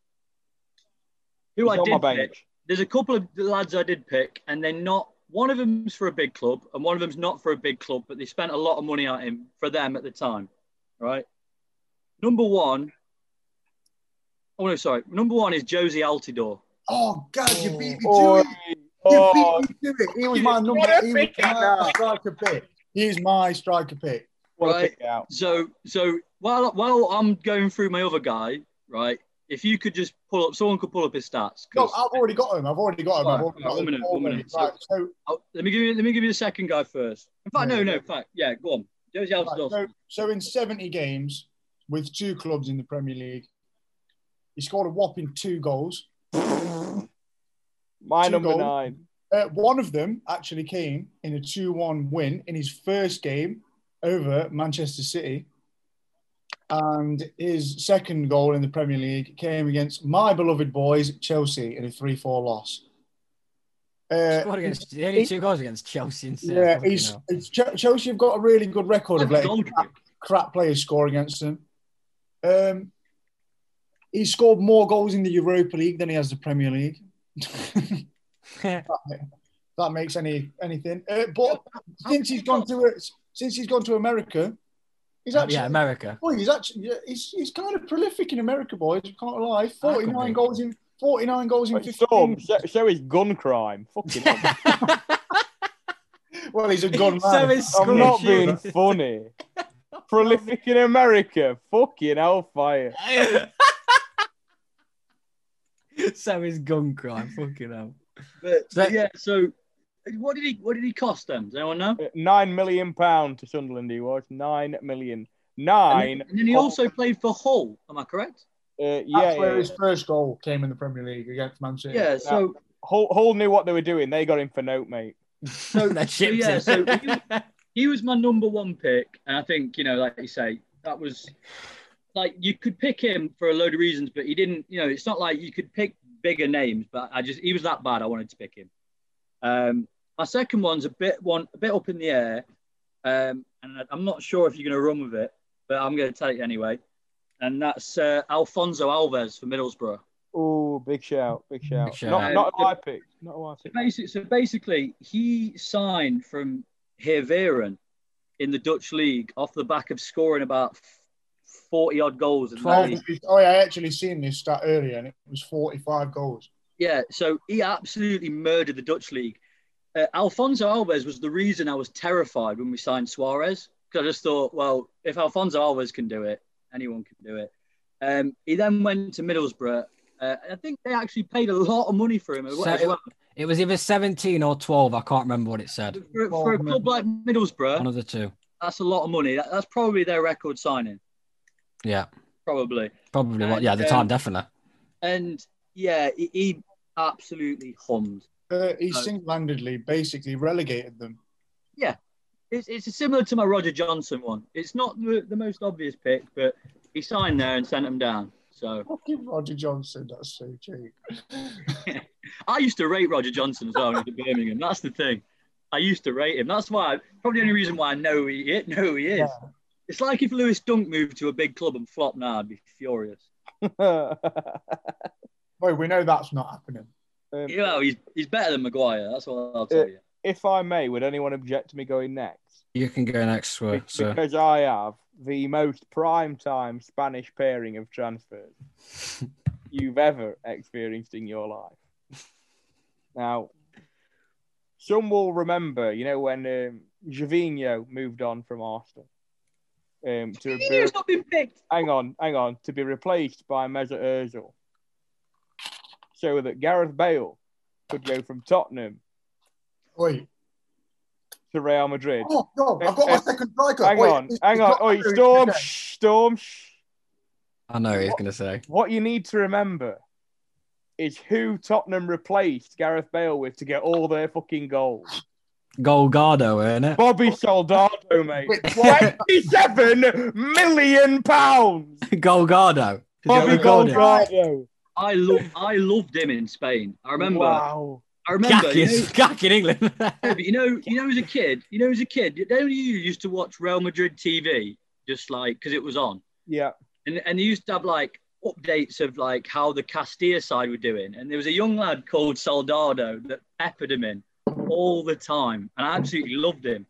Speaker 3: He's
Speaker 4: Who I
Speaker 3: on my
Speaker 4: did pick,
Speaker 3: bench.
Speaker 4: there's a couple of lads I did pick, and they're not. One of them's for a big club, and one of them's not for a big club, but they spent a lot of money on him for them at the time, right? Number one. Oh no, sorry. Number one is Josie Altidore.
Speaker 1: Oh God, you beat me to
Speaker 3: Oh,
Speaker 1: it.
Speaker 3: oh,
Speaker 1: You beat me to it. He was
Speaker 3: You
Speaker 1: my
Speaker 3: didn't
Speaker 1: number.
Speaker 3: wanna
Speaker 1: He was
Speaker 3: pick it now.
Speaker 1: my striker pick. He is my striker pick.
Speaker 3: what a
Speaker 4: Right.
Speaker 3: pick out.
Speaker 4: So, so while while I'm going through my other guy, right? If you could just pull up, someone could pull up his stats. 'cause-
Speaker 1: No, I've already got him. I've already got him. I've already got
Speaker 4: One
Speaker 1: him.
Speaker 4: minute, one minute.
Speaker 1: Right, so,
Speaker 4: oh, let me give you let me give you the second guy first. In fact, no,
Speaker 1: Yeah.
Speaker 4: no, in fact, yeah, go on. Josie
Speaker 1: right,
Speaker 4: Altidore.
Speaker 1: so, so in 70 games with two clubs in the Premier League, he scored a whopping two goals.
Speaker 3: My
Speaker 1: Two
Speaker 3: number
Speaker 1: goals.
Speaker 3: nine.
Speaker 1: Uh, one of them actually came in a 2 1 win in his first game over Manchester City. And his second goal in the Premier League came against my beloved boys, Chelsea, in a 3 4 loss. Uh,
Speaker 2: Scored against the only two goals against Chelsea. And Sale,
Speaker 1: yeah,
Speaker 2: fucking
Speaker 1: he's,
Speaker 2: hell.
Speaker 1: it's- Ch- Chelsea have got a really good record of letting
Speaker 4: Goldrick.
Speaker 1: crap players score against them. Um, he scored more goals in the Europa League than he has the Premier League. that makes any anything. Uh, but since he's gone to since he's gone to America, he's actually
Speaker 2: Uh, yeah, America.
Speaker 1: boy, he's actually yeah, he's, he's kind of prolific in America, boys. We can't lie. Forty
Speaker 2: I
Speaker 1: nine
Speaker 2: agree.
Speaker 1: goals in forty nine goals in
Speaker 3: But
Speaker 1: fifteen.
Speaker 3: Storm, so, so is gun crime. Fucking hell.
Speaker 1: Well, he's a gun man.
Speaker 2: so is
Speaker 3: I'm not
Speaker 2: Scorpio.
Speaker 3: being funny. Prolific in America. Fucking hellfire.
Speaker 2: so is gun crime. Fucking hell.
Speaker 4: But
Speaker 2: So-
Speaker 4: yeah, so what did he what did he cost them? Does anyone know?
Speaker 3: Uh, Nine million pound to Sunderland he was. Nine million. Nine.
Speaker 4: And, then he
Speaker 3: Oh.
Speaker 4: also played for Hull. Am I correct?
Speaker 3: Uh, yeah,
Speaker 1: That's where
Speaker 3: yeah.
Speaker 1: his first goal came in the Premier League against Man City.
Speaker 4: Yeah. So
Speaker 3: Hull, Hull knew what they were doing. They got him for note, mate.
Speaker 2: So that shipped
Speaker 4: yeah,
Speaker 2: him.
Speaker 4: so he was my number one pick, and I think you know, like you say, that was like you could pick him for a load of reasons, but he didn't. You know, it's not like you could pick bigger names, but I just he was that bad. I wanted to pick him. Um, my second one's a bit one a bit up in the air, um, and I- I'm not sure if you're going to run with it, but I'm going to tell you anyway. And that's uh, Alfonso Alves for Middlesbrough.
Speaker 3: Oh, big shout, big shout.
Speaker 2: Big shout.
Speaker 3: Not, not a high pick. Not a high
Speaker 4: So
Speaker 3: pick.
Speaker 4: basically, so basically, he signed from Heerveren in the Dutch league off the back of scoring about forty odd goals. In that
Speaker 1: Oh,
Speaker 4: league.
Speaker 1: yeah, I actually seen this stat earlier, and it was 45 goals.
Speaker 4: Yeah, so he absolutely murdered the Dutch league. Uh, Alfonso Alves was the reason I was terrified when we signed Suarez because I just thought, well, if Alfonso Alves can do it, anyone can do it. Um, he then went to Middlesbrough. Uh, and I think they actually paid a lot of money for him. as well- as well.
Speaker 2: It was either 17 or 12. I can't remember what it said.
Speaker 4: For, for a club like Middlesbrough,
Speaker 2: One of the two.
Speaker 4: that's a lot of money. That, that's probably their record signing,
Speaker 2: Yeah,
Speaker 4: probably.
Speaker 2: probably. what yeah, at the
Speaker 4: Um,
Speaker 2: time, definitely.
Speaker 4: And yeah, he, he absolutely hummed.
Speaker 1: Uh, he
Speaker 4: No.
Speaker 1: single-handedly basically relegated them.
Speaker 4: It's, it's similar to my Roger Johnson one. It's not the, the most obvious pick, but he signed there and sent him down. So
Speaker 1: Fucking Roger Johnson, that's so cheap.
Speaker 4: I used to rate Roger Johnson as well when he was at Birmingham. That's the thing. I used to rate him. That's why probably the only reason why I know who he is. Know who he is. It's like if Lewis Dunk moved to a big club and flopped. Now I'd be furious.
Speaker 1: Well, we know that's not happening.
Speaker 3: Um,
Speaker 4: You know, he's, he's better than Maguire. That's all I'll tell you.
Speaker 3: if I may, would anyone object to me going next?
Speaker 2: You can go next,
Speaker 3: Be-
Speaker 2: swear, sir.
Speaker 3: Because I have the most prime time Spanish pairing of transfers you've ever experienced in your life. Now, some will remember, you know, when um, Javinho moved on from Arsenal um, to Bir-
Speaker 4: He's not been picked.
Speaker 3: hang on, hang on, to be replaced by Mesut Ozil, so that Gareth Bale could go from Tottenham
Speaker 1: Wait.
Speaker 3: to Real Madrid.
Speaker 1: Oh, no, I've got my
Speaker 3: Uh,
Speaker 1: second striker.
Speaker 3: hang
Speaker 1: Wait,
Speaker 3: on,
Speaker 1: it's-
Speaker 3: hang
Speaker 1: it's
Speaker 3: on.
Speaker 1: not-
Speaker 3: Oi, Storm, shh, Storm. Shh.
Speaker 2: I know what he's going to say.
Speaker 3: What you need to remember is who Tottenham replaced Gareth Bale with to get all their fucking goals.
Speaker 2: Golgado, isn't it?
Speaker 3: Bobby Soldado, mate.
Speaker 1: Wait, what?
Speaker 3: Twenty-seven million pounds.
Speaker 2: Golgado. Did you
Speaker 3: Bobby
Speaker 2: record it?
Speaker 3: Soldado.
Speaker 4: I love I loved him in Spain. I remember.
Speaker 3: Wow.
Speaker 4: I remember.
Speaker 2: Gack
Speaker 4: you know-
Speaker 2: is gack in England.
Speaker 4: Yeah, but you know, you know, as a kid, you know, as a kid, you know, you used to watch Real Madrid TV just like because it was on,
Speaker 3: Yeah.
Speaker 4: and and they used to have like updates of like how the Castilla side were doing, and there was a young lad called Soldado that peppered him in all the time, and I absolutely loved him,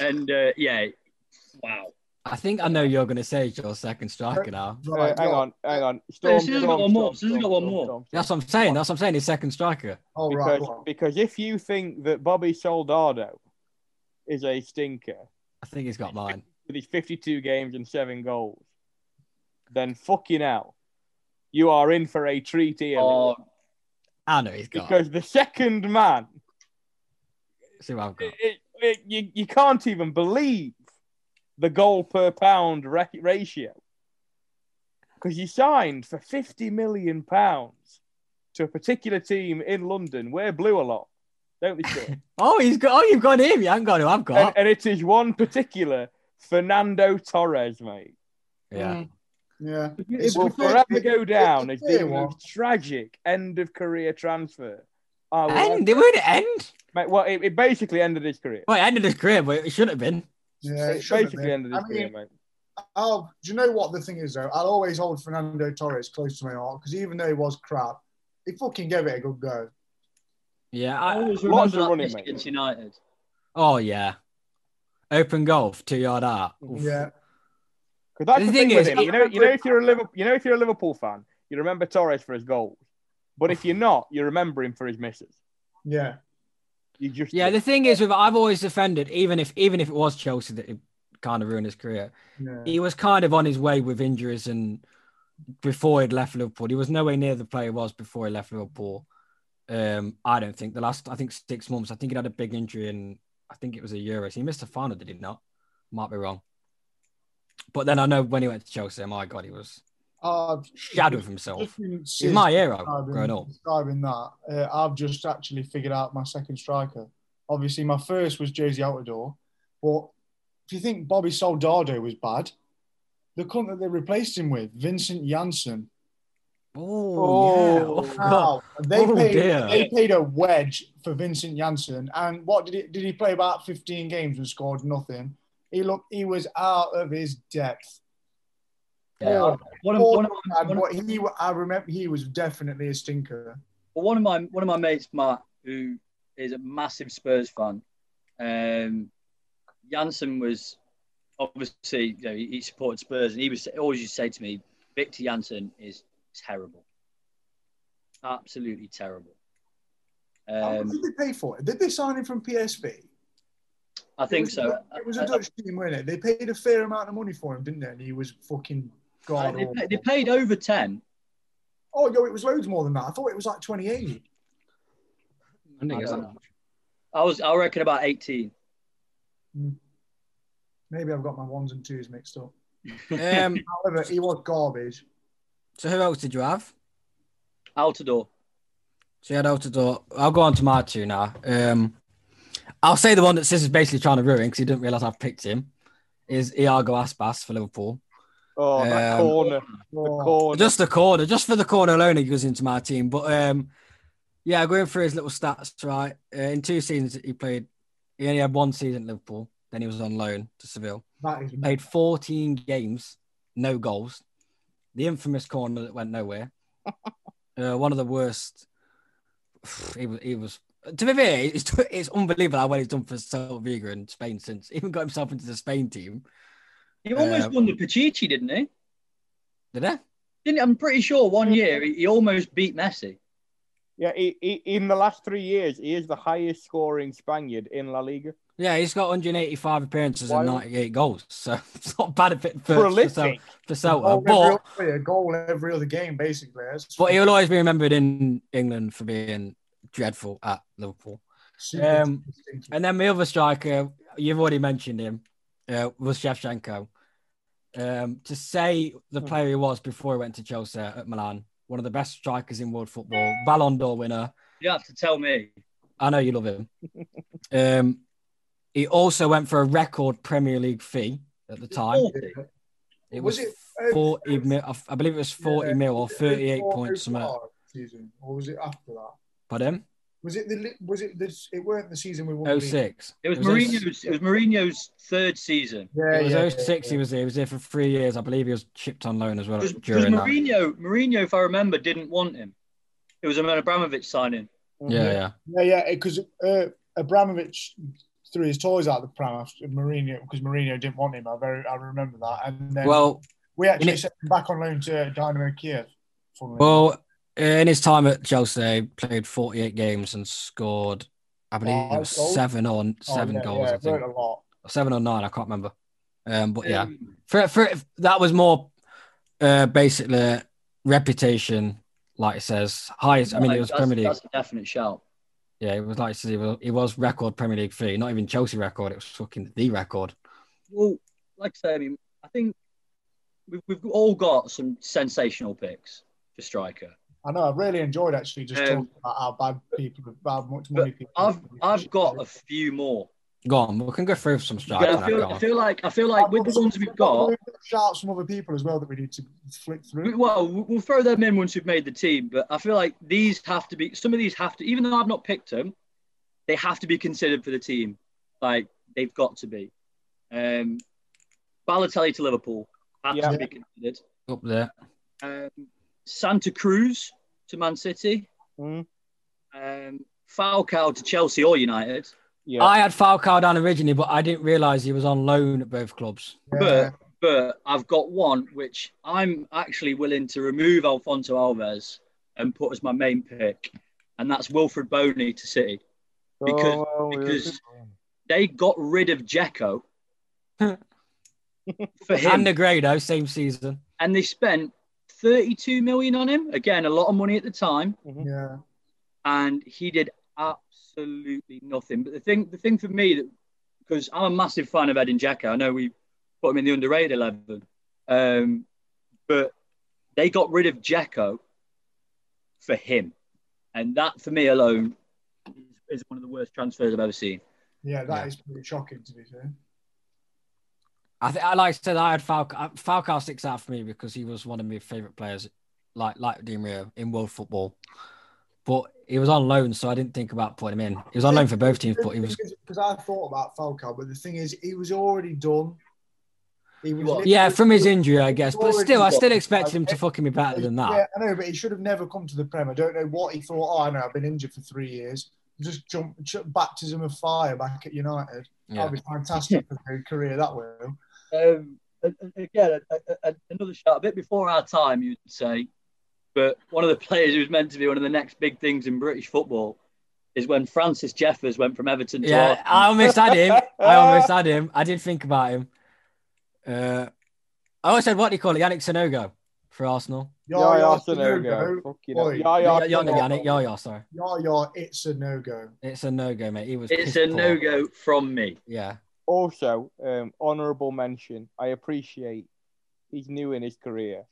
Speaker 4: and uh, yeah, wow.
Speaker 2: I think I know you're going to say it's your second striker now.
Speaker 3: Uh, hang on, hang on. Storm,
Speaker 4: Susan's
Speaker 3: Storm,
Speaker 4: got one
Speaker 3: Storm,
Speaker 4: more. Susan's got
Speaker 3: Storm,
Speaker 4: one
Speaker 3: Storm,
Speaker 4: more.
Speaker 3: Storm, Storm.
Speaker 2: That's what I'm saying. That's what I'm saying. His second striker.
Speaker 1: All right.
Speaker 3: because, because if you think that Bobby Soldado is a stinker
Speaker 2: I think he's got mine.
Speaker 3: with his 52 games and seven goals, then fucking hell, you are in for a treat here.
Speaker 4: Oh,
Speaker 2: I know he's got.
Speaker 3: because the second man,
Speaker 2: See what I've got.
Speaker 3: it, it, it- you, you can't even believe the goal per pound ra- ratio. Because you signed for 50 million pounds to a particular team in London. We're blue a lot, don't they? Stuart?
Speaker 2: Oh, he's got. Oh, you've got him. You haven't got who I've
Speaker 3: and,
Speaker 2: got.
Speaker 3: and it is one particular Fernando Torres, mate.
Speaker 2: Yeah.
Speaker 1: mm, Yeah.
Speaker 3: It
Speaker 1: It's
Speaker 3: will
Speaker 1: pathetic.
Speaker 3: forever go down as the
Speaker 1: Yeah, well.
Speaker 3: most tragic end of career transfer. I will
Speaker 2: End.
Speaker 3: ever-
Speaker 2: It would end.
Speaker 3: mate, well, it, it basically ended his career.
Speaker 2: Well, it ended his career, but it should have been.
Speaker 1: Yeah,
Speaker 3: it
Speaker 1: it shouldn't have
Speaker 3: basically
Speaker 1: been.
Speaker 3: ended his
Speaker 1: I
Speaker 3: career,
Speaker 1: mean,
Speaker 3: mate.
Speaker 1: I'll, do you know what the thing is, though? I'll always hold Fernando Torres close to my heart because even though he was crap, he fucking gave it a good go.
Speaker 2: Yeah.
Speaker 4: I
Speaker 2: I,
Speaker 3: Lots
Speaker 4: always remember
Speaker 3: of
Speaker 4: that
Speaker 3: running,
Speaker 4: pitch
Speaker 3: mate.
Speaker 4: against United.
Speaker 2: oh yeah. Open golf, two yard out. Oof.
Speaker 1: Yeah.
Speaker 3: 'Cause that's
Speaker 2: The
Speaker 3: the
Speaker 2: thing
Speaker 3: thing, with
Speaker 2: is,
Speaker 3: him.
Speaker 2: I-
Speaker 3: You know, you know, if you're a Liverpool, you know, if you're a Liverpool fan, you remember Torres for his goals. But if you're not, you remember him for his misses.
Speaker 1: Yeah.
Speaker 3: You just
Speaker 2: Yeah, the thing is, with I've always defended, even if even if it was Chelsea that it kind of ruined his career,
Speaker 1: Yeah.
Speaker 2: he was kind of on his way with injuries and before he'd left Liverpool, he was nowhere near the player he was before he left Liverpool. Um, I don't think the last I think six months, I think he had a big injury and I think it was a Euros. He missed a final, did he not? Might be wrong. But then I know when he went to Chelsea, my God, he was
Speaker 1: I've
Speaker 2: shadow of
Speaker 1: just
Speaker 2: himself.
Speaker 1: been
Speaker 2: He's my hero
Speaker 1: describing-
Speaker 2: growing up.
Speaker 1: Describing that, uh, I've just actually figured out my second striker. obviously my first was Josie Outdoor, but if you think Bobby Soldado was bad, the cunt that they replaced him with, Vincent Janssen.
Speaker 2: Oh, yeah. I forgot.
Speaker 1: Wow. They,
Speaker 2: Oh,
Speaker 1: paid,
Speaker 2: dear.
Speaker 1: they paid a wedge for Vincent Janssen. And what did he did he play about 15 games and scored nothing? He looked he was out of his depth.
Speaker 4: Yeah.
Speaker 1: Poor
Speaker 4: One of,
Speaker 1: Oh,
Speaker 4: one of my,
Speaker 1: and
Speaker 4: one of,
Speaker 1: what he, I remember he was definitely a stinker.
Speaker 4: well, one of my one of my mates, Matt, who is a massive Spurs fan. Um, Janssen was obviously you know, he, he supported Spurs, and he was always used to say to me, Victor Janssen is terrible, absolutely terrible.
Speaker 1: How much
Speaker 4: Um,
Speaker 1: did they pay for it? Did they sign him from PSV?
Speaker 4: I think
Speaker 1: It was
Speaker 4: so.
Speaker 1: a- It was a
Speaker 4: I-
Speaker 1: Dutch team, wasn't it? They paid a fair amount of money for him, didn't they? And he was fucking
Speaker 4: I-
Speaker 1: god
Speaker 4: Uh, they,
Speaker 1: awful.
Speaker 4: pa- they paid over ten.
Speaker 1: Oh, yo, it was loads more than that. I thought it was like 28.
Speaker 2: I think it's
Speaker 4: I don't
Speaker 2: that.
Speaker 4: I was I reckon about eighteen.
Speaker 1: Maybe I've got my ones and twos mixed up.
Speaker 2: Um,
Speaker 1: However, he was garbage.
Speaker 2: so who else did you have?
Speaker 4: Altador.
Speaker 2: So you had Altidore. I'll go on to my two now. Um, I'll say the one that Sis is basically trying to ruin because he didn't realize I've picked him. Is Iago Aspas for Liverpool?
Speaker 5: Oh, that
Speaker 2: Um,
Speaker 5: corner. The
Speaker 1: Oh,
Speaker 5: corner.
Speaker 2: Just the corner, just for the corner alone, he goes into my team. But um, yeah, going through his little stats, right? Uh, in two seasons, he played. He only had one season at Liverpool. Then he was on loan to Seville.
Speaker 1: that is
Speaker 2: Played 14 games, no goals. The infamous corner that went nowhere. uh, one of the worst. He was. He was. To be fair, it's, it's unbelievable how well he's done for Celta Vigo in Spain since. Even got himself into the Spain team.
Speaker 4: He almost
Speaker 2: Um,
Speaker 4: won the Pachichi, didn't he?
Speaker 2: Did he?
Speaker 4: Didn't I'm pretty sure one year he, he almost beat Messi.
Speaker 5: Yeah, he, he, in the last three years, he is the highest scoring Spaniard in La Liga.
Speaker 2: Yeah, he's got 185 appearances
Speaker 5: Why-
Speaker 2: and 98 goals. So it's not bad if it for, for, Cel-
Speaker 5: Prolific.
Speaker 2: for
Speaker 1: a
Speaker 2: Celta.
Speaker 1: goal
Speaker 2: But,
Speaker 1: every, a goal every other game, basically. That's
Speaker 2: but he'll always be remembered in England for being dreadful at Liverpool.
Speaker 1: super
Speaker 2: um,
Speaker 1: distinctive.
Speaker 2: And then my other striker, you've already mentioned him, uh, was Shevchenko. Um, to say
Speaker 1: Hmm.
Speaker 2: the player he was before he went to Chelsea at Milan, one of the best strikers in world football, Ballon d'Or winner.
Speaker 4: You have to tell me.
Speaker 2: I know you love him. um, he also went for a record Premier League fee at the time.
Speaker 4: Forty.
Speaker 2: It
Speaker 1: Oh, Was
Speaker 2: was,
Speaker 1: it, uh,
Speaker 2: 40 mil, I- I believe it was 40
Speaker 1: Yeah,
Speaker 2: mil or
Speaker 1: was it
Speaker 2: 38
Speaker 1: before
Speaker 2: points.
Speaker 1: Odegaard
Speaker 2: Somewhere.
Speaker 1: Season, or was it after that?
Speaker 2: Pardon?
Speaker 1: Was it the? Was it the? It weren't the season we
Speaker 2: Oh,
Speaker 1: won. the league.
Speaker 2: 06.
Speaker 4: It was
Speaker 2: It was oh
Speaker 4: Mourinho's. It was Mourinho's third season.
Speaker 1: Yeah,
Speaker 2: It was
Speaker 1: yeah, yeah,
Speaker 2: 06 he was there. He was there for three years. I believe he was shipped on loan as well
Speaker 4: Because
Speaker 2: during that.
Speaker 4: Mourinho, Mourinho, if I remember, didn't want him. It was an Abramovich signing.
Speaker 2: Yeah, yeah.
Speaker 1: Yeah, yeah, because uh, Abramovich threw his toys out the pram after Mourinho because Mourinho didn't want him. I very I remember that, and then
Speaker 2: Well,
Speaker 1: we actually
Speaker 2: in it-
Speaker 1: sent him back on loan to Dynamo Kiev. funnily.
Speaker 2: well, in his time at Chelsea, he played 48 games and scored, I believe, it
Speaker 1: Five
Speaker 2: was
Speaker 1: goals?
Speaker 2: seven on
Speaker 1: Oh,
Speaker 2: seven
Speaker 1: yeah,
Speaker 2: goals.
Speaker 1: yeah,
Speaker 2: I think
Speaker 1: weren't a lot.
Speaker 2: seven or nine. I can't remember. Um, but yeah,
Speaker 4: Um,
Speaker 2: for, for that was more uh, basically reputation, like it says. Highest. I mean, it was
Speaker 4: that's,
Speaker 2: Premier League.
Speaker 4: That's a definite shout.
Speaker 2: Yeah, it was like it was, it was record Premier League fee, not even Chelsea record. It was fucking the record.
Speaker 4: Well, like I say, I mean, I think we've, we've all got some sensational picks for striker.
Speaker 1: I know. I really enjoyed actually just
Speaker 4: Um,
Speaker 1: talking about how bad people, how much money people.
Speaker 4: I've I've got a few more.
Speaker 2: Go on, we can go through some strikes.
Speaker 4: But
Speaker 2: now,
Speaker 4: I feel,
Speaker 2: go
Speaker 4: I
Speaker 2: on.
Speaker 4: feel like I feel like with the ones we've got,
Speaker 1: Shouts from other people as well that we need to flick
Speaker 4: We-
Speaker 1: through.
Speaker 4: Well, we- we'll throw them in once we've made the team, but I feel like these have to be. Some of these have to, even though I've not picked them, they have to be considered for the team. Like they've got to be. Um, Balotelli to Liverpool has
Speaker 5: Yeah.
Speaker 4: to be considered.
Speaker 2: Up there,
Speaker 4: Um, Santa Cruz to Man City.
Speaker 5: Mm.
Speaker 4: Um, Falcao to Chelsea or United.
Speaker 5: Yeah.
Speaker 2: I had Falcao down originally, but I didn't realise he was on loan at both clubs.
Speaker 1: Yeah.
Speaker 4: But I've got one which I'm actually willing to remove Alfonso Alves and put as my main pick, and that's Wilfred Boney to City. because-
Speaker 3: Oh,
Speaker 5: well, yeah.
Speaker 4: because- They got rid of Jekko for
Speaker 2: And
Speaker 4: him,
Speaker 2: Negredo, same season.
Speaker 4: and they spent 32 million on him. Again, a lot of money at the time,
Speaker 1: yeah.
Speaker 4: and he did absolutely nothing. But the thing, the thing for me that because I'm a massive fan of Edin Dzeko. I know we put him in the underrated 11. Um, but they got rid of Dzeko for him. And that, for me alone, is
Speaker 6: is one of the worst transfers I've ever seen.
Speaker 1: Yeah, that
Speaker 2: Yeah.
Speaker 1: is pretty shocking to be fair.
Speaker 2: I think, like I said, I had Falcao. Falcao sticks out for me because he was one of my favorite players, like like Di Maria in world football. But he was on loan, so I didn't think about putting him in. He was on loan for both teams, but he was
Speaker 1: because I thought about Falcao, but the thing is, he was already done. He was
Speaker 4: was.
Speaker 1: literally-
Speaker 2: yeah from his injury, I guess. But still, I still
Speaker 1: Already-
Speaker 2: expected him to fucking be better than
Speaker 1: Yeah,
Speaker 2: that.
Speaker 1: I know, but he should have never come to the Prem. I don't know what he thought. Oh, I know, I've been injured for three years. Just jump, ch- baptism of fire back at United.
Speaker 2: Yeah.
Speaker 1: That'd be fantastic for his career. That will.
Speaker 4: Um, and- and again, a, a, a, another shout a bit before our time, you'd say, but one of the players who's meant to be one of the next big things in British football is when Francis Jeffers went from Everton to
Speaker 2: Yeah,
Speaker 4: Arsenal.
Speaker 2: I almost had him. I almost had him. I did think about him. Uh, I almost said what do you call it, Yannick Sanogo for Arsenal.
Speaker 5: Yaya
Speaker 1: it's a
Speaker 5: Sanogo.
Speaker 1: no-go.
Speaker 5: Fucking hell.
Speaker 1: Oi.
Speaker 3: Oh,
Speaker 5: Yaya
Speaker 2: Yeah, Yannick,
Speaker 5: Sanogo.
Speaker 2: Yannick, Yaya, sorry.
Speaker 1: Yaya, it's a no go.
Speaker 2: It's a no go, mate. He was.
Speaker 4: It's
Speaker 2: piss
Speaker 4: a
Speaker 2: poor.
Speaker 4: no go from me.
Speaker 2: Yeah.
Speaker 5: Also, um, honourable mention. I appreciate he's new in his career,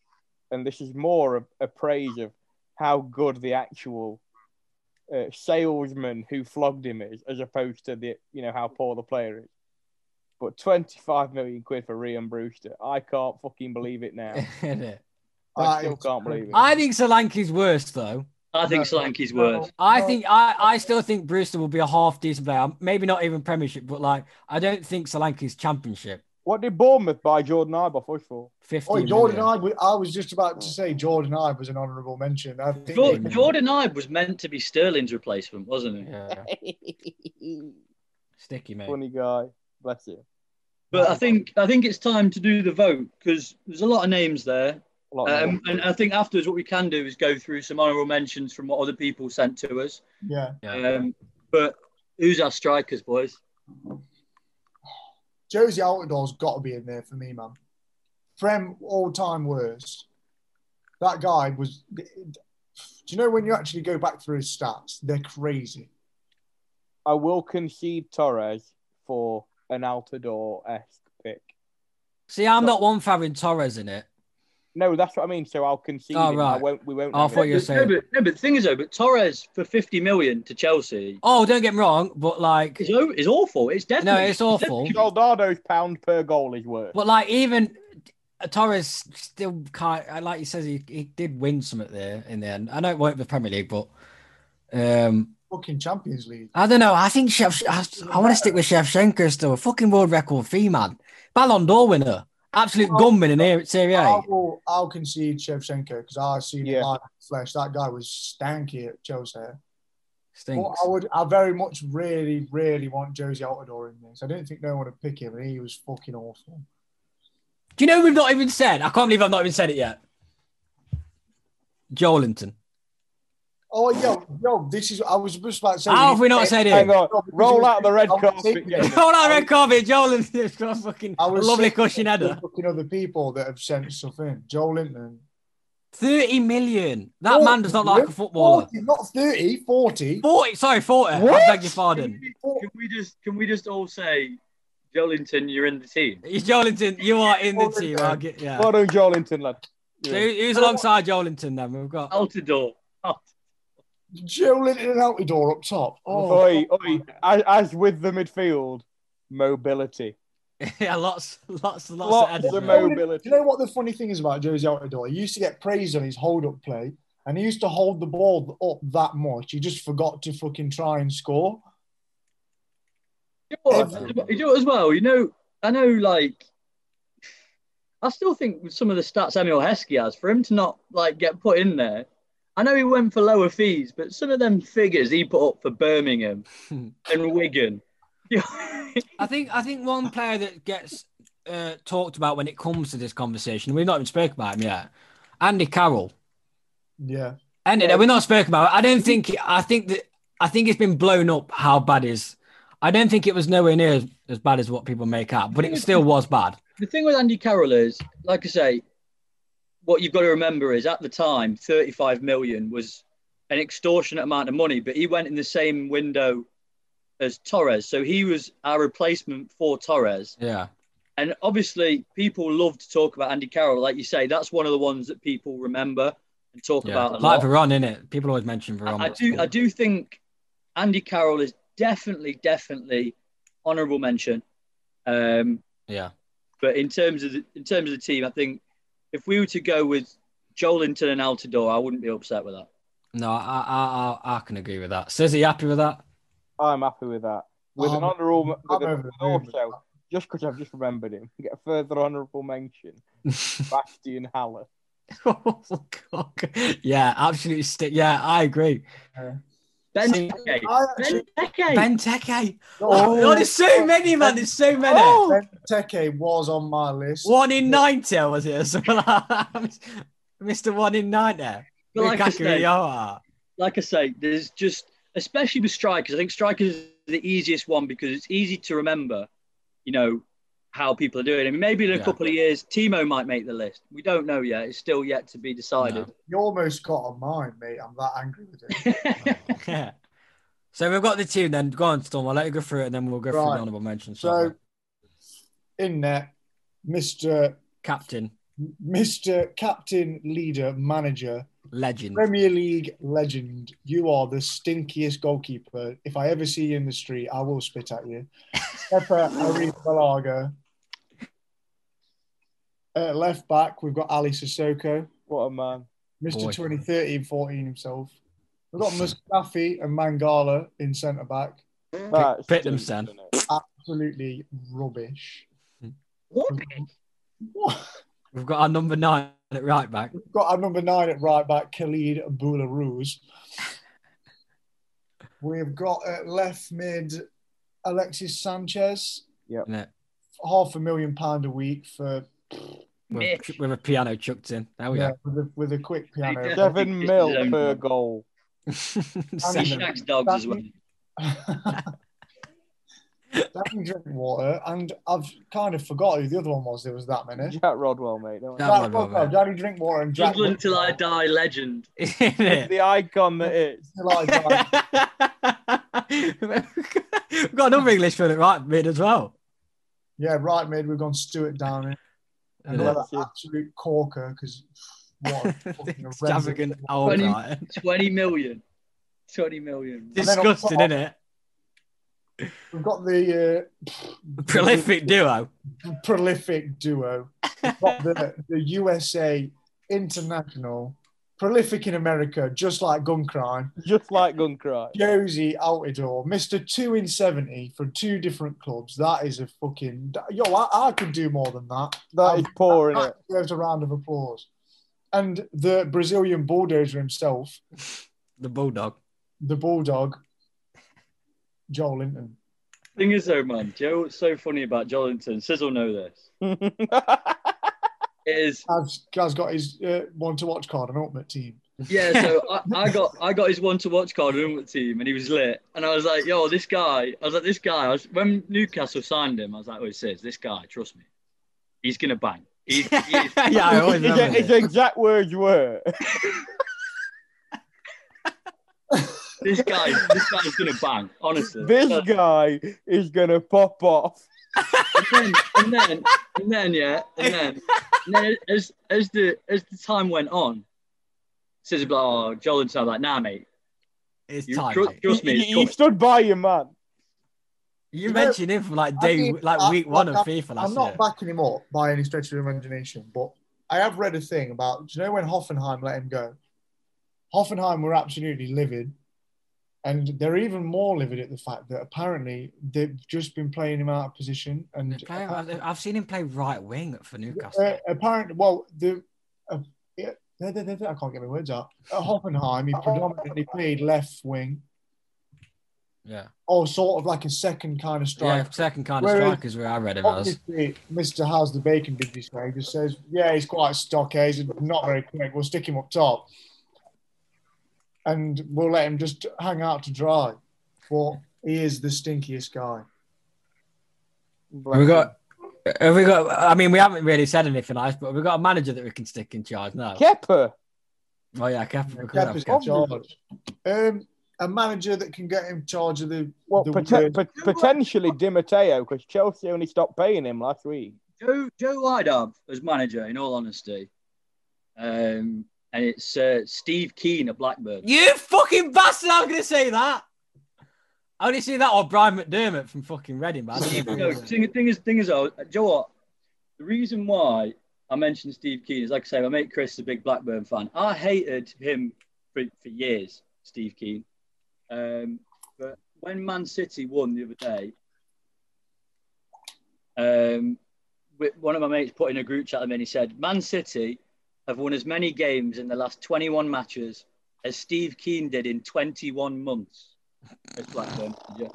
Speaker 5: and this is more a, a praise of how good the actual uh, salesman who flogged him is, as opposed to the you know how poor the player is. But twenty-five million quid for Ryan Brewster, I can't fucking believe it now.
Speaker 2: Innit?
Speaker 5: I
Speaker 1: That
Speaker 5: still
Speaker 1: is-
Speaker 5: can't believe it.
Speaker 2: I think Solanke's worse though.
Speaker 4: I think
Speaker 1: No,
Speaker 4: Solanke's
Speaker 1: no.
Speaker 4: worse.
Speaker 2: I
Speaker 1: Oh.
Speaker 2: think I, I still think Brewster will be a half decent player. Maybe not even Premiership, but like I don't think Solanke's Championship.
Speaker 5: What did Bournemouth buy Jordan Iboff for? for?
Speaker 2: Fifty.
Speaker 1: Oh, Jordan Ibe, was- I was just about to say Jordan Ibe was an honourable mention. I think
Speaker 4: Jor- Jordan Ibe was meant to be Sterling's replacement, wasn't he?
Speaker 2: Yeah. Sticky mate.
Speaker 5: Funny guy, bless him.
Speaker 4: But I think I think it's time to do the vote because there's a lot of names there,
Speaker 5: A
Speaker 2: Oh,
Speaker 5: lot of
Speaker 4: um, and I think afterwards what we can do is go through some honourable mentions from what other people sent to us.
Speaker 1: yeah.
Speaker 4: Um, but who's our strikers, boys?
Speaker 1: Josie Altidor's got to be in there for me, man. Prem all time worst. That guy was. Do you know when you actually go back through his stats? They're crazy.
Speaker 5: I will concede Torres for an Altador esque pick.
Speaker 2: See, I'm not one for having Torres in it.
Speaker 5: No, that's what I mean. So I'll concede.
Speaker 2: Oh,
Speaker 5: him. I
Speaker 2: right.
Speaker 5: won't. We won't.
Speaker 2: Oh, I
Speaker 5: have
Speaker 2: thought
Speaker 5: it.
Speaker 2: you were saying-
Speaker 4: No, but, no, but the thing is though, but Torres for 50 million to Chelsea
Speaker 2: Oh, don't get me wrong, but like
Speaker 4: is, o- is awful. It's definitely
Speaker 2: no, it's awful.
Speaker 5: Soldado's pound per goal is worth.
Speaker 2: But like even Torres still can't. Like he says, he, he did win something there in the end. I know it weren't the Premier League, but um,
Speaker 1: Fucking Champions League.
Speaker 2: I don't know. I think Chef. I, want to stick with Shevchenko still. A fucking world record fee man. Ballon d'Or winner. Absolute
Speaker 1: Oh,
Speaker 2: gunman in here at Serie A.
Speaker 1: I will, I'll concede Shevchenko because I've seen
Speaker 5: Yeah.
Speaker 1: it live in the flesh. That guy was stanky at Chelsea. But
Speaker 2: Stinks.
Speaker 1: I would, I very much really, really want Josie Altidore in this. I don't think no one would pick him, and he was fucking awful.
Speaker 2: Do you know we've not even said? I can't believe I've not even said it yet. Joelinton.
Speaker 1: Oh, yo, yo, this is. I was just about to say.
Speaker 2: How have we not said
Speaker 5: Hang
Speaker 2: it?
Speaker 5: on. Roll out the red carpet. Jamie.
Speaker 2: Hold on, red carpet. Joelinton's got a fucking
Speaker 1: I was
Speaker 2: lovely
Speaker 1: saying-
Speaker 2: cushion header.
Speaker 1: Fucking other people that have sent stuff in. Joe Linton.
Speaker 2: 30 million. That man does not like a footballer.
Speaker 1: 40, not 30, 40.
Speaker 2: 40, sorry, 40. I beg your pardon.
Speaker 4: Can we just can we just all say, Jolinton, you're in the team?
Speaker 2: Joelinton, you are in the team. I'll get, yeah.
Speaker 5: Well done, Jolinton, lad.
Speaker 2: So who- who's alongside Joelinton then? We've got.
Speaker 4: Altidore. Oh,
Speaker 1: Joe Linton and Altidore up top. Oh,
Speaker 5: Oi, oi. As, as with the midfield, mobility.
Speaker 2: Yeah, lots, lots, lots,
Speaker 5: Lots
Speaker 2: of edits.
Speaker 5: of
Speaker 2: man.
Speaker 5: mo- mobility.
Speaker 1: Do you know what the funny thing is about Josie Altidore? He used to get praised on his hold up play and he used to hold the ball up that much. He just forgot to fucking try and score.
Speaker 4: you know what? You know what as well. You know, I know. Like, I still think with some of the stats Emil Heskey has for him to not like get put in there. I know he went for lower fees, but some of them figures he put up for Birmingham and Wigan.
Speaker 2: I think I think one player that gets uh, talked about when it comes to this conversation, we've not even spoke about him yet. Andy Carroll,
Speaker 1: Yeah.
Speaker 2: and
Speaker 5: Yeah.
Speaker 2: we're not spoken about. I don't think. I think that I think it's been blown up how bad is. I don't think it was nowhere near as, as bad as what people make out, but it still was bad.
Speaker 4: the thing with Andy Carroll is, like I say, what you've got to remember is at the time, 35 million was an extortionate amount of money, but he went in the same window as Torres. So he was our replacement for Torres.
Speaker 2: Yeah,
Speaker 4: And obviously, people love to talk about Andy Carroll. Like you say, that's one of the ones that people remember and talk
Speaker 2: yeah.
Speaker 4: about a
Speaker 2: like
Speaker 4: lot.
Speaker 2: Veron, innit? People always mention Veron.
Speaker 4: I, I do, I do think, Andy Carroll is definitely, definitely honourable mention. Um,
Speaker 2: Yeah.
Speaker 4: but in terms of the, in terms of the team, I think if we were to go with Jolinton and Altidore, I wouldn't be upset with that.
Speaker 2: No, I I, I, I can agree with that. Says he happy with that?
Speaker 5: I'm happy with that. With an
Speaker 1: I'm-
Speaker 5: honourable,
Speaker 1: I'm
Speaker 5: with an-
Speaker 1: over the moon with
Speaker 5: also, just because I've just remembered him, get a further honourable mention. Bastian Haller.
Speaker 2: oh, God. Yeah, absolutely. Sti- yeah, I agree.
Speaker 4: Ben,
Speaker 2: See,
Speaker 4: Teke.
Speaker 1: I
Speaker 4: Ben
Speaker 1: actually,
Speaker 4: Teke.
Speaker 2: Ben Teke.
Speaker 1: oh,
Speaker 2: Oh, there's so many, man. There's so many. Oh.
Speaker 1: Ben Teke was on my list.
Speaker 2: One in ninety, was it? Or something like that. Mr. One in ninety.
Speaker 4: But like I
Speaker 2: Lukaku
Speaker 4: said-
Speaker 2: Iowa.
Speaker 4: like I say, there's just especially with strikers. I think strikers is the easiest one because it's easy to remember, you know, how people are doing. I mean, maybe in a
Speaker 2: Yeah.
Speaker 4: couple of years, Timo might make the list. We don't know yet. It's still yet to be decided.
Speaker 1: You almost got on mine, mate. I'm that angry with it.
Speaker 2: Yeah. So we've got the team then. Go on, Storm. I'll let you go through it and then we'll go through
Speaker 1: Right.
Speaker 2: the honourable mentions.
Speaker 1: So, in there, Mr.
Speaker 2: captain,
Speaker 1: Mr. Captain, leader, manager,
Speaker 2: legend.
Speaker 1: Premier League legend, you are the stinkiest goalkeeper. If I ever see you in the street, I will spit at you. Pepper Arrizabalaga. At left back, we've got Ali Sissoko,
Speaker 5: What a man.
Speaker 1: Mr.
Speaker 2: Boy.
Speaker 1: 2013 and 14 himself. We've got Mustafi and Mangala in centre back.
Speaker 5: That's
Speaker 2: pit them, Stan.
Speaker 5: isn't it?
Speaker 1: Absolutely rubbish.
Speaker 4: What?
Speaker 1: What?
Speaker 2: We've got our number nine at right back.
Speaker 1: We've got our number nine at right back, Khalid Boularouz. We've got at left mid, Alexis Sanchez.
Speaker 2: innit?
Speaker 1: half a million pound a week for
Speaker 2: With, with a piano chucked in. There we
Speaker 1: yeah, with, a, with a quick piano.
Speaker 4: Yeah.
Speaker 5: Seven mil per goal.
Speaker 2: go.
Speaker 4: He
Speaker 2: Seven.
Speaker 4: shacks dogs as well.
Speaker 1: Having drink water, and I've kind of forgot who the other one was. There was that many.
Speaker 5: Jack Rodwell, mate. Don't
Speaker 2: Jack-
Speaker 5: Jack-
Speaker 1: That
Speaker 2: one,
Speaker 1: was
Speaker 2: right.
Speaker 1: Danny Drinkwater and Jack.
Speaker 4: Dublin till I die legend.
Speaker 2: Innit?
Speaker 5: the icon that is.
Speaker 1: Till I die.
Speaker 2: We've got another English film at right mid as well.
Speaker 1: yeah, right mid. We've gone Stuart Downing and
Speaker 2: Yeah.
Speaker 1: another absolute corker because what a fucking
Speaker 2: Extravagant
Speaker 1: horrendous-
Speaker 2: old
Speaker 4: Funny.
Speaker 2: guy.
Speaker 4: 20 million. 20 million.
Speaker 1: then on
Speaker 2: Disgusting,
Speaker 1: top-
Speaker 2: isn't it?
Speaker 1: We've got the uh,
Speaker 2: Prolific duo.
Speaker 1: prolific duo. We've got the, the USA international, prolific in America, just like gun crime.
Speaker 5: Just like Guncry.
Speaker 1: Josie Altidore, Mr. Two in 70 from two different clubs. That is a fucking. Yo, I, I could do more than that.
Speaker 5: That is poor, isn't
Speaker 1: That
Speaker 5: it?
Speaker 1: deserves a round of applause. And the Brazilian bulldozer himself,
Speaker 2: The Bulldog.
Speaker 1: the bulldog, Joel Linton.
Speaker 4: thing is, though, man, do you know what's so funny about Jolinton? Sizzle know this. Is
Speaker 1: Has, has got his uh, one to watch card on Ultimate Team.
Speaker 4: Yeah, so I, I got I got his one to watch card room with the team, and he was lit. And I was like, "Yo, this guy." I was like, "This guy." I was, when Newcastle signed him, I was like, "Oh, it says this guy. Trust me, he's gonna bang." He's, he is-
Speaker 2: yeah, I always
Speaker 5: His-
Speaker 2: remember
Speaker 5: his
Speaker 2: it.
Speaker 5: exact words were.
Speaker 4: this guy, this guy's gonna bang. Honestly,
Speaker 5: This
Speaker 4: So-
Speaker 5: guy is gonna pop off.
Speaker 4: and, then, and then, and then, yeah, and then, and then as as the as the time went on, says about oh, Jolinton. I'm like, "Nah, mate,
Speaker 2: It's
Speaker 4: you,
Speaker 2: time.
Speaker 4: tru-
Speaker 2: mate.
Speaker 4: trust me,
Speaker 5: He-
Speaker 4: it's
Speaker 5: he,
Speaker 4: coming."
Speaker 5: stood by you, man.
Speaker 2: You
Speaker 1: You
Speaker 2: mentioned him from like
Speaker 1: I
Speaker 2: day,
Speaker 1: mean,
Speaker 2: like
Speaker 1: I-
Speaker 2: week one
Speaker 1: I'm-
Speaker 2: of FIFA last
Speaker 1: I'm not
Speaker 2: year.
Speaker 1: backing him up by any stretch of the imagination, but I have read a thing about do you know when Hoffenheim let him go? Hoffenheim were absolutely livid, and they're even more livid at the fact that apparently they've just been playing him out of position. And
Speaker 2: Play- I've- I've seen him play right wing for Newcastle.
Speaker 1: uh, apparently, well, the uh, yeah, I can't get my words out. At Hoffenheim, he predominantly played left wing
Speaker 2: yeah,
Speaker 1: or sort of like a second kind of striker.
Speaker 2: yeah, second kind of
Speaker 1: Whereas-
Speaker 2: strikers where I read him as.
Speaker 1: Obviously, Mr. How's the Bacon did this way. Just says, yeah, he's quite stock. eh? He's not very quick. We'll stick him up top, and we'll let him just hang out to dry. But he is the stinkiest guy.
Speaker 2: Have we got? Have we got? I mean, we haven't really said anything nice, but we've got a manager that we can stick in charge now.
Speaker 5: Kepper.
Speaker 2: Oh yeah, Kepa. we could
Speaker 1: Kepa's
Speaker 2: have
Speaker 1: in
Speaker 2: Kepa.
Speaker 1: charge. Um, a manager that can get in charge of the
Speaker 5: Well,
Speaker 1: the
Speaker 5: pot-
Speaker 1: word-
Speaker 5: pot- potentially Di Matteo because Chelsea only stopped paying him last week.
Speaker 4: Joe Joe Wydab as manager, in all honesty, um, and it's uh, Steve Keane at Blackburn.
Speaker 2: You fucking bastard! I was gonna say that. I only see that or Brian McDermott from fucking Reading, but I don't know.
Speaker 4: No,
Speaker 2: who he is.
Speaker 4: thing, thing is, thing is, though, do you know what? The reason why I mentioned Steve Keane is, like I say, my mate Chris is a big Blackburn fan. I hated him for, for years, Steve Keane. Um, but when Man City won the other day, um, with- one of my mates put in a group chat with me and he said, Man City have won as many games in the last 21 matches as Steve Keane did in 21 months. It's Blackburn. Yeah.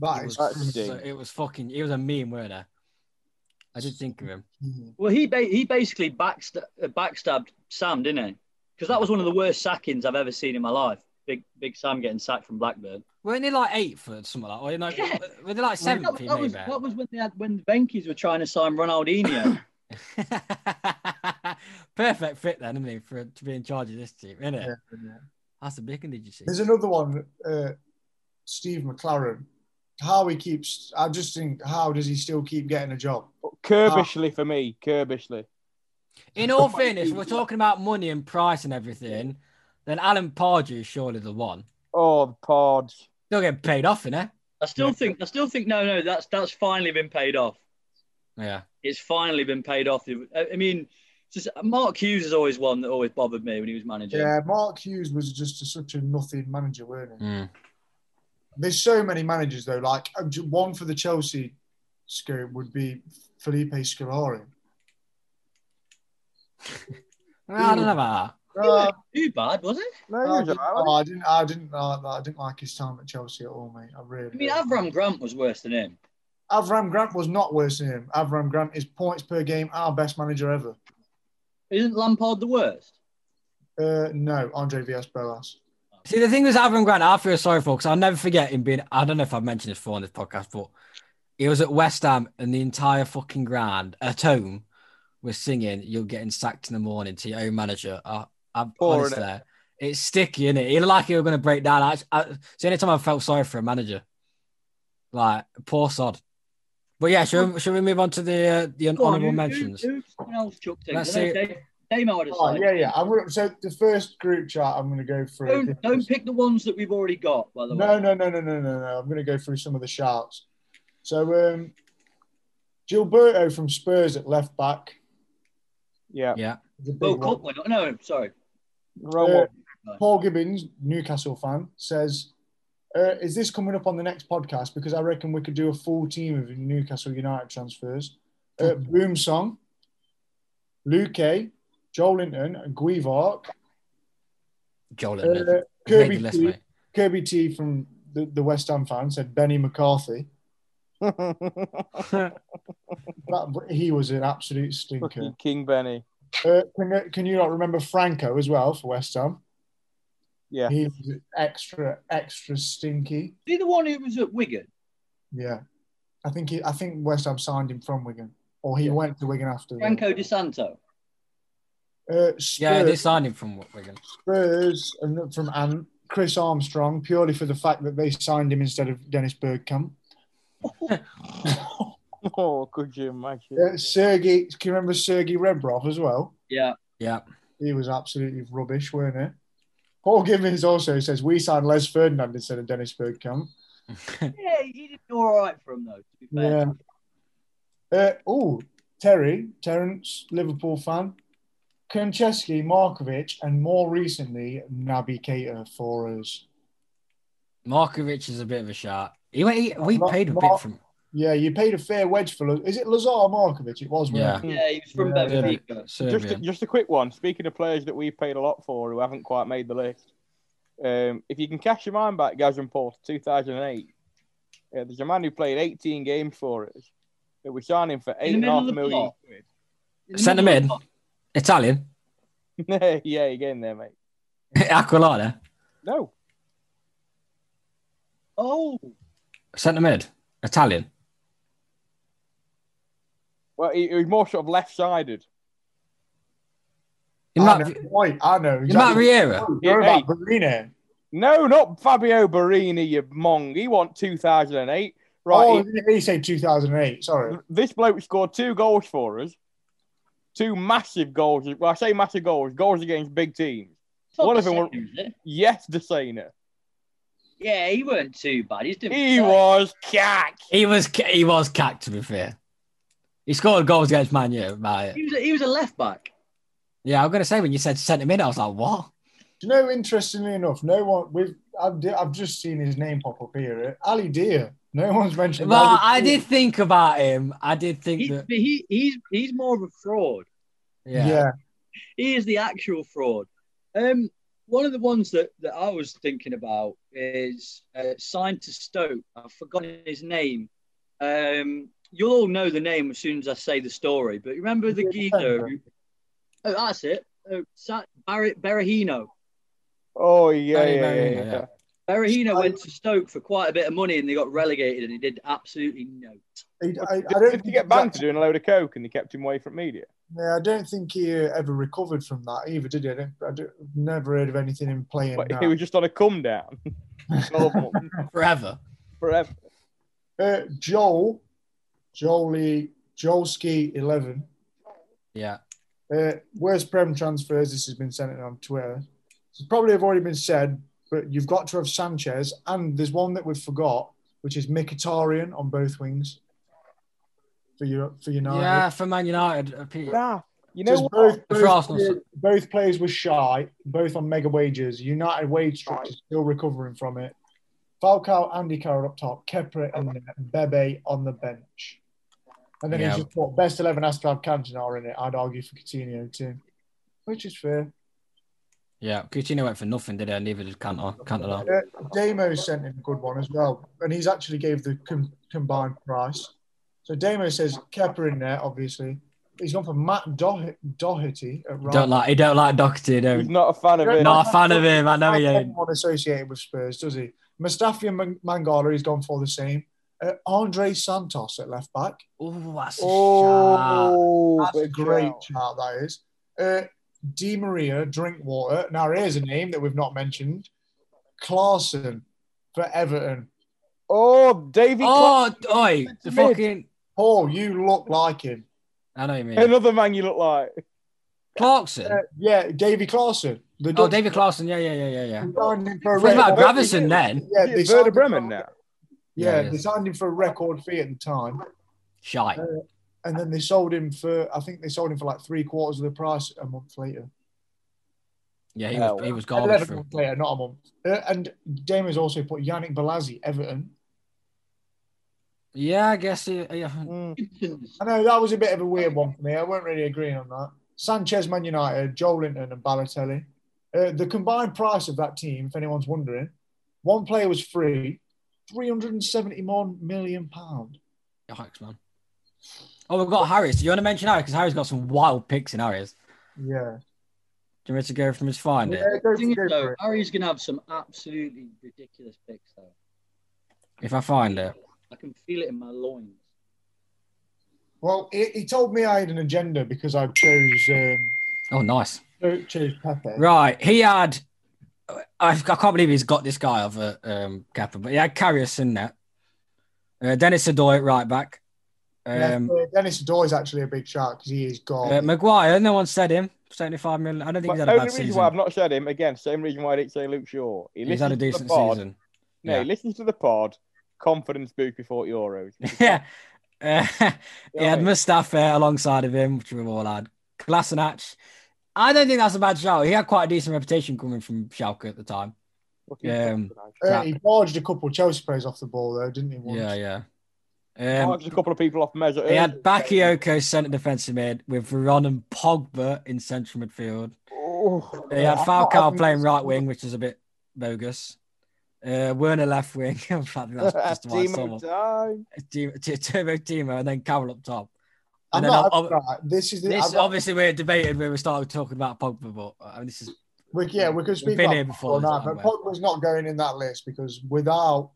Speaker 1: That
Speaker 2: It was,
Speaker 1: is
Speaker 5: That's
Speaker 2: so
Speaker 5: deep.
Speaker 2: it was fucking. It was a meme, weren't it? I did think of him.
Speaker 4: Well, he ba- he basically backsta- uh, backstabbed Sam, didn't he? Because that was one of the worst sackings I've ever seen in my life. Big Big Sam getting sacked from Blackburn.
Speaker 2: Weren't they like eighth or something like? Or you know,
Speaker 4: Yeah.
Speaker 2: were they like
Speaker 4: That,
Speaker 2: seventh?
Speaker 4: was-
Speaker 2: in
Speaker 4: that was,
Speaker 2: Mayfair?
Speaker 4: that was when they had when the Venkies were trying to sign Ronaldinho.
Speaker 2: Perfect fit then, isn't he, for to be in charge of this team, isn't it?
Speaker 1: yeah.
Speaker 2: That's the bacon, did you see?
Speaker 1: There's another one, uh, Steve McLaren. How he keeps, I just think, how does he still keep getting a job?
Speaker 5: Curbishly for me, Curbishly.
Speaker 2: In all fairness, we're talking about money and price and everything. Then Alan Pardew is surely the one.
Speaker 5: Oh, the pods.
Speaker 2: Still getting paid off, innit?
Speaker 4: I still think I still think no no that's that's finally been paid off.
Speaker 2: Yeah.
Speaker 4: It's finally been paid off. I, I mean, just, Mark Hughes is always one that always bothered me when he was manager.
Speaker 1: Yeah, Mark Hughes was just a, such a nothing manager, weren't he?
Speaker 2: Mm.
Speaker 1: There's so many managers though. Like uh, ju- one for the Chelsea scope would be Felipe Scolari.
Speaker 2: I don't know about
Speaker 1: Uh,
Speaker 4: Too bad was it?
Speaker 5: No,
Speaker 1: I,
Speaker 5: he was
Speaker 1: didn't,
Speaker 5: all right.
Speaker 1: I didn't. I didn't like that. I didn't like his time at Chelsea at all, mate. I really.
Speaker 4: I mean,
Speaker 1: didn't.
Speaker 4: Avram Grant was worse than him.
Speaker 1: Avram Grant was not worse than him. Avram Grant is points per game, our best manager ever.
Speaker 4: Isn't Lampard the worst?
Speaker 1: Uh, no, Andre Villas Boas.
Speaker 2: that. See, the thing was Avram Grant, I feel sorry for because I'll never forget him being. I don't know if I've mentioned this before on this podcast, but he was at West Ham and the entire fucking ground at home was singing "You're getting sacked in the morning" to your own manager. I, I'm
Speaker 5: Poor,
Speaker 2: honest
Speaker 5: innit?
Speaker 2: there. It's sticky, is it? He looked like he was going to break down. I, I, it's the only time I felt sorry for a manager. Like poor sod. But yeah, should we, should we move on to the uh, the
Speaker 4: Go on,
Speaker 2: honourable
Speaker 4: who- who-
Speaker 2: mentions?
Speaker 4: Who, someone else chucked in?
Speaker 2: Let's
Speaker 4: I know
Speaker 2: see.
Speaker 4: Dave- Dave Howard
Speaker 1: Oh,
Speaker 4: aside.
Speaker 1: yeah, yeah. I'm gonna, so the first group chat I'm going to go through.
Speaker 4: Don't don't pick the ones that we've already got, by the
Speaker 1: No,
Speaker 4: way.
Speaker 1: no, no, no, no, no, no. I'm going to go through some of the shouts. So, um, Gilberto from Spurs at left back.
Speaker 5: Yeah.
Speaker 2: Yeah,
Speaker 1: is a big
Speaker 4: World
Speaker 1: one.
Speaker 4: Cup winner. No, sorry.
Speaker 5: Wrong
Speaker 1: Uh,
Speaker 5: one.
Speaker 1: Paul Gibbons, Newcastle fan, says, uh, "Is this coming up on the next podcast? Because I reckon we could do a full team of Newcastle United transfers." Uh, Boom Song, Luque, Joelinton, and Guivark,
Speaker 2: Joel. Edmonds.
Speaker 1: uh,
Speaker 2: Make
Speaker 1: Kirby,
Speaker 2: the list,
Speaker 1: T,
Speaker 2: mate.
Speaker 1: Kirby T from the, the West Ham fan said Benny McCarthy. That, he was an absolute stinker.
Speaker 5: Fucking King Benny.
Speaker 1: Uh, can, can you not remember Franco as well for West Ham?
Speaker 5: Yeah.
Speaker 1: He was extra, extra stinky.
Speaker 4: Be the one who was at Wigan.
Speaker 1: Yeah, I think he, I think West Ham signed him from Wigan, or he went to Wigan after.
Speaker 4: Franco Di Santo.
Speaker 1: Uh, Spurs,
Speaker 2: Yeah, they signed him from Wigan.
Speaker 1: Spurs and from Ant, Chris Armstrong purely for the fact that they signed him instead of Dennis Bergkamp.
Speaker 5: Oh, could you imagine?
Speaker 1: Uh, Sergey, can you remember Sergey Rebrov as well?
Speaker 4: Yeah.
Speaker 2: Yeah.
Speaker 1: He was absolutely rubbish, weren't he? Paul Gibbons also says we signed Les Ferdinand instead of Dennis Bergkamp.
Speaker 4: Yeah, he did all right for him though, to be fair.
Speaker 1: Yeah. Uh, oh, Terry, Terence, Liverpool fan. Konchesky, Markovic, and more recently, Naby Keita for us.
Speaker 2: Markovic is a bit of a shot. He went. He, we
Speaker 1: Mar-
Speaker 2: paid a
Speaker 1: Mar-
Speaker 2: bit from.
Speaker 1: Yeah, you paid a fair wedge for. Is it Lazar or Markovic? It was, wasn't it?
Speaker 4: Yeah, he was from
Speaker 1: Yeah.
Speaker 4: Benfica.
Speaker 5: Just a,
Speaker 2: Serbian.
Speaker 5: just a quick one. Speaking of players that we've paid a lot for who haven't quite made the list, um, if you can cast your mind back, Gazan Paul, to 2008, uh, there's a man who played 18 games for us that we signed him for eight and
Speaker 4: In the
Speaker 5: a half
Speaker 4: middle of the
Speaker 5: million.
Speaker 4: block.
Speaker 2: Send him in. Italian.
Speaker 5: quid. yeah, you're getting there, mate.
Speaker 2: Aquilana.
Speaker 5: No,
Speaker 4: Oh,
Speaker 2: Centre mid. Italian.
Speaker 5: well, he, he was more sort of left-sided.
Speaker 2: You
Speaker 1: I
Speaker 2: might.
Speaker 1: know. Wait, I know.
Speaker 2: you might Riera.
Speaker 1: Oh, you're
Speaker 5: Hey.
Speaker 1: about Berlino.
Speaker 5: No, not Fabio Barini, you mong. He won 2008. Right, Mm.
Speaker 1: Oh,
Speaker 5: he-
Speaker 1: he, he said 2008.
Speaker 4: Oh,
Speaker 1: Sorry.
Speaker 5: this bloke scored two goals for us, two massive goals. Well, I say massive goals, goals against big teams.
Speaker 4: it's not
Speaker 5: One of
Speaker 4: the
Speaker 5: them
Speaker 4: same, is it?
Speaker 5: Yes, Desena.
Speaker 4: Yeah, he weren't too bad. He's doing
Speaker 5: He was cack.
Speaker 2: He was he was cacked to be fair. He scored goals against Man U. Mate.
Speaker 4: He was a, he was a left back.
Speaker 2: Yeah, I'm gonna say when you said sent him in, I was like, what?
Speaker 1: Do you know, interestingly enough, no one, we've, I've, di- I've just seen his name pop up here. Ali Deer. No one's mentioned
Speaker 2: Well,
Speaker 1: Ali
Speaker 2: I
Speaker 1: Deer.
Speaker 2: did think about him. I did think
Speaker 4: He,
Speaker 2: that.
Speaker 4: he, he's he's more of a fraud.
Speaker 1: Yeah.
Speaker 2: Yeah.
Speaker 4: He is the actual fraud. Um, one of the ones that, that I was thinking about is uh, signed to Stoke. I've forgotten his name. Um, you'll all know the name as soon as I say the story. But remember the geezer? who- Oh, that's it. Uh, Sa- Barrett Berahino.
Speaker 5: Oh yeah,
Speaker 2: Very,
Speaker 5: yeah,
Speaker 2: very,
Speaker 5: yeah,
Speaker 2: yeah.
Speaker 5: yeah.
Speaker 4: Berahino went to Stoke for quite a bit of money and they got relegated and he did absolutely no.
Speaker 1: I, I, I don't
Speaker 5: Did
Speaker 1: think
Speaker 5: he get
Speaker 1: he's
Speaker 5: banned for doing a load of coke and they kept him away from media?
Speaker 1: Yeah, I don't think he uh, ever recovered from that either, did he? I don't, I don't, never heard of anything him playing.
Speaker 5: But
Speaker 1: now.
Speaker 5: he was just on a come down. Normal.
Speaker 2: Forever.
Speaker 5: Forever.
Speaker 1: uh, Joel, Jolie, Jolski eleven.
Speaker 2: Yeah.
Speaker 1: Uh, worst Prem transfers. This has been sent in on Twitter. It's probably have already been said, but you've got to have Sanchez, and there's one that we've forgot, which is Mkhitaryan on both wings for your for United.
Speaker 2: Yeah, for Man United. uh, P-
Speaker 5: Nah, you know
Speaker 1: Just
Speaker 5: what?
Speaker 1: both,
Speaker 2: For
Speaker 1: both,
Speaker 2: Arsenal,
Speaker 1: players, both players were shy, both on mega wages. United wage structure still recovering from it. Falcao, Andy Carroll up top, Kepra in there, Bebe on the bench. And then
Speaker 2: Yeah.
Speaker 1: he just thought best 11 has to have Cantona in it. I'd argue for Coutinho too, which is fair.
Speaker 2: Yeah. Coutinho went for nothing, did he? And Neither did Cantona. Cantona.
Speaker 1: Uh, Damo sent him a good one as well, and he's actually gave the com- combined price. So Damo says Kepra in there, obviously. He's gone for Matt Doh- Doherty at right.
Speaker 2: Don't like. He don't like Doherty.
Speaker 5: He's
Speaker 2: Don't.
Speaker 5: not a fan of
Speaker 1: Yeah,
Speaker 5: it.
Speaker 2: Not a fan of him. I know he ain't.
Speaker 1: anyone associated with Spurs, does he? Mustafi and Man- Mangala, he's gone for the same. Uh, Andre Santos at left back.
Speaker 2: Oh, that's a shot.
Speaker 5: Oh,
Speaker 1: That's a
Speaker 5: big
Speaker 1: great
Speaker 5: shout.
Speaker 1: shout, that is. Uh, Di Maria, Drinkwater. Now, here's a name that we've not mentioned. Clarson for Everton.
Speaker 5: Oh, Davy.
Speaker 2: Oh, oi, the fucking.
Speaker 1: Paul, Oh, you look like him.
Speaker 2: I know what you
Speaker 5: Clark-
Speaker 2: mean.
Speaker 5: Another man you look like.
Speaker 2: Clarkson.
Speaker 1: Uh, yeah, Davy Clarson. The
Speaker 2: Oh,
Speaker 1: Dutch-
Speaker 2: David Clarkson. Yeah, yeah, yeah, yeah, yeah.
Speaker 1: signed him for a
Speaker 2: What about
Speaker 1: record-
Speaker 2: Gravison then?
Speaker 1: Yeah,
Speaker 5: Is it
Speaker 1: signed
Speaker 5: Werder
Speaker 1: him-
Speaker 5: Bremen now.
Speaker 1: Yeah,
Speaker 2: Yeah, he
Speaker 1: they
Speaker 2: is.
Speaker 1: signed him for a record fee at the time.
Speaker 2: Shite.
Speaker 1: and then they sold him for I think they sold him for like three quarters of the price a month later.
Speaker 2: Yeah, he
Speaker 5: Hell.
Speaker 2: was, he was garbage
Speaker 1: Eleven
Speaker 2: for him.
Speaker 1: months later, not a month. Uh, and Damon's also put Yannick Bolasie, Everton.
Speaker 2: Yeah, I guess. He, yeah.
Speaker 5: Mm.
Speaker 1: I know that was a bit of a weird one for me. I weren't really agreeing on that. Sanchez, Man United, Joelinton, and Balotelli. Uh, the combined price of that team, if anyone's wondering, one player was free, three hundred and seventy-one million pound.
Speaker 2: Yikes, man. Oh, we've got Harris. Do you want to mention Harris? Because Harry's got some wild picks in Harris.
Speaker 1: Yeah.
Speaker 2: Do you want me to go from his find? it?
Speaker 1: Yeah, go-
Speaker 4: thing is,
Speaker 1: go for
Speaker 4: though,
Speaker 1: it.
Speaker 4: Harry's going to have some absolutely ridiculous picks, though.
Speaker 2: If I find it.
Speaker 4: I can feel it in my loins.
Speaker 1: Well, he, he told me I had an agenda because I chose um,
Speaker 2: Oh, nice.
Speaker 1: chose Pepe.
Speaker 2: Right. He had. I, I can't believe he's got this guy over um, Kappa, but he had Carrius in there. Uh, Dennis Adoy at right back. Um,
Speaker 1: yeah, Uh, Dennis Adore is actually a big shout because he is gone.
Speaker 2: uh, Maguire, no one said him. 75 million. I don't think
Speaker 5: Only
Speaker 2: he's had a bad
Speaker 5: reason why I've
Speaker 2: season.
Speaker 5: not shared him again, same reason why I didn't say Luke Shaw. He
Speaker 2: He's had a
Speaker 5: listens to the
Speaker 2: decent
Speaker 5: pod.
Speaker 2: season.
Speaker 5: No,
Speaker 2: Yeah.
Speaker 5: he listens to the pod. Confidence boost before euros.
Speaker 2: yeah. Uh, he had
Speaker 5: Right.
Speaker 2: Mustafa alongside of him, which we've all had. Glasenach. I don't think that's a bad shout. He had quite a decent reputation coming from Schalke at the time.
Speaker 5: Fucking
Speaker 2: Um,
Speaker 5: tonight.
Speaker 1: Uh, he barged a couple of Chelsea players off the ball though, didn't he? Once?
Speaker 2: Yeah, yeah. Um,
Speaker 5: Marked a couple of people off measure.
Speaker 2: he had Bakayoko centre defensive mid with Veron and Pogba in central midfield.
Speaker 5: Oh,
Speaker 2: He had
Speaker 1: I'm not having
Speaker 2: Falcao playing
Speaker 1: this-
Speaker 2: right wing, which is a bit bogus. Uh, Werner left wing. I think that's just why it's
Speaker 5: Timo time.
Speaker 2: Turbo Timo, and then Carroll up top.
Speaker 1: I'm
Speaker 2: And then
Speaker 1: not,
Speaker 2: I'll-
Speaker 1: having that. This is the,
Speaker 2: This
Speaker 1: I've got-
Speaker 2: obviously we're debated when we started talking about Pogba, but uh, this is
Speaker 1: we, yeah, we could speak
Speaker 2: been
Speaker 1: about
Speaker 2: here before,
Speaker 1: Pogba now,
Speaker 2: haven't
Speaker 1: but
Speaker 2: we?
Speaker 1: Pogba's not going in that list because without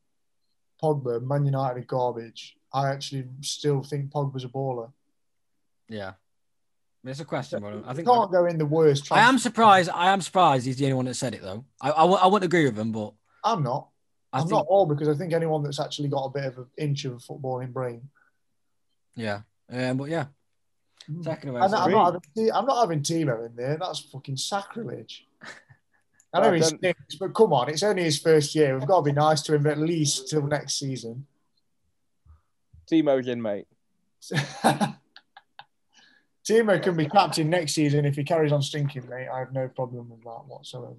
Speaker 1: Pogba, Man United are garbage. I actually still think Pogba's a baller.
Speaker 2: yeah. It's a question, but I
Speaker 1: You
Speaker 2: think I,
Speaker 1: can't go in the worst.
Speaker 2: am
Speaker 1: transfer.
Speaker 2: surprised. I am surprised he's the only one that said it though. I I, w- I wouldn't agree with him, but
Speaker 1: I'm not.
Speaker 2: I
Speaker 1: I'm
Speaker 2: think
Speaker 1: not all because I think anyone that's actually got a bit of an inch of a footballing brain.
Speaker 2: yeah. Um, but yeah,
Speaker 1: Mm.
Speaker 3: Hmm.
Speaker 2: second away.
Speaker 1: And I'm,
Speaker 2: sorry.
Speaker 1: not having, I'm not having Timo in there. That's fucking sacrilege. I know
Speaker 3: I
Speaker 1: he's
Speaker 3: don't-
Speaker 1: stinks, but come on, it's only his first year. We've got to be nice to him at least till next season.
Speaker 3: Timo's in, mate.
Speaker 1: Timo can be captain next season if he carries on stinking, mate. I have no problem with that whatsoever.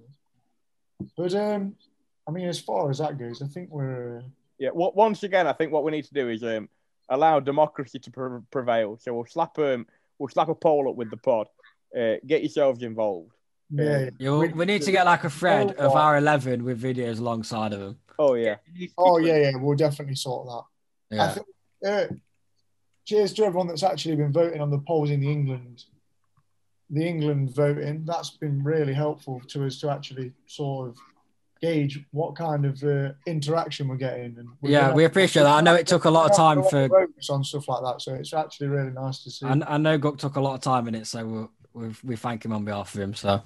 Speaker 1: But um, I mean, as far as that goes, I think we're uh,
Speaker 3: Yeah. What? Once again, I think what we need to do is um, allow democracy to pre- prevail. So we'll slap um, we'll slap a poll up with the pod. Uh, get yourselves involved.
Speaker 1: yeah, yeah.
Speaker 2: Yeah, we, we need to get like a thread of our 11 with videos alongside of them.
Speaker 3: Oh yeah.
Speaker 1: Oh yeah, yeah. We'll definitely sort that. I
Speaker 2: Yeah.
Speaker 1: think, uh, cheers to everyone that's actually been voting on the polls in the England, the England voting. That's been really helpful to us to actually sort of gauge what kind of uh, interaction we're getting. And we're
Speaker 2: Yeah,
Speaker 1: gonna-
Speaker 2: we appreciate that. I know it took a lot of time
Speaker 1: we're gonna
Speaker 2: for.
Speaker 1: have a lot of votes on stuff like that, so it's actually really nice to see.
Speaker 2: I, I know Guck took a lot of time in it, so we'll, we we thank him on behalf of him. So,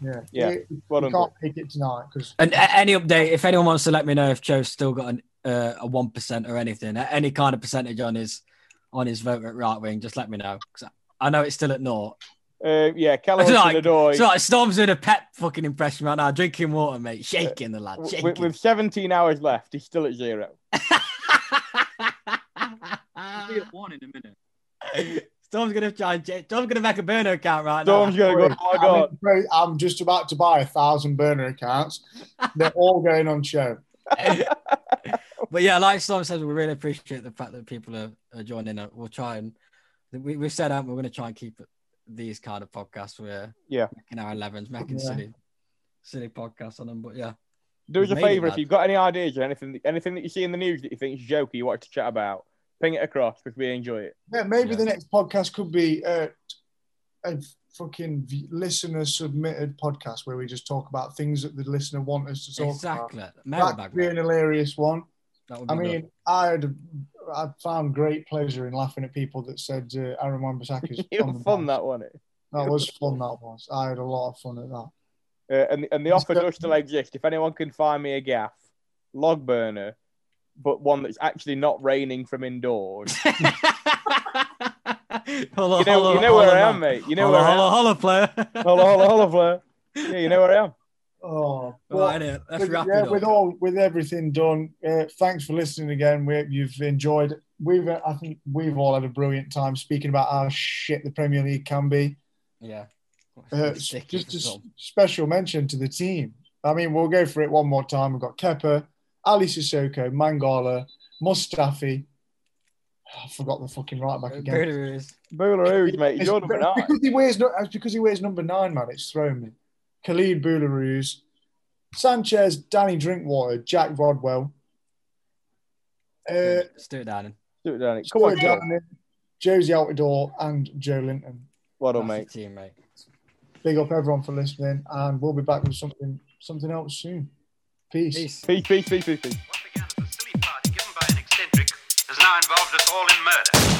Speaker 1: yeah,
Speaker 3: Yeah.
Speaker 1: We-
Speaker 3: Well
Speaker 1: we
Speaker 3: done.
Speaker 1: can't make it tonight because
Speaker 2: and uh, a- any update if anyone wants to let me know if Joe's still got an, uh, a one percent or anything, a- any kind of percentage on his on his vote at right wing, just let me know 'cause I I know it's still at naught.
Speaker 3: Uh, yeah. Callum
Speaker 2: Like-
Speaker 3: Sonodoy.
Speaker 2: So like Storm's doing a pep fucking impression right now, drinking water, mate, shaking the lad,
Speaker 3: w-
Speaker 2: shaking.
Speaker 3: with, with 17 hours left, he's still at zero.
Speaker 4: I'll
Speaker 2: Uh,
Speaker 4: be at one in a minute.
Speaker 2: Storm's gonna try and j- Storm's gonna make a burner account right
Speaker 3: Storm's
Speaker 2: now.
Speaker 3: gonna go. Oh my god.
Speaker 1: I'm, in- I'm just about to buy a thousand burner accounts. They're all going on show.
Speaker 2: but yeah, like Storm says, we really appreciate the fact that people are, are joining. Up. We'll try and we we said out we're gonna try and keep it- these kind of podcasts. We're
Speaker 3: Yeah.
Speaker 2: making our elevens, making
Speaker 1: Yeah.
Speaker 2: silly silly podcasts on them. But yeah,
Speaker 3: Do us a
Speaker 2: Made it,
Speaker 3: favour if
Speaker 2: lad.
Speaker 3: you've got any ideas or anything, anything that you see in the news that you think is jokey, you want to chat about, ping it across because we enjoy it.
Speaker 1: Yeah, maybe
Speaker 2: Yeah.
Speaker 1: the next podcast could be uh, a fucking v- listener submitted podcast where we just talk about things that the listener want us to talk
Speaker 2: exactly.
Speaker 1: about.
Speaker 2: Mailbag,
Speaker 1: That'd be
Speaker 2: mate.
Speaker 1: an hilarious one.
Speaker 2: that would be
Speaker 1: I
Speaker 2: good.
Speaker 1: mean, I had I found great pleasure in laughing at people that said uh, Aaron Wan-Bissaka's
Speaker 3: It
Speaker 1: on the
Speaker 3: was fun
Speaker 1: bounce.
Speaker 3: that wasn't it?
Speaker 1: That was fun. That was. I had a lot of fun at that.
Speaker 3: Uh, and and the offer does still exist. If anyone can find me a gaff, log burner, but one that's actually not raining from indoors.
Speaker 2: Hello,
Speaker 3: You know, you know where I am, mate. You know where I am.
Speaker 2: player.
Speaker 3: Hello, hello, hello, Blair. Yeah, you know where I am.
Speaker 1: Oh,
Speaker 2: Right, innit? let's
Speaker 1: with,
Speaker 2: wrap
Speaker 1: yeah,
Speaker 2: it
Speaker 1: with
Speaker 2: up.
Speaker 1: all with everything done. Uh, thanks for listening again. We hope you've enjoyed. We've uh, I think we've all had a brilliant time speaking about how shit the Premier League can be.
Speaker 2: Yeah.
Speaker 1: Uh,
Speaker 2: Sticky
Speaker 1: just a
Speaker 2: for
Speaker 1: s-
Speaker 2: some.
Speaker 1: special mention to the team. I mean, we'll go for it one more time. We've got Kepa, Ali Sissoko, Mangala, Mustafi. Oh, I forgot the fucking right
Speaker 2: Uh,
Speaker 1: back again.
Speaker 2: Bruno is-
Speaker 3: Boolaroos, mate.
Speaker 1: It's
Speaker 3: You're number
Speaker 1: because
Speaker 3: nine.
Speaker 1: he wears nu- it's because he wears number nine, man. It's thrown me. Khalid Boularoos, Sanchez, Danny Drinkwater, Jack Rodwell, uh,
Speaker 2: Stuart Downing.
Speaker 3: Do it, Danny. Come on,
Speaker 1: Stuart
Speaker 3: Joe.
Speaker 1: Downing, Josie Altidore, and Joe Linton.
Speaker 3: Well done,
Speaker 2: That's the
Speaker 3: mate.
Speaker 2: team, mate.
Speaker 1: Big up everyone for listening, and we'll be back with something something else soon. Peace.
Speaker 2: Peace.
Speaker 3: Peace, peace, peace, peace, peace.
Speaker 7: What began as a silly party given by an eccentric has now involved us all in murder.